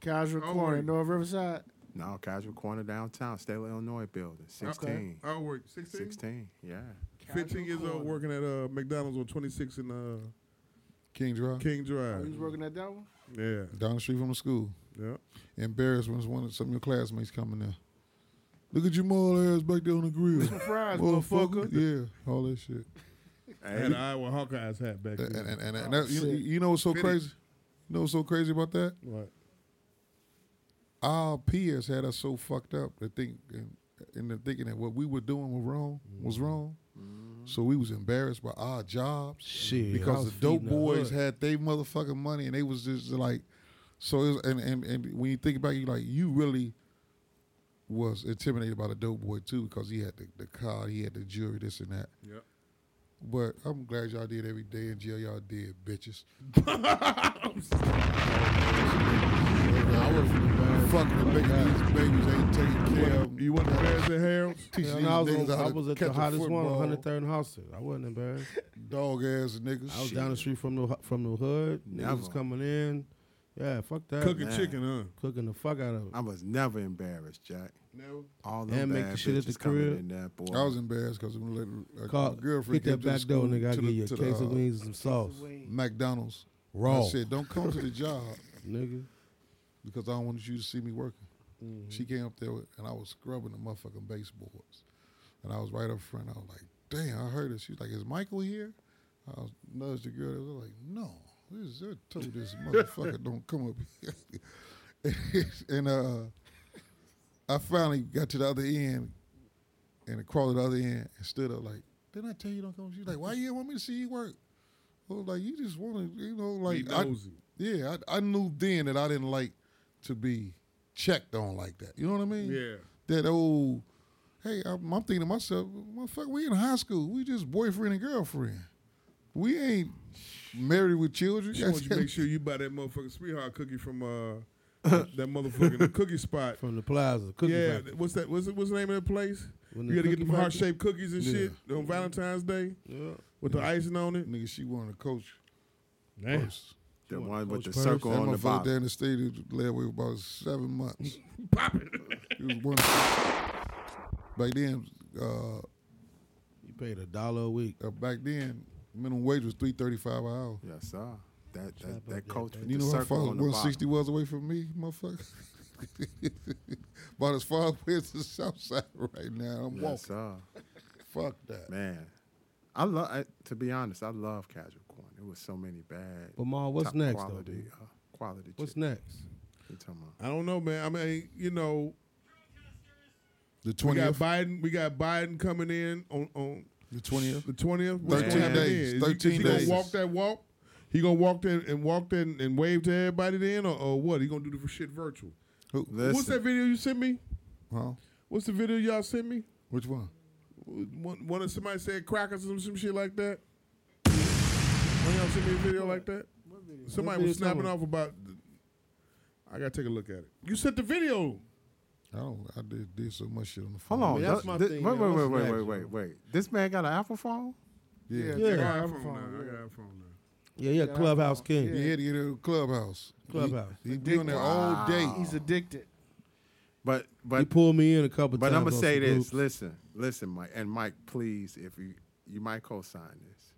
Casual
Oh,
corner,
wait.
North Riverside.
No, casual corner downtown, State Illinois building. 16.
How old were you? 16?
16, yeah.
15 years old working at uh, McDonald's on 26 and uh,
King Drive.
King
Oh, he
Drive.
was working at that one?
Yeah.
Down the street from the school.
Yeah.
Embarrassed when one of some of your classmates coming there. Look at your mall ass back there on the grill.
Some fries,
Yeah, all that shit.
I had an Iowa Hawkeyes hat back
And
then.
and, and, and that, you, you know what's so
Fitted.
crazy? You know what's so crazy about that?
What?
Our peers had us so fucked up that think and, and they're thinking that what we were doing was wrong
Mm-hmm.
was wrong. So we was embarrassed by our jobs
Shit, I
because
was
the dope
feeding the
boys
hood.
had they motherfucking money and they was just like, so it was, and, and and when you think about it, you like you really was intimidated by the dope boy too because he had the, the car, he had the jewelry, this and that.
Yep.
But I'm glad y'all did every day in jail. Y'all did, bitches. I was fucking making these babies ain't taking care of. 'em.
You wasn't embarrassed at Harold's?
Teaching
Yeah,
these
no, I was,
niggas
on-
how
I
to
was at
catch
the
a
hottest one,
football.
103rd House. I wasn't embarrassed.
Dog ass niggas.
I was
Shit.
down the street from the from the hood.
Never.
Niggas was coming in. Yeah, fuck that.
Cooking
man.
chicken, huh?
Cooking the fuck out of it.
I was never embarrassed, Jack.
No.
All them
And
bad
make the shit at the
bitches coming
crib.
in there, boy.
I was embarrassed because when let a
Call,
girlfriend
hit that
came
back
to the
door,
school-
nigga. I
to
give
the-
you a
to
case
the,
of
uh,
wings and some sauce,
McDonald's.
Raw.
I said, don't come to the job
nigga.
because I don't want you to see me working. She came up there with, and I was scrubbing the motherfucking baseboards, and I was right up front. I was like, damn, I heard it. She was like, is Michael here? I was nudged the girl. I was like, no, this is I told this motherfucker don't come up here. and uh, I finally got to the other end and crawled to the other end and stood up like, didn't I tell you don't come? She's like, why you want me to see you work? I was like, you just want to, you know, like,
Be
I-
nosy.
yeah, I, I knew then that I didn't like to be checked on like that. You know what I mean?
Yeah.
That old, hey, I'm, I'm thinking to myself, motherfucker, we in high school. We just boyfriend and girlfriend. We ain't married with children.
She want you to make sure you buy that motherfucking sweetheart cookie from uh, that motherfucking cookie spot.
From the plaza. Cookie
yeah,
factory.
what's that? What's, the- what's the name of that place?
When
you
the
got to get
cookie
them heart
factory-
shaped cookies and
Yeah.
shit on Valentine's Day
Yeah.
with the icing on it.
Nigga, she wanted to coach.
Damn.
first.
the one with the
Coach Purse.
circle
That
on the
motherfucker
bottom.
down the stadium led with about seven months.
Popping.
It was one. Back then, uh,
You paid a dollar a week.
uh, back then, minimum wage was three thirty five an hour.
Yes, sir. That that, that
there,
coach with
You
the
know how far
circle on the
one
bottom.
sixty was away from me, motherfucker. About as far away as the south side right now. I'm
Yes,
walking.
sir.
Fuck that.
Man, I love. To be honest, I love casual corn. It was so many bad.
But Ma, what's
top
next though,
Quality,
dude?
uh, quality.
What's
chick.
next?
You talking about?
I don't know, man. I mean, you know,
The
we got
twentieth.
Biden. We got Biden coming in on on
The twentieth.
the twentieth. What's gonna
13
happen
days.
then? Is he- is
13
he, gonna
days.
walk that walk? He gonna walk that and walk that and, and wave to everybody then, or, or what? He gonna do the shit virtual? What's
Listen,
that video you sent me?
Huh?
What's the video y'all sent me?
Which one?
One, one of somebody said crackers or some, some shit like that. One of y'all sent me a video like that. Somebody
What
was
video you
snapping
talking
off about. I gotta take a look at it. You sent the video.
I don't. I did, did so much shit on the phone.
hold on.
that's
th-
my
th-
thing,
wait, wait,
man.
wait,
What's
wait,
next,
wait, wait, wait. This man got an Apple phone.
Yeah.
I
Yeah.
got an iPhone
iPhone,
now. I
yeah.
got an iPhone now.
Yeah, yeah, Clubhouse King.
Yeah, yeah, yeah Clubhouse.
Clubhouse.
He, he doing that all day.
He's addicted.
But but
he pulled me in a couple
but
times.
I'm gonna
on
say
some
this.
groups.
Listen, listen, Mike, and Mike, please, if you you might co-sign this.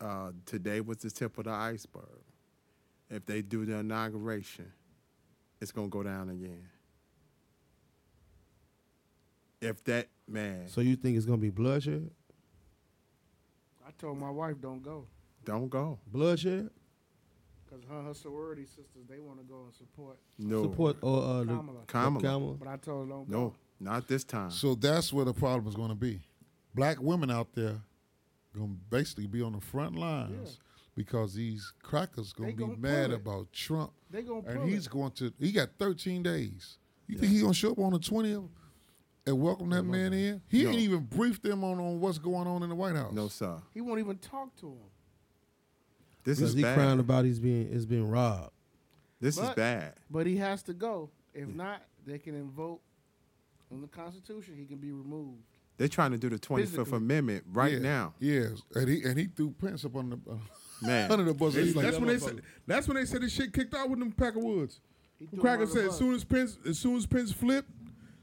Uh, today was the tip of the iceberg. If they do the inauguration, it's gonna go down again. If that man
So you think it's gonna be bloodshed?
I told my wife don't go
don't go,
Bloodshed?
because her and her sorority sisters they want to go and support.
no
Support or uh, the-
Kamala.
Kamala.
Kamala.
But I told her don't
no, not this time.
So that's where the problem is going to be. Black women out there going to basically be on the front lines because these crackers going to be
gonna
mad
pull it.
about Trump.
They gonna pull
and he's going to. He got 13 days. You think he going to show up on the 20th and welcome that man in? He
No.
ain't even briefed them on, on what's going on in the White House.
No, sir.
He won't even talk to him.
This
Because
is
he
bad.
crying about he's being it's being robbed.
this is
But-
bad.
But he has to go. If not, they can invoke on the Constitution. He can be removed.
They're trying to do the 25th
Physically.
Amendment right
Yeah,
now,
Yes. And he, and he threw Pence up on the,
man.
under the bus. He's like,
that's when they said. That's when they said this shit kicked out with them pack of woods.
threw him
Cracker
under the
said
bus.
as soon as Pence, as soon as Pence flipped,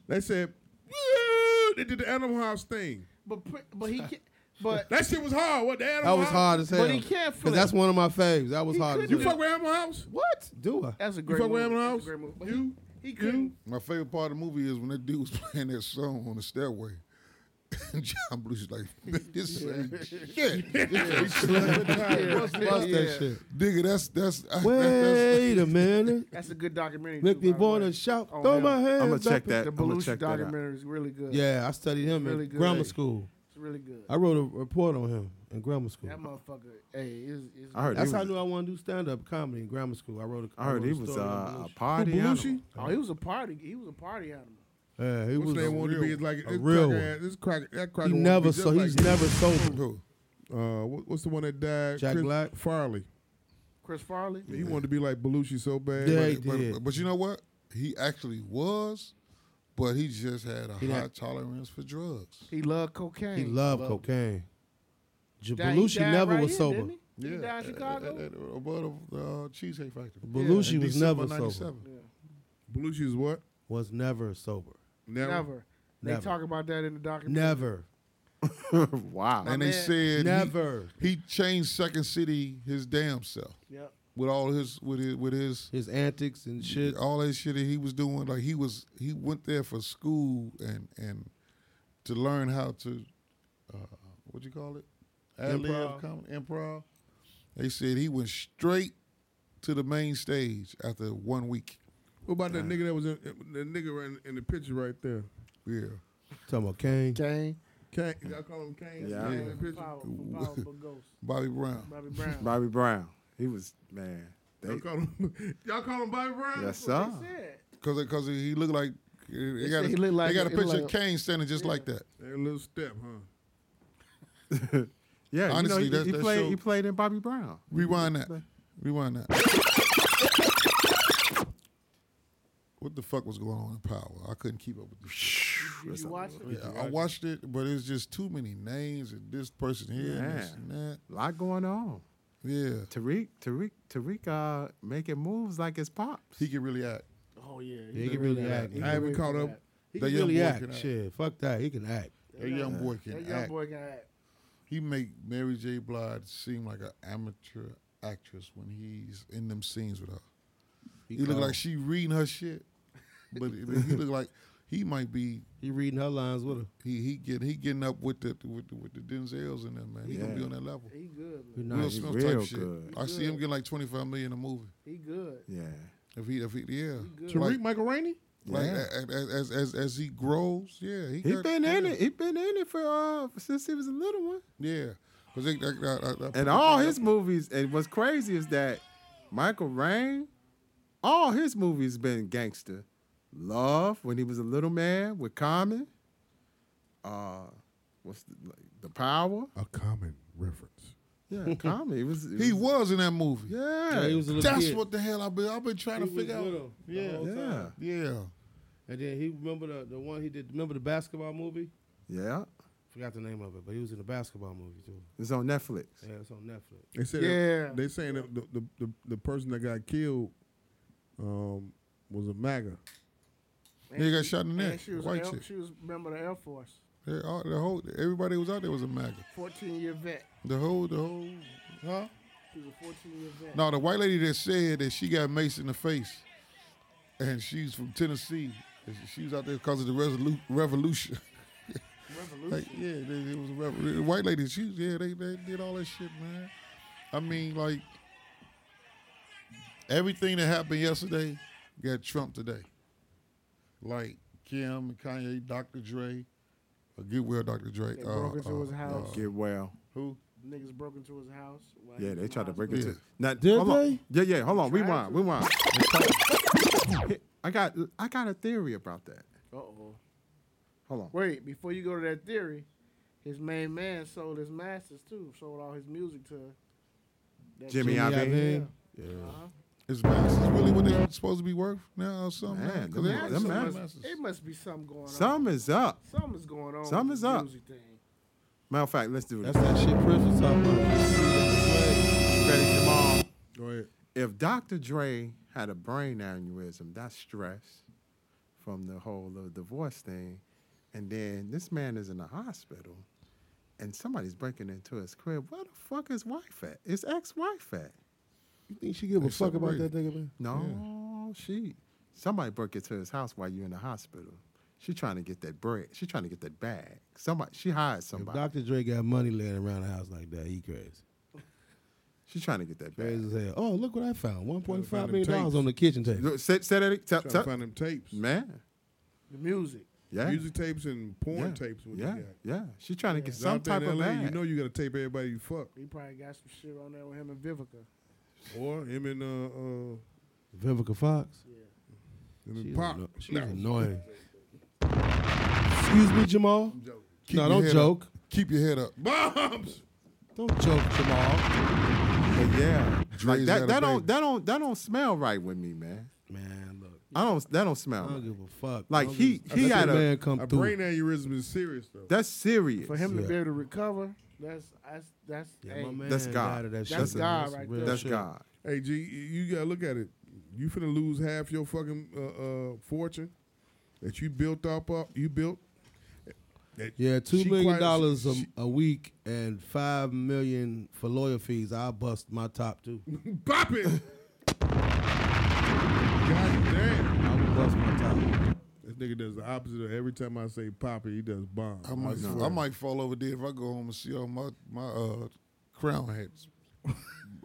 they said "Yeah," they did the Animal House thing.
But pr- but he can, but
That shit was hard. What the Animal
That was
House?
hard as hell.
But he can't
'Cause
flip.
That's one of my faves. That was
He
hard. As
couldn't
You
hell.
fuck with Animal House?
what?
Do I?
That's a great
fuck with
move.
Animal
That's
House?
a great move. But
You?
he, he couldn't.
My favorite part of the movie is when that dude was playing that song on the stairway. And John Blue's like, "Man, this ain't shit.
Yeah.
Bust that shit.
Nigga, that's that's I- that's,
Wait a minute.
That's a good documentary.
Make
too,
me
by the
wanna
way.
shout.
On
Throw
him.
my hands.
I'm gonna
up
check
in-
that.
The
I'm gonna
Belushi
check that out.
documentary is really good.
Yeah, I studied him
Really
in
good.
grammar school.
it's really good.
I wrote a report on him in grammar school.
That motherfucker. Hey, is is
I heard.
That's
he
how I
was-
knew I wanted to do stand up comedy in grammar school. I wrote a
I heard
wrote
he
a
was
story on
uh, a
Belushi.
party
Who,
animal.
Belushi?
Oh, he was a party. He was a party animal.
Yeah, he
What's
was
they
a
want to
real-
be is like
a
this cracker,
real one.
ass- this cracker, that
He
cracker. wanna be
never
just
so
like
he's
this.
never sober.
Who? Uh, what, what's the one that died?
Jack Black?
Farley.
Chris Farley.
He wanted to be like Belushi so bad.
Yeah, he
that's but,
did.
but, but you know what? He actually was, but he just had a
He
high
had-
tolerance for drugs.
He loved cocaine.
He loved cocaine. Ja-
Died- he
Belushi
died
never
right
was
here,
sober.
didn't He, he
Uh,
died in Chicago.
At, at, at, above the uh, Cheesecake Factory.
Belushi
In
was
December
never sober.
97.
Belushi is what?
Was never sober.
Never.
Never. They
Never.
talk about that in the documentary.
Never.
wow.
And they
man-
said he-
Never.
he changed Second City his damn self
Yep.
with all his with his with his
His antics and shit.
all that shit that he was doing. Like he was, he went there for school and and to learn how to uh, what you call it,
Improv.
comedy, improv. They said he went straight to the main stage after one week.
What about that nigga that was in, the nigga in, in the picture right there?
Yeah,
Talking about Kane.
Kane.
Kane, y'all call him Kane?
Yeah.
in the picture?
Power, from Powerful Ghost.
Bobby Brown.
Bobby Brown.
Bobby Brown. He was man. They,
Y'all call him, y'all call him Bobby Brown?
yes, sir.
That's it.
Cause, cause he looked like they got, a,
said he looked like-
they got a
he looked
picture of
like-
Kane standing just like that.
That little step, huh?
Yeah,
Honestly,
you know,
that-
he, he
that
played.
show-
He played in Bobby Brown.
Rewind that. Rewind that. What the fuck was going on in Power? I couldn't keep up with this. shit.
Did you watch it?
Yeah, I watched it, but it's just too many names and this person here and this
Yeah.
and that.
A lot going on.
Yeah,
Tariq, Tariq, Tariq, uh, making moves like his pops.
he can really act.
Oh yeah.
Yeah, he can really act.
I haven't caught up.
He
That
can
young
really
boy
act.
can act.
Shit, fuck that. He can act.
That young boy can
That young
act.
boy can act.
He make Mary J. Blige seem like an amateur actress when he's in them scenes with her. He, look
cold.
like she reading her shit, but he look like he might be
He reading her lines with her.
he he get he getting up with the with the, with the Denzels in there, man. He gonna be
Yeah.
on that level.
He good.
He nice.
Man.
Will
he
Smith
real
type shit.
good.
I see him getting like twenty five million a movie.
He good.
Yeah,
If he if he yeah,
good.
Tariq
like,
Michael Rainey?
like
Yeah.
a- a- as, as as he grows, yeah, he,
he
got-
been in
yeah.
it. He been in it for uh since he was a little one.
Yeah, because they, uh, they- I- I- I-
And all his movies. And what's crazy is that Michael Rain, all his movies been gangster. Love when he was a little man with Common. Uh, what's the, like, the power?
A common reference.
Yeah, Common. He was.
he was in that movie.
Yeah.
Yeah, he was a little
That's
kid.
what the hell I've been I've been trying
He
to
was
figure out.
with her the
Yeah.
whole time.
Yeah.
Yeah,
And then he remember the, the one he did. Remember the basketball movie
Yeah.
Forgot the name of it, but he was in a basketball movie too.
It's on Netflix.
Yeah, it's on Netflix.
They said
Yeah.
they saying that the, the, the, the person that got killed um, was a MAGA.
And Nigga got she- shot in the
And
neck,
She was,
white
Air-
chick.
she was a member of the Air Force,
They all- the whole everybody was out there was a MAGA.
14 year vet.
The whole the whole huh?
She was a 14 year vet.
No, the white lady that said that she got maced in the face, and she's from Tennessee. and she- She was out there because of the resolu- revolution.
Revolution.
Like, yeah, they- it was a revolution. The white lady, she yeah, they, they did all that shit, man. I mean, like everything that happened yesterday got Trump today. Like Kim and Kanye, Dr. Dre, uh, get well, Dr. Dre. uh,
They broke into his house.
Get well.
Who?
Niggas broke into his house. while he
Yeah,
was
they
in
tried to
the
break
hospital.
into. Now,
Did
hold on.
they?
Yeah, yeah. Hold on.
Tried
Rewind.
to.
Rewind. I got I got a theory about that.
Uh-oh.
Hold on.
Wait, before you go to that theory, his main man sold his masters too, sold all his music to that
Jimmy
chick.
Iovine.
Yeah.
Uh-huh.
Is masters really what they supposed to be worth now or something?
Man, them-
Because they-
them
some
masters-
masters-
It must be something going on.
Some is up.
Something's going on.
Some
with
is
the
up.
music thing.
Matter of fact, let's do this.
That's that shit Prince was talking about.
Credit Jamal.
Go ahead.
If Dr. Dre had a brain aneurysm, that's stress from the whole of divorce thing. And then this man is in the hospital and somebody's breaking into his crib. Where the fuck is wife at? His ex-wife at?
You think she give a
They
fuck about that
separated.
nigga, man?
No, she. Somebody broke into his house while you're in the hospital. She trying to get that bread. She trying to get that bag. Somebody. She hired
If
somebody.
Dr. Dre got money laying around the house like that, he crazy.
She trying to get that bag.
Crazy as hell. Oh, look what I found. One point
find
five
them
million dollars
tapes.
on the kitchen table.
Look, Say, say that. Tell,
Trying
tell-
to find them tapes,
man.
The music.
Yeah.
music tapes and porn
yeah.
tapes. What they
yeah.
got.
Yeah. She trying to get
It's
some
out there
type
in
of
LA,
bag.
You know you got to tape everybody you fuck,
He probably got some shit on there with him and Vivica.
or him and uh, uh
Vivica Fox.
him and
She's,
Pop.
anno- she's
No.
annoying. Excuse me, Jamal.
Keep
no,
your
don't
head
joke.
Up. Keep your head up.
Bombs.
Don't joke, Jamal. Oh,
But yeah.
Dre's
Like
got a
that. That don't.
baby.
That don't. That don't smell right with me, man.
Man, look.
I don't. That don't smell.
I don't
Right.
give a fuck.
Like,
I don't
he-
give a-
he
I let
had
the
a-
man come
A
through.
brain aneurysm is serious though.
That's serious.
For him to
Yeah.
be able to recover, that's that's that's
Yeah,
hey,
my man
That's God.
died of that shit.
That's
man.
God
some
right
real
there.
That's
shit.
God.
Hey G, you gotta look at it. You finna lose half your fucking uh, uh, fortune that you built up. up you built. that
Yeah, two
she
million
quite-
dollars a,
she-
a week and five million for lawyer fees. I'll bust my top two.
Pop it. God damn.
I'll bust my top.
This nigga does the opposite of every time I say pop it, he does bomb.
I might,
swear.
I might fall over dead if I go home and see all my my uh, crown heads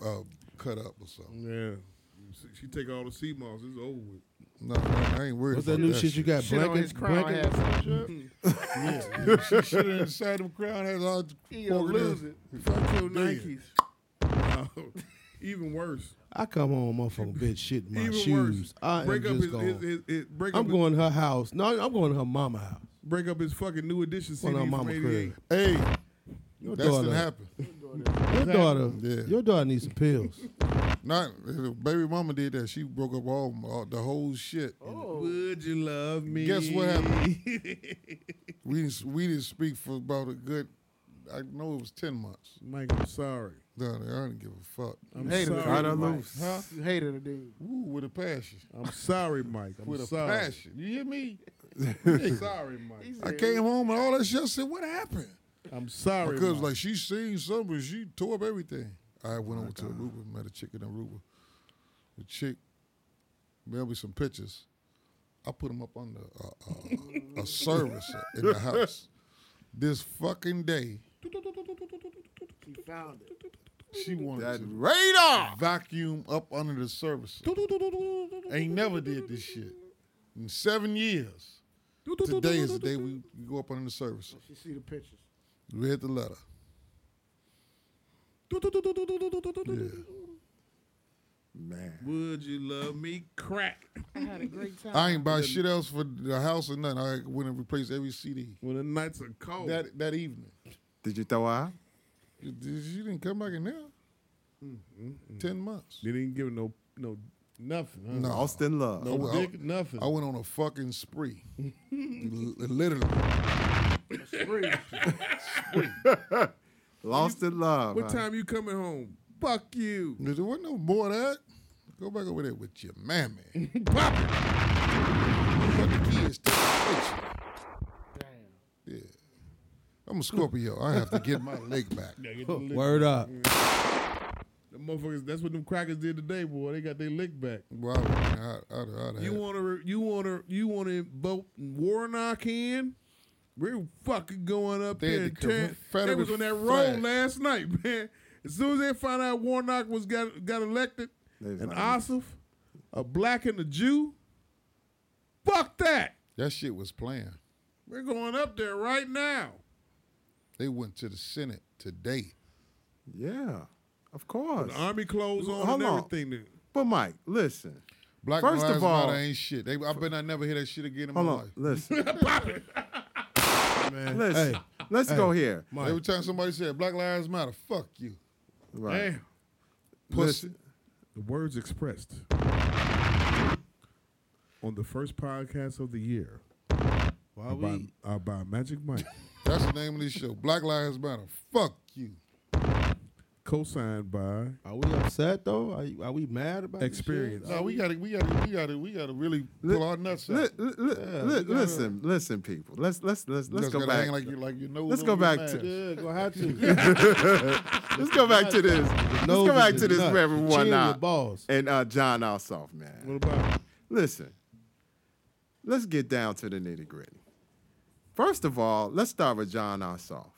uh, cut up or something.
Yeah. She- She take all the sea moss. It's over with.
No, I ain't worried.
What's
about
that new shit you got?
shit on his
Blanket,
crown
blanket.
ass.
she should have inside them crown heads. I'll
He gonna lose it. Fuck your
Damn.
Nikes.
Oh, Even worse.
I come home, motherfucking bitch, shit in my
Even
shoes.
worse.
I am
break up
just
his,
going.
his, his, his- break
I'm
up
going to her house. No, I'm going to her mama house.
His, break up his fucking new edition CD
Going to her
from
mama
'88.
crib.
Hey,
Your
that's done
daughter,
happened.
your daughter,
Yeah.
your daughter needs some pills.
Not if baby mama did that. She broke up all, all the whole shit.
oh,
Would you love Oh, me?
Guess what happened? we didn't, we didn't speak for about a good. I know it was ten months.
Mike, I'm sorry.
No, I didn't give a fuck.
I'm
Hey, the-
sorry.
her
Mike.
loose.
Huh?
You hated it, dude.
Ooh, with a passion.
I'm sorry, Mike. I'm
with a
sorry.
passion. You hear me?
I'm sorry, Mike.
He's
I came home and all that shit. I said, "What happened?"
I'm sorry.
Because
Mike.
like she seen something, she tore up everything. I went over to Aruba, met a chick in Aruba. The chick mailed me some pictures. I put them up under a, a, a service in the house. This fucking day,
He found it.
she wanted
That
to
radar.
vacuum up under the service. Ain't never did this shit in seven years. Today is the day we, we go up under the service.
You see the pictures.
Read the letter. Yeah.
Man.
would you love me? Crack.
I had a great time.
I ain't buy shit else for the house or nothing. I went and replaced every CD
When the nights are cold.
that that evening.
Did you throw out?
You- you- She didn't come back in there. Ten months.
they didn't give her no no nothing. Huh?
No.
Lost in love.
No,
No
I-
dick, nothing.
I went on a fucking spree. L- Literally.
Spring.
Lost in love.
What
huh?
time you coming home? Fuck you.
There wasn't no more of that. Go back over there with your mammy.
Pop it.
Fuck the kids take the picture. Yeah. I'm a Scorpio. I have to get my leg back.
Yeah, get the lick
Word
back.
up.
The motherfuckers. That's what them crackers did today, boy. They got their lick back.
Well, I, I, I, I, I
You want to, you want to, you want to vote Warnock in? We're fucking going up
They
there.
had
and
the
tear- they
Confederate
was on that
flag.
road last night, man. As soon as they found out Warnock was got got elected,
They was
an
like-
Ossoff, a black and a Jew, fuck that.
That shit was playing.
We're going up there right now.
They went to the Senate today.
Yeah, of course.
The army clothes on
Hold
and
on.
everything. to-
But Mike, listen.
Black
First
Lives
of all,
Matter ain't shit. They, I bet I never hear that shit again in
hold
my
on.
life.
Listen,
Man.
listen. let's
hey,
go here.
Mike.
Every time somebody said Black Lives Matter, fuck you.
Right.
Damn.
Listen,
The words expressed on the first podcast of the year
Why
are by,
we
are by Magic Mike,
That's the name of this show. Black Lives Matter. Fuck you.
co-signed by
are we upset though? Are, you- are we mad about this shit?
Experience.
No, we gotta, we gotta, we gotta, we gotta really
Li-
pull our nuts out.
li- li- li-
Yeah,
li-
we gotta-
listen, listen, people. Let's let's let's
You
let's
just
go
gotta
back.
Hang like you, like you know.
Let's go back to-
Yeah, gonna have to.
let's go back to this. Let's go
Noses
back
is
to this
nuts.
Reverend
Chin
One
with
Eye
balls.
and uh, John Ossoff, man.
What about
Listen, let's get down to the nitty gritty. First of all, let's start with John Ossoff.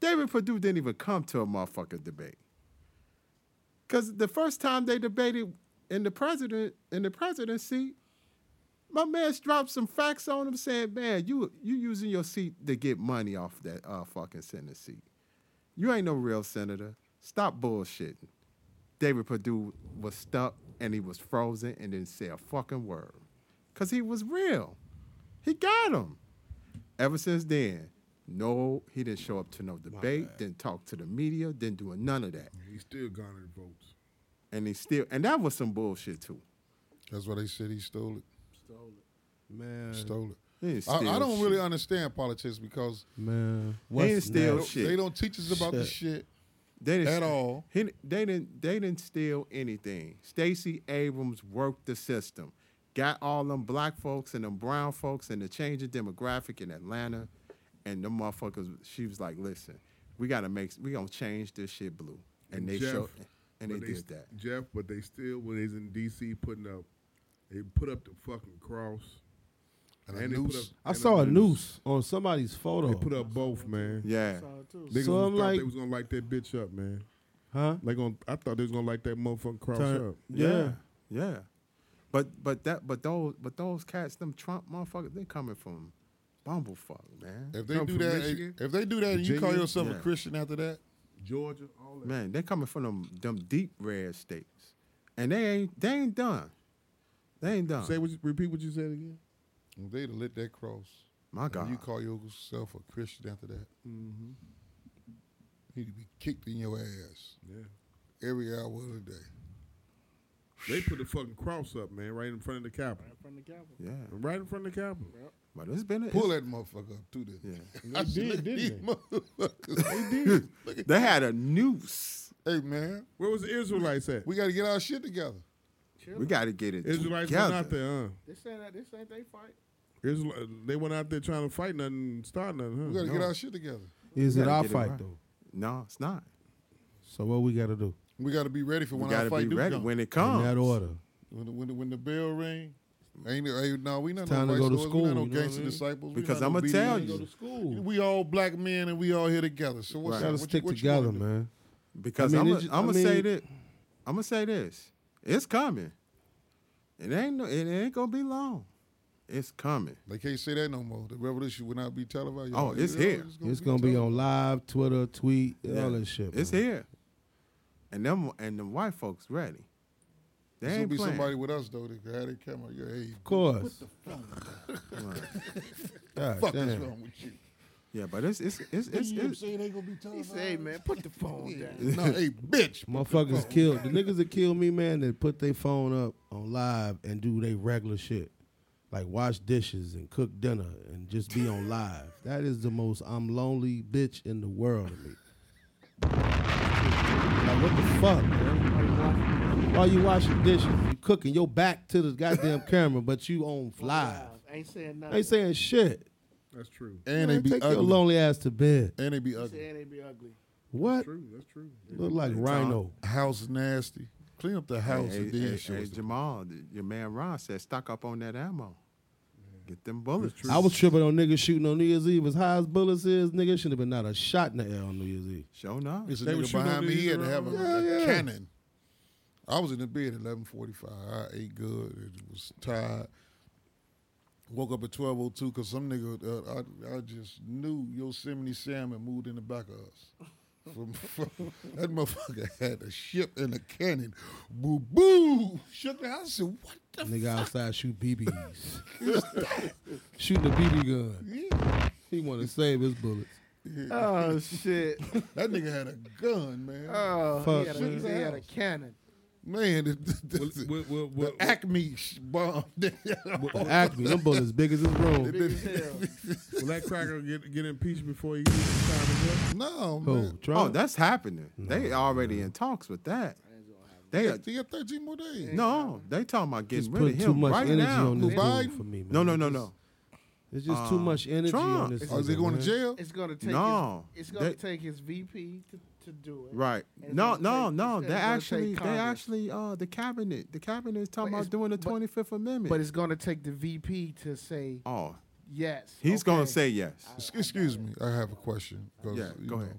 David Perdue didn't even come to a motherfucking debate. Cause the first time they debated in the president in the presidency, my man dropped some facts on him saying, "Man, you you using your seat to get money off that uh, fucking senate seat. You ain't no real senator. Stop bullshitting." David Perdue was stuck and he was frozen and didn't say a fucking word. Cause he was real. He got him. Ever since then, no, he didn't show up to no debate, didn't talk to the media, didn't do none of that.
He still garnered votes.
And he still and that was some bullshit too.
That's what they said. He stole it.
Man,
Stole
He
it.
didn't
I, I
steal
don't really
shit.
understand politics because
man,
He didn't
what's
steal
next?
shit.
they don't teach us about the shit.
They didn't,
At all.
He, they didn't. They didn't steal anything. Stacey Abrams worked the system, got all them black folks and them brown folks and the changing demographic in Atlanta, and them motherfuckers. She was like, "Listen, we gotta make. We gonna change this shit blue." And they
Jeff,
showed. And they,
but
did
st-
that.
Jeff, but they still when they's in D.C. putting up, they put up the fucking cross.
And a
they put
noose.
I
and
saw a noose on somebody's photo.
They put up both, man.
Yeah.
Niggas
So
was thought
I'm like-
they was gonna light that bitch up, man.
huh?
They going I thought they was gonna light that motherfucking cross
Turn-
up.
Yeah. Yeah. But but that but those but those cats, them Trump motherfuckers, they coming from bumblefuck, man.
If they
Come
do
from
that,
Michigan?
if they do that, and you call
Virginia?
yourself
Yeah.
a Christian after that,
Georgia, all that.
Man, they coming from them, them deep red states, and they ain't they ain't done. They ain't done.
Say what you, repeat what you said again.
if they'd have lit that cross,
My
and
God,
you call yourself a Christian after that,
Mm-hmm.
you need to be kicked in your ass
Yeah.
every hour of the day.
They put the fucking cross up, man, right in front of the Capitol.
From the Capitol.
yeah.
Right in front of the Capitol.
But it's been a,
Pull
it's-
that motherfucker up too. Then.
Yeah.
I
They did,
said,
didn't
"Look at these motherfuckers. They did. Look at-
They had a noose.
hey man,
Where was the Israelites at?
we got to get our shit together.
We got to get it
Israelites
together.
went out there, huh?
They said that. They said they fight.
Israel, they went out there trying to fight nothing, start nothing,
We
huh?
got to get our shit together.
Is
We
it
gotta
our
get it
fight
right.
though?
No, it's not.
So what we gotta do?
We got to be ready for
We
when
got
our
to
fight
be
do
ready
come.
when it
In that
comes.
order.
When the, when the, when the bell ring, ain't, it- ain't no, we not
Time
no
to
vice
go
lords,
to
we not
school,
no
you know what I
gangster
mean?
disciples. we
Because
not no
I'ma tell
BDs.
you.
Go to school.
we all black men and we all here together. So what's
Right.
gotta
what you-
stick
what you gonna
together,
do?
man.
Because
I
I
mean,
am
it ju- I
gonna say
mean-
this. I'm gonna say this. It's coming. It ain't no. It ain't gonna be long. It's coming.
They can't say that no more. The revolution will not be televised.
Oh, it's
You know,
here.
It's gonna be
televised.
on live, Twitter, tweet,
Yeah.
all that shit.
It's
man.
here. And them and the white folks ready. They
There'll
ain't
be
playing.
somebody with us though. That got their camera. Yeah, hey,
Of course. God
fuck is
damn.
wrong with you?
Yeah, but it's it's it's it's,
You know what I'm
it's,
saying they gonna be televised.
Say, man, put the phone down.
no, hey, bitch.
Motherfuckers killed the niggas that killed me, man. That put their phone up on live and do they regular shit. like wash dishes and cook dinner and just be on live. That is the most I'm lonely bitch in the world to me. Like what the fuck, man? While you washing dishes, you cooking, your back to the goddamn camera, but you on live.
Ain't saying nothing.
Ain't saying shit.
That's true.
Man,
And they be
take
ugly.
your lonely ass to bed.
And they be
He
ugly.
said they be ugly.
What?
True, that's true.
Look like
Tom,
rhino.
House nasty. Clean up the house
Hey,
and
hey,
then
hey,
show
hey,
us. the-
Jamal, th- your man Ron said, stock up on that ammo. Get them bullets.
I was tripping on niggas shooting on New Year's Eve as high as bullets is. Nigga shouldn't have been not a shot in the air on New Year's Eve.
Show enough.
It's a
They were
nigga
shooting on
behind me.
these
He had to have a,
around-
a
Yeah, yeah.
cannon. I was in the bed at eleven forty-five. I ate good. It was tired. Woke up at twelve oh two because some nigga. Uh, I, I just knew Yosemite Sam had moved in the back of us. From, from- that motherfucker had a ship and a cannon. Boo boo. Shook the house. I said, "What the
Nigga
fuck?"
outside shoot BBs. Shooting a BB gun. He want to save his bullets.
Oh shit.
That nigga had a gun, man.
Oh,
Fuck,
he, had
man.
a, he had a cannon.
man, the, the, the-
Well, well, well,
the
well,
Acme sh- bomb.
Acme, them bullets big as his room.
Big as hell.
will that cracker get get impeached before he gets time is up?
no,
Oh,
man.
Trump.
Oh, that's happening. They already in talks with that. They are,
He got 13 more days.
no, they talking about getting
just
rid
putting
of
too
him
much
right
energy
now.
on this dude
Biden?
for me, man.
No, no, no,
It's-
no.
It's just too
Uh,
much energy
Trump.
on this.
Are they
nigga,
Oh, going to
man.
jail?
It's gonna take
No.
his, it's gonna
They-
take his VP to, to do it.
Right.
And it's
No,
gonna
no,
take-
no.
it's
They
gonna take
actually, they
Congress.
actually, uh, the cabinet, the cabinet is talking
But
about
it's-
doing the
but-
Twenty Fifth Amendment.
But it's gonna take the VP to say
oh,
yes.
he's gonna
okay.
say yes.
Exc- Excuse me, I have a question. 'cause,
Yeah,
you
go
know,
ahead.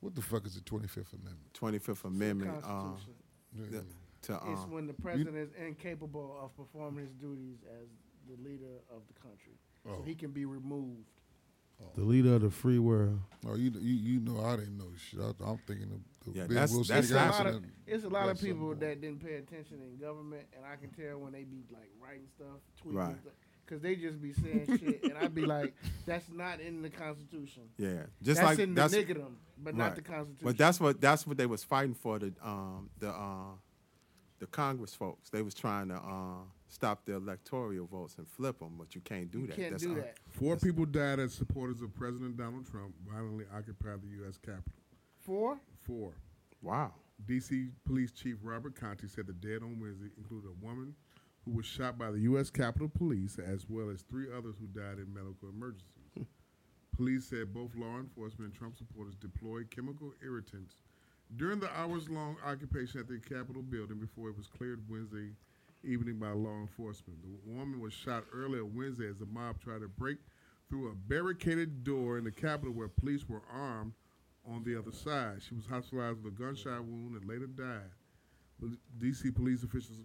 What the fuck is the Twenty Fifth Amendment?
Twenty Fifth Amendment. Uh,
Constitution.
th- to uh,
It's when the president is incapable of performing his duties as the leader of the country, so he can be removed.
The leader of the free world.
Oh, you you, you know I didn't know shit. I, I'm thinking of the
Yeah,
Ben
that's-
Wilson.
that's
It's a
Yeah,
lot
Johnson
of,
and-
it's a lot of
that's something
people
going.
that didn't pay attention in government, and I can tell when they be like writing stuff, tweeting,
Right.
because they just be saying shit, and I'd be like, "That's not in the Constitution.
yeah, just
that's
like
in
that's
the niggerdom, but not
right.
the Constitution."
But that's what that's what they was fighting for the um the uh, the Congress folks. They was trying to uh, stop the electoral votes and flip them, but you can't do
you
that.
can't
that's
do
un-
that.
Four people died as supporters of President Donald Trump violently occupied the U.S. Capitol.
Four.
Four.
Wow.
D.C. Police Chief Robert Conti said the dead on Wednesday included a woman who was shot by the U.S. Capitol Police, as well as three others who died in medical emergencies. Police said both law enforcement and Trump supporters deployed chemical irritants during the hours long occupation at the Capitol building before it was cleared Wednesday evening by law enforcement. The woman was shot earlier Wednesday as the mob tried to break through a barricaded door in the Capitol where police were armed on the other side. She was hospitalized with a gunshot wound and later died. But D.C. police officials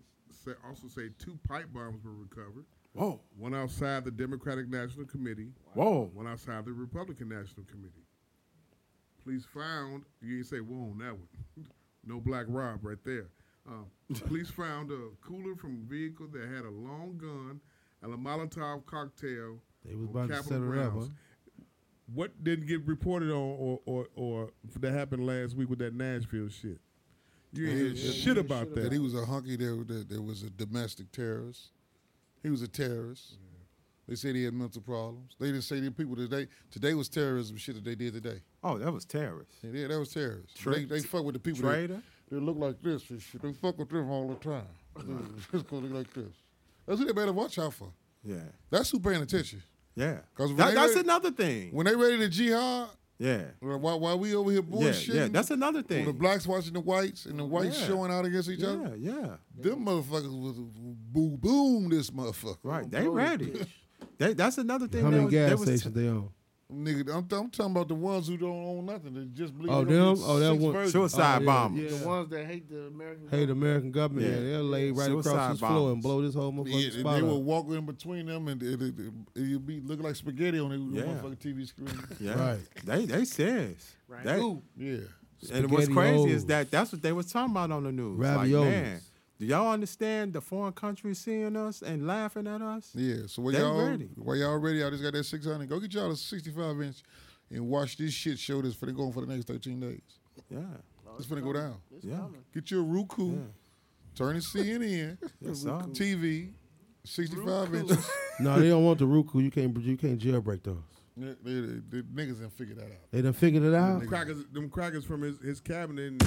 say, also say two pipe bombs were recovered
Whoa.
one outside the Democratic National Committee,
Whoa.
one outside the Republican National Committee. Police found, you ain't say whoa on that one. no black Rob right there. Uh, police found a cooler from a vehicle that had a long gun and a Molotov cocktail.
They was
on
about to
Capitol
set it up,
grounds.
huh?
What didn't get reported on or, or, or that happened last week with that Nashville shit? You ain't hear shit about that.
That he was a hunky. There, that there was a domestic terrorist. He was a terrorist. They said he had mental problems. They didn't say the people today. Today was terrorism shit that they did today.
Oh, that was terrorist.
Yeah, they- that was terrorists.
Tra-
they, they fuck with the people.
traitor?
That, they look like this and shit. They fuck with them all the time. Just gonna look like this. That's what they better watch out for.
Yeah.
That's who paying attention.
Yeah.
'Cause when
That-
they
that's
ready-
another thing.
When they ready to jihad,
yeah.
uh, while, while we over here
Yeah,
bullshitting,
yeah. That's another
when the
thing.
blacks watching the whites and the
Oh,
whites
Yeah.
showing out against each
Yeah,
other,
yeah.
them motherfuckers was boo boom this motherfucker.
Right. They ready. They, that's another thing.
How
they
many
was- they
gas
was-
stations they own?
Nigga, I'm, I'm talking about the ones who don't own nothing. They just believe.
Oh,
they gonna
them?
get
Oh, that
six
one-
versions.
Suicide
Oh, yeah,
bombers.
The ones that hate the American.
Hey, the
government.
American government, yeah,
Yeah.
they'll lay right
Suicide
across his floor and
bombs.
blow this whole
Yeah,
motherfucking
and
spot
they
up.
will walk in between them, and it, it, it, it'd be look like spaghetti on the
Yeah.
motherfucking TV screen.
Yeah.
Right.
They they serious.
Right.
They-
Ooh.
yeah,
and what's crazy is
Spaghettios.
that that's what they was talking about on the news. Like,
Raviolis.
man, do y'all understand the foreign countries seeing us and laughing at us?
yeah. So while
They
y'all
ready.
while y'all ready, I just got that six hundred. Go get y'all a sixty-five inch and watch this shit show that's finna go on for the next thirteen days.
Yeah.
It's finna go down.
It's
Yeah.
coming.
Get your Roku, turn to CNN
Yes, sir.
TV, 65 inches.
no, they don't want the Roku. You can't you can't jailbreak those.
They, they, they, niggas didn't figure that out.
They done figured it out.
Them crackers, them crackers from his, his cabinet and,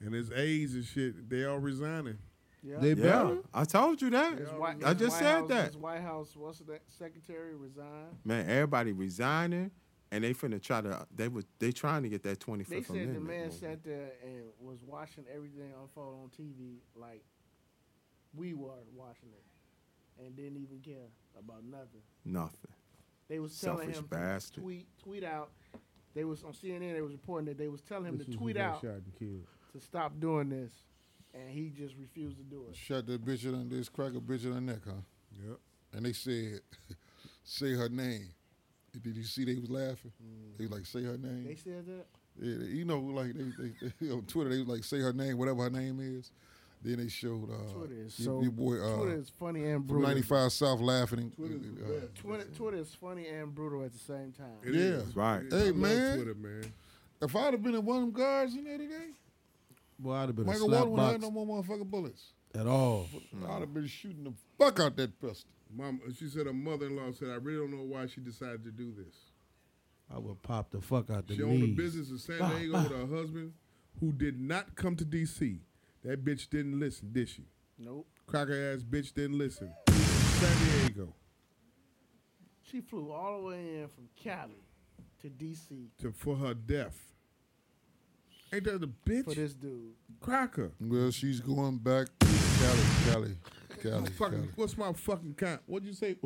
and his aides and shit, they all resigning.
Yeah.
They
Yeah.
better. I told you that.
His White-
I
his
just
White
said
House-
that.
His White House, what's that secretary resigned?
Man, everybody resigning, and they finna try to. They was they trying to get that twenty
They
fifth
said the
amendment.
man
moving.
sat there and was watching everything unfold on TV like we were watching it, and didn't even care about nothing.
Nothing.
They was telling
Selfish
him to
bastard.
tweet tweet out. They was on CNN. They was reporting that they was telling him
This
to
was
tweet
who got
out
shot
and killed.
to stop doing this, and he just refused to do it.
Shot that bitch in this cracker bitch in her neck, huh?
Yep.
And they said, say her name. Did you see they was laughing?
Mm.
They was like, say her name.
They said that.
Yeah, they- you know, like they, they, they on Twitter, they was like say her name, whatever her name is. Then they showed uh,
Twitter is
your,
so-
your boy uh,
Twitter is funny and
from
brutal.
'95 South laughing. And, uh,
Twitter, Twitter is funny and brutal at the same time.
yeah, Hey man, If I'd have been in one of them guards in there today,
Boy, I'd have been
Michael
a slap
Walden wouldn't have had
box
no more motherfucking bullets.
at all.
I'd have been shooting the fuck out that pistol.
Mom, she said her mother-in-law said, I really don't know why she decided to do this.
I would pop the fuck out the
she owned a
knees.
business in San
Bah,
Diego
bah.
with her husband, who did not come to D.C. That bitch didn't listen, did she?
Nope.
Cracker ass bitch didn't listen. San Diego
She flew all the way in from Cali to D.C.
to for her death. Ain't that the bitch?
for this dude.
Cracker.
Well, she's going back to Cali, Cali, Cali.
Fucking-
Cali.
what's my fucking count? What'd you say?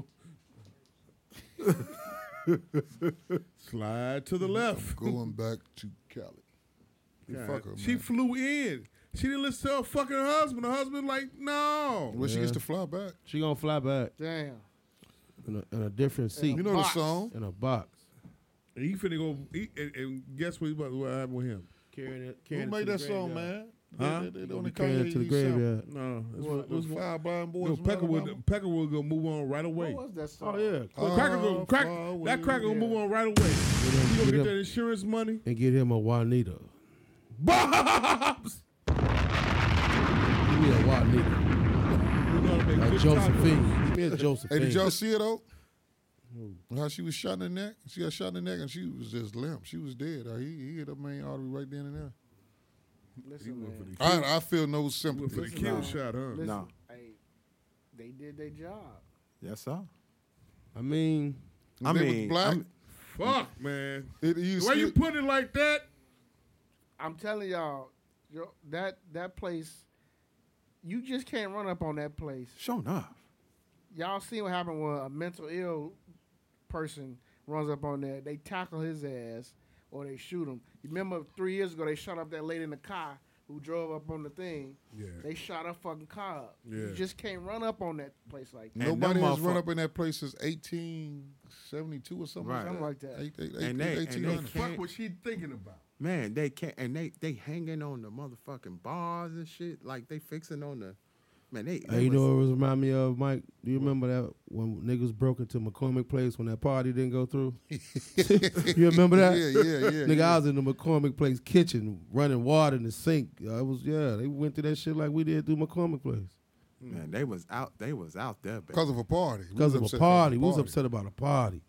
Slide to the left.
going back to Cali. You
God,
fuck her,
she
man.
flew in. She didn't listen to her fucking husband. Her husband like, no.
Well, she gets
Yeah.
to fly back.
She gonna fly back
Damn.
in a, in a different seat.
You know the box. song.
In a box.
He finna go. He, and, and guess what? About, what happened with him?
Carrying it.
Who
Carrying
made
it to
that
the
song,
graveyard.
man?
Huh?
They- they- they- on
You
the
carry it to
Kanye
the
East something.
graveyard.
No, that's
What,
what,
those
that's what-
five blind boys
No,
from
Pecker
Alabama?
would Pecker would go move on right away.
What was that song?
Oh yeah.
Well, cracker go,
Oh,
crack,
far
that
away.
cracker gonna move on right away. You gonna get that insurance money?
And get him a Juanita.
Bobs.
Give me a Juanita.
We're gonna make
A
good
Josephine.
tacos.
Give me a
Hey,
Josephine.
did y'all see it though? How she was shot in the neck? She got shot in the neck and she was just limp. She was dead. Uh, He, he hit her main artery right then and there.
Listen, man.
I, I feel no
Went for the
sympathy.
Listen,
kill
nah.
shot, huh?
Listen,
No.
Hey, they did their job.
Yes, sir.
I mean,
I
They was
mean,
black.
I'm-
Fuck, man.
It- you
The way you
see-
put it like that,
I'm telling y'all, yo, that that place, you just can't run up on that place.
sure enough.
Y'all seen what happened when a mental ill person runs up on there. They tackle his ass or they shoot him. You remember three years ago they shot up that lady in the car who drove up on the thing.
Yeah.
They shot her fucking car up. You
Yeah.
just can't run up on that place like that.
And
Nobody
them
has run
motherfuck-
up in that place since 1872 or something,
Right.
Something like that.
Eight-
And
eight- eight-
they- and they
1800.
can't-
fuck what she thinking about.
Man, they can't, and they they hanging on the motherfucking bars and shit, like they fixing on the, man. They,
Hey,
they
you
was-
know what it was remind me of, Mike? Do you remember that when niggas broke into McCormick Place when that party didn't go through? you remember that?
Yeah, yeah, yeah,
Nigga,
yeah.
I was in the McCormick Place kitchen running water in the sink. I was yeah, they went through that shit like we did through McCormick Place
man, they was out, they was out there, baby.
Because of a party. We was
because of a
upset
party. We was upset about a party,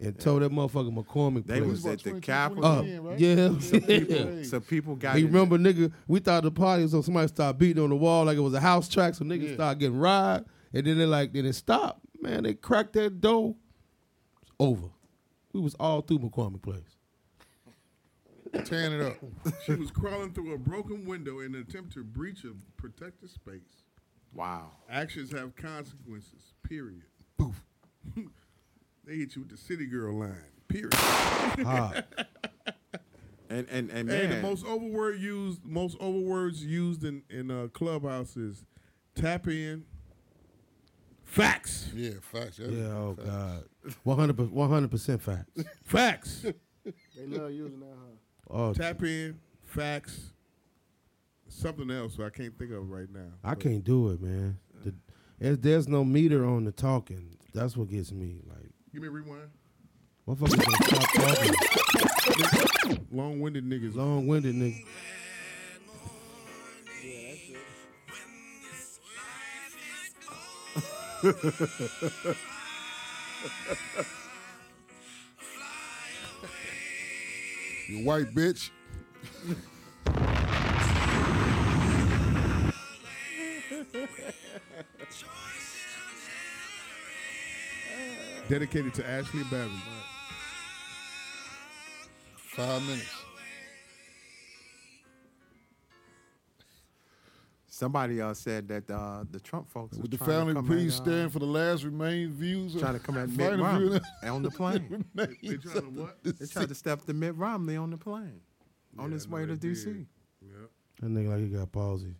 and told that motherfucker McCormick
They
Place.
was at the
22,
Capitol.
Uh,
20, right?
yeah,
Yeah.
So people got.
Hey,
in
remember, nigga, we thought the party was on somebody started beating on the wall like it was a house track, so niggas
Yeah.
started getting ride, and then they like, then it stopped. Man, they cracked that door. It's over. We was all through McCormick Place.
Tearing it up.
She was crawling through a broken window in an attempt to breach a protected space.
Wow.
Actions have consequences. Period. they hit you with the city girl line. Period.
Ah,
And and and
Hey,
man,
the most overword used, most overwords used in in uh, clubhouse is tap in. Facts.
Yeah, facts.
yeah, oh God. 100 percent facts.
Facts.
They love using that, huh?
Oh,
tap in. Facts. Something else I can't think of right now.
I can't do it, man. The, there's, there's no meter on the talking. That's what gets me. Like,
Give me a rewind.
motherfuckers gonna stop talking.
Long winded niggas.
Long winded nigga.
you white bitch.
Dedicated to Ashley Barry.
Five minutes.
Somebody uh, said that uh, the Trump folks
Would the family please
stand
stand for the last remaining views? of
uh, trying to come at
flight
Mitt
of
Romney
unit-
on the plane.
remains
they tried to
of
what?
the
They tried to step to Mitt Romney on the plane on
Yeah,
his
no,
way to
they
DC.
did.
That nigga like he got palsy.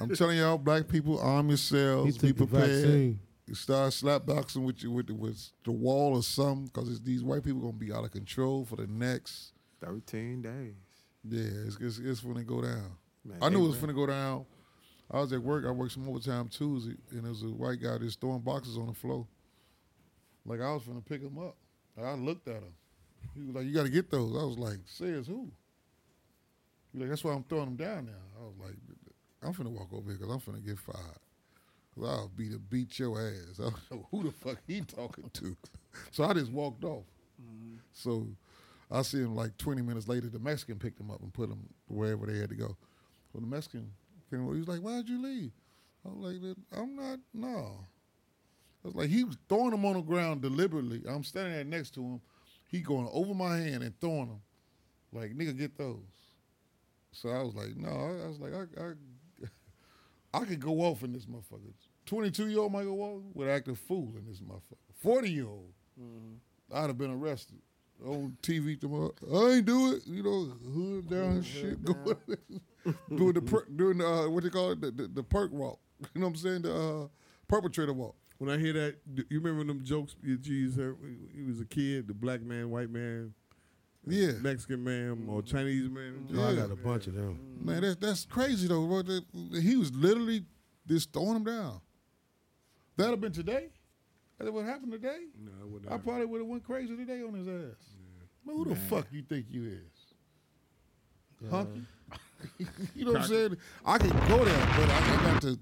I'm telling y'all, black people, arm yourselves. Be
took the
prepared.
vaccine.
You start slapboxing with you with the, with the wall or something, because these white people gonna be out of control for the next
13 days.
Yeah, it's it's, it's when it go down.
Man,
I
they
knew it was
ready.
finna go down. I was at work. I worked some overtime Tuesday, and there was a white guy just throwing boxes on the floor. Like I was finna pick him up. I looked at him. He was like, "You gotta get those." I was like, "Says who?" He like, "That's why I'm throwing them down now." I was like, "I'm finna walk over here because I'm finna get fired." Cause I'll be to beat your ass. I don't know who the fuck he talking to. So I just walked off. So I see him like 20 minutes later. The Mexican picked him up and put him wherever they had to go. Well, the Mexican came over. He was like, Why'd you leave? I was like, I'm not, no. I was like, He was throwing him on the ground deliberately. I'm standing there next to him. He going over my hand and throwing him. Like, nigga, get those. So I was like, No, I, I was like, I, I, I could go off in this motherfucker. 22 year old Michael Walton would act a fool in this motherfucker. 40 year old. I'd have been arrested on TV tomorrow. I ain't do it, you know, hood down and shit, going doing the per, doing the uh, what they call it, the, the, the perk walk. You know what I'm saying? The uh, perpetrator walk.
When I hear that, do you remember them jokes your G's heard when you- you was a kid, the black man, white man,
yeah,
Mexican man or Chinese man.
Oh, I got
a bunch of them.
Man, that's that's crazy though. Bro. That- that He was literally just throwing him down. That'd have been today. That what happened today?
No, I wouldn't.
I probably would have went crazy today on his ass. Man, who the fuck you think you is?
Uh,
Hunky. you know what I'm saying? I could go there, but I, I got to,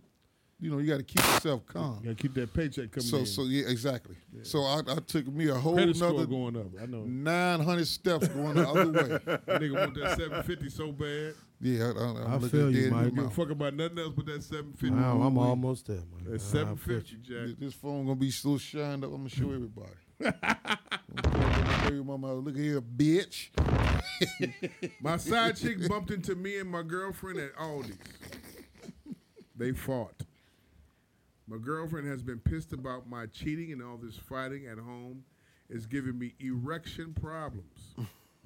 you know, you got to keep yourself calm.
You gotta keep that paycheck coming
so
in.
so yeah, exactly. So I, I took me a whole
Credit score
nother
going up, I know.
nine hundred steps going the other way.
nigga want that 750 so bad.
Yeah, I, I, I'm
I
looking
feel you,
dead in the
Mike.
Give a
mouth.
fuck about nothing else but that 750.
Wow, I'm almost there, man.
That
I feel
750, Jack.
Th- This phone gonna be so shined up. I'm gonna show everybody. I'm gonna show every mama, Look here, bitch.
My side chick bumped into me and my girlfriend at Aldi's. They fought. My girlfriend has been pissed about my cheating and all this fighting at home is giving me erection problems.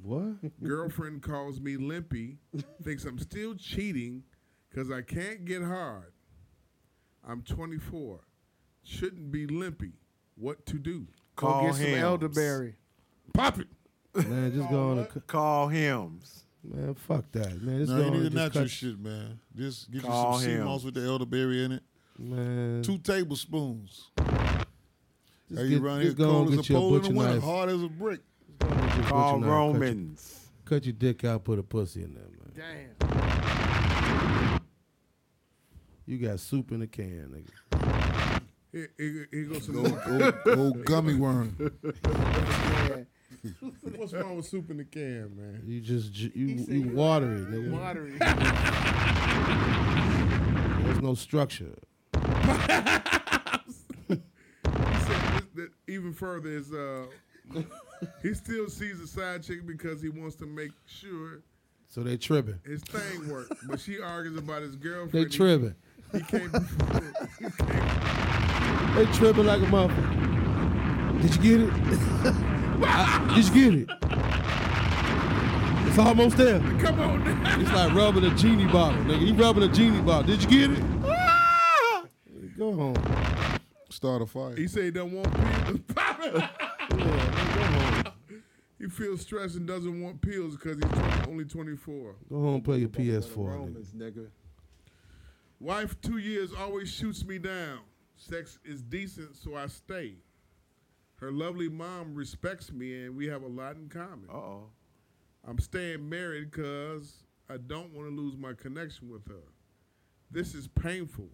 What?
Girlfriend calls me limpy, thinks I'm still cheating because I can't get hard. I'm 24. Shouldn't be limpy. What to do?
Go Call get some Hims. elderberry.
Pop it.
Man, just go on. A,
Call him.
man, fuck that, man. Just
No,
go
you
on
need a
and just
natural
cut-
shit, man. Just get
Call
you some sea
him.
moss with the elderberry in it.
Man,
Two tablespoons.
just
Are you
get-
around here
just go
cold
and
as a
get you
pole in the
butcher
winter,
knife.
hard as a brick?
Get your
Call
butcher knife, cut your-
Romans.
Cut your dick out, put a pussy in there, man.
Damn.
You got soup in a can, nigga.
Here, here, here goes some
Old, old, old gummy worm.
What's wrong with soup in the can, man?
You just ju- you you watery, nigga.
Watery.
There's no structure.
He said this- that even further is uh, he still sees a side chick because he wants to make sure
So they tripping.
his thing works. but she argues about his girlfriend.
They
He-
tripping.
He, can't. he can't-
They tripping like a motherfucker. Did you get it? I- did you get it? It's almost there.
Come on, now.
It's like rubbing a genie bottle, nigga. You rubbing a genie bottle. Did you get it? Ah! Go home.
Start a fire.
He said he don't want pills. he feels stressed and doesn't want pills because he's 20, only 24.
Go home and play your PS4, nigga.
nigga.
Wife, two years, always shoots me down. Sex is decent, so I stay. Her lovely mom respects me, and we have a lot in common.
Uh oh.
I'm staying married because I don't want to lose my connection with her. This is painful.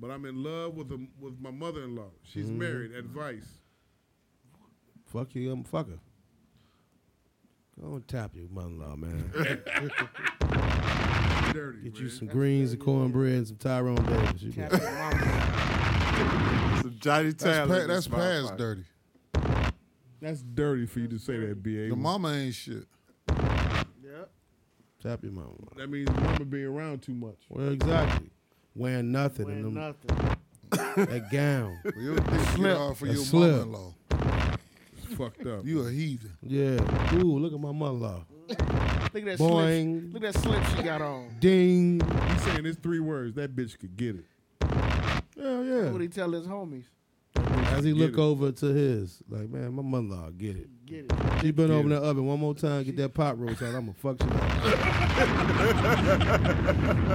but I'm in love with a, with my mother-in-law. She's
Mhm.
married. Advice.
Fuck you, um, fuck her. Go and tap your mother-in-law, man.
Dirty,
Get you some greens, and cornbread, some Tyrone Davis. You
Tap
be-
your mama.
Some Johnny
That's pa-
Taylor in
that's
this
past
motherfucker.
dirty.
That's dirty for you to say that, BA.
The mama ain't shit.
Tap your mama.
That means mama be around too much.
Well, exactly. Wearing nothing. in
Wearing
them,
nothing.
That gown.
Well, your dick get hard for
That
your
slip.
mother-in-law.
It's fucked up.
You a heathen.
Yeah. Ooh, look at my mother-in-law.
Look at that
Boing.
slip. Look at that slip she got on.
Ding.
He's saying it's three words. That bitch could get it.
Hell
That's
yeah.
what he tell his homies.
As he
Get
look
it.
over to his, like, man, my mother-in-law, get it.
Get it.
She been
Get
over in
it.
the oven one more time, get that pot roast out. I'ma fuck shit up.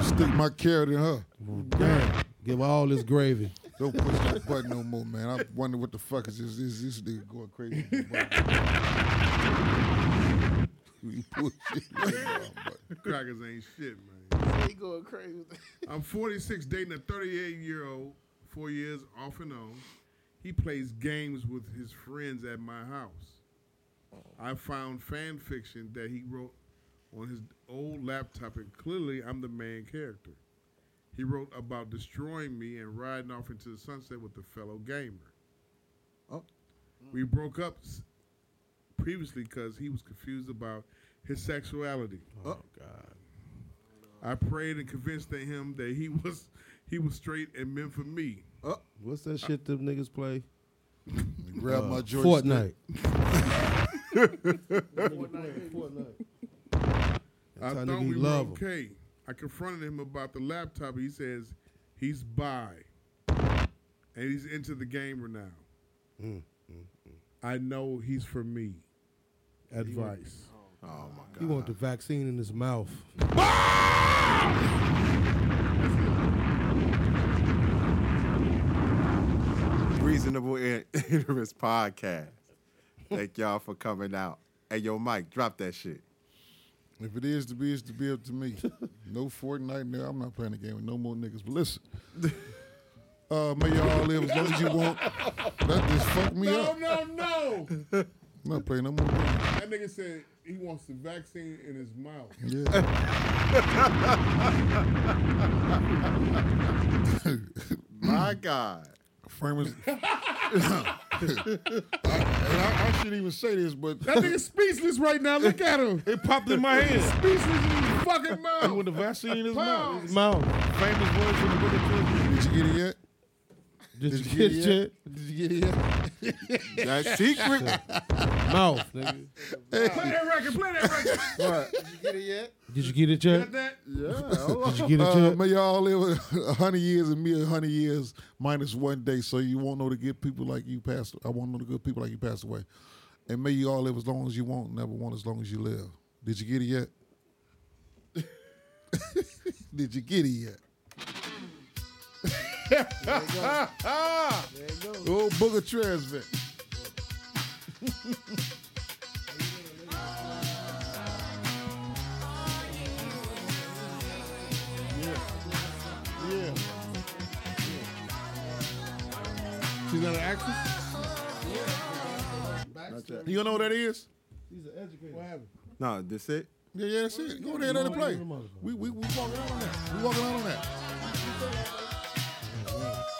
Stick my carrot in her.
Damn. Give her all this gravy.
Don't push that button no more, man. I wonder what the fuck is this. This, this nigga going crazy. with the button. you push it.
Crackers ain't shit, man.
He going crazy.
I'm 46, dating a 38 year old, four years off and on. He plays games with his friends at my house. I found fan fiction that he wrote on his old laptop, and clearly I'm the main character. He wrote about destroying me and riding off into the sunset with a fellow gamer.
Oh.
We broke up s- previously because he was confused about his sexuality.
Oh God.
I prayed and convinced that him that he was he was straight and meant for me.
What's that shit them niggas play?
Grab my
Uh,
joystick.
Fortnite.
I
That's how
thought
nigga
we were
love 'em.
okay. I confronted him about the laptop. He says he's bi, and he's into the gamer now.
Mm,
I know he's for me. Advice.
Oh my
He
God.
want the vaccine in his mouth.
Reasonable in- Interest Podcast. Thank y'all for coming out. Hey, yo, Mike, drop that shit.
If it is to be, it's to be up to me. No Fortnite in there. I'm not playing the game with no more niggas. But listen, uh, may y'all live as long as you want. That just fucked me
No,
up.
no, no!
I'm not playing no more games.
that nigga said he wants the vaccine in his mouth.
Yeah.
My God.
Framers. I, and I, I shouldn't even say this, but
That nigga speechless right now. Look at him.
It popped in my head.
speechless in his fucking mouth.
With the vaccine in his mouth.
Pounds.
Mouth.
Famous words from the book of Children.
did you get it yet?
Did
Did
you get it yet?
Did you get it yet?
That secret.
Mouth, nigga.
Play that record. Play that record.
Did you get it yet?
Got that?
Did you get it
Uh,
yet?
may y'all live a hundred years and me a hundred years minus one day, so you won't know the good people like you passed. I won't know the good people like you passed away, and may you all live as long as you want, never want as long as you live. Did you get it yet? Did you get it yet?
There you go.
Old booger transmit.
Yeah. She's not an actress?
You don't know what that is?
He's an educator.
What happened?
No, this it?
Yeah, yeah, that's it. Go ahead and play. We we we walking out on that. We walking out on that.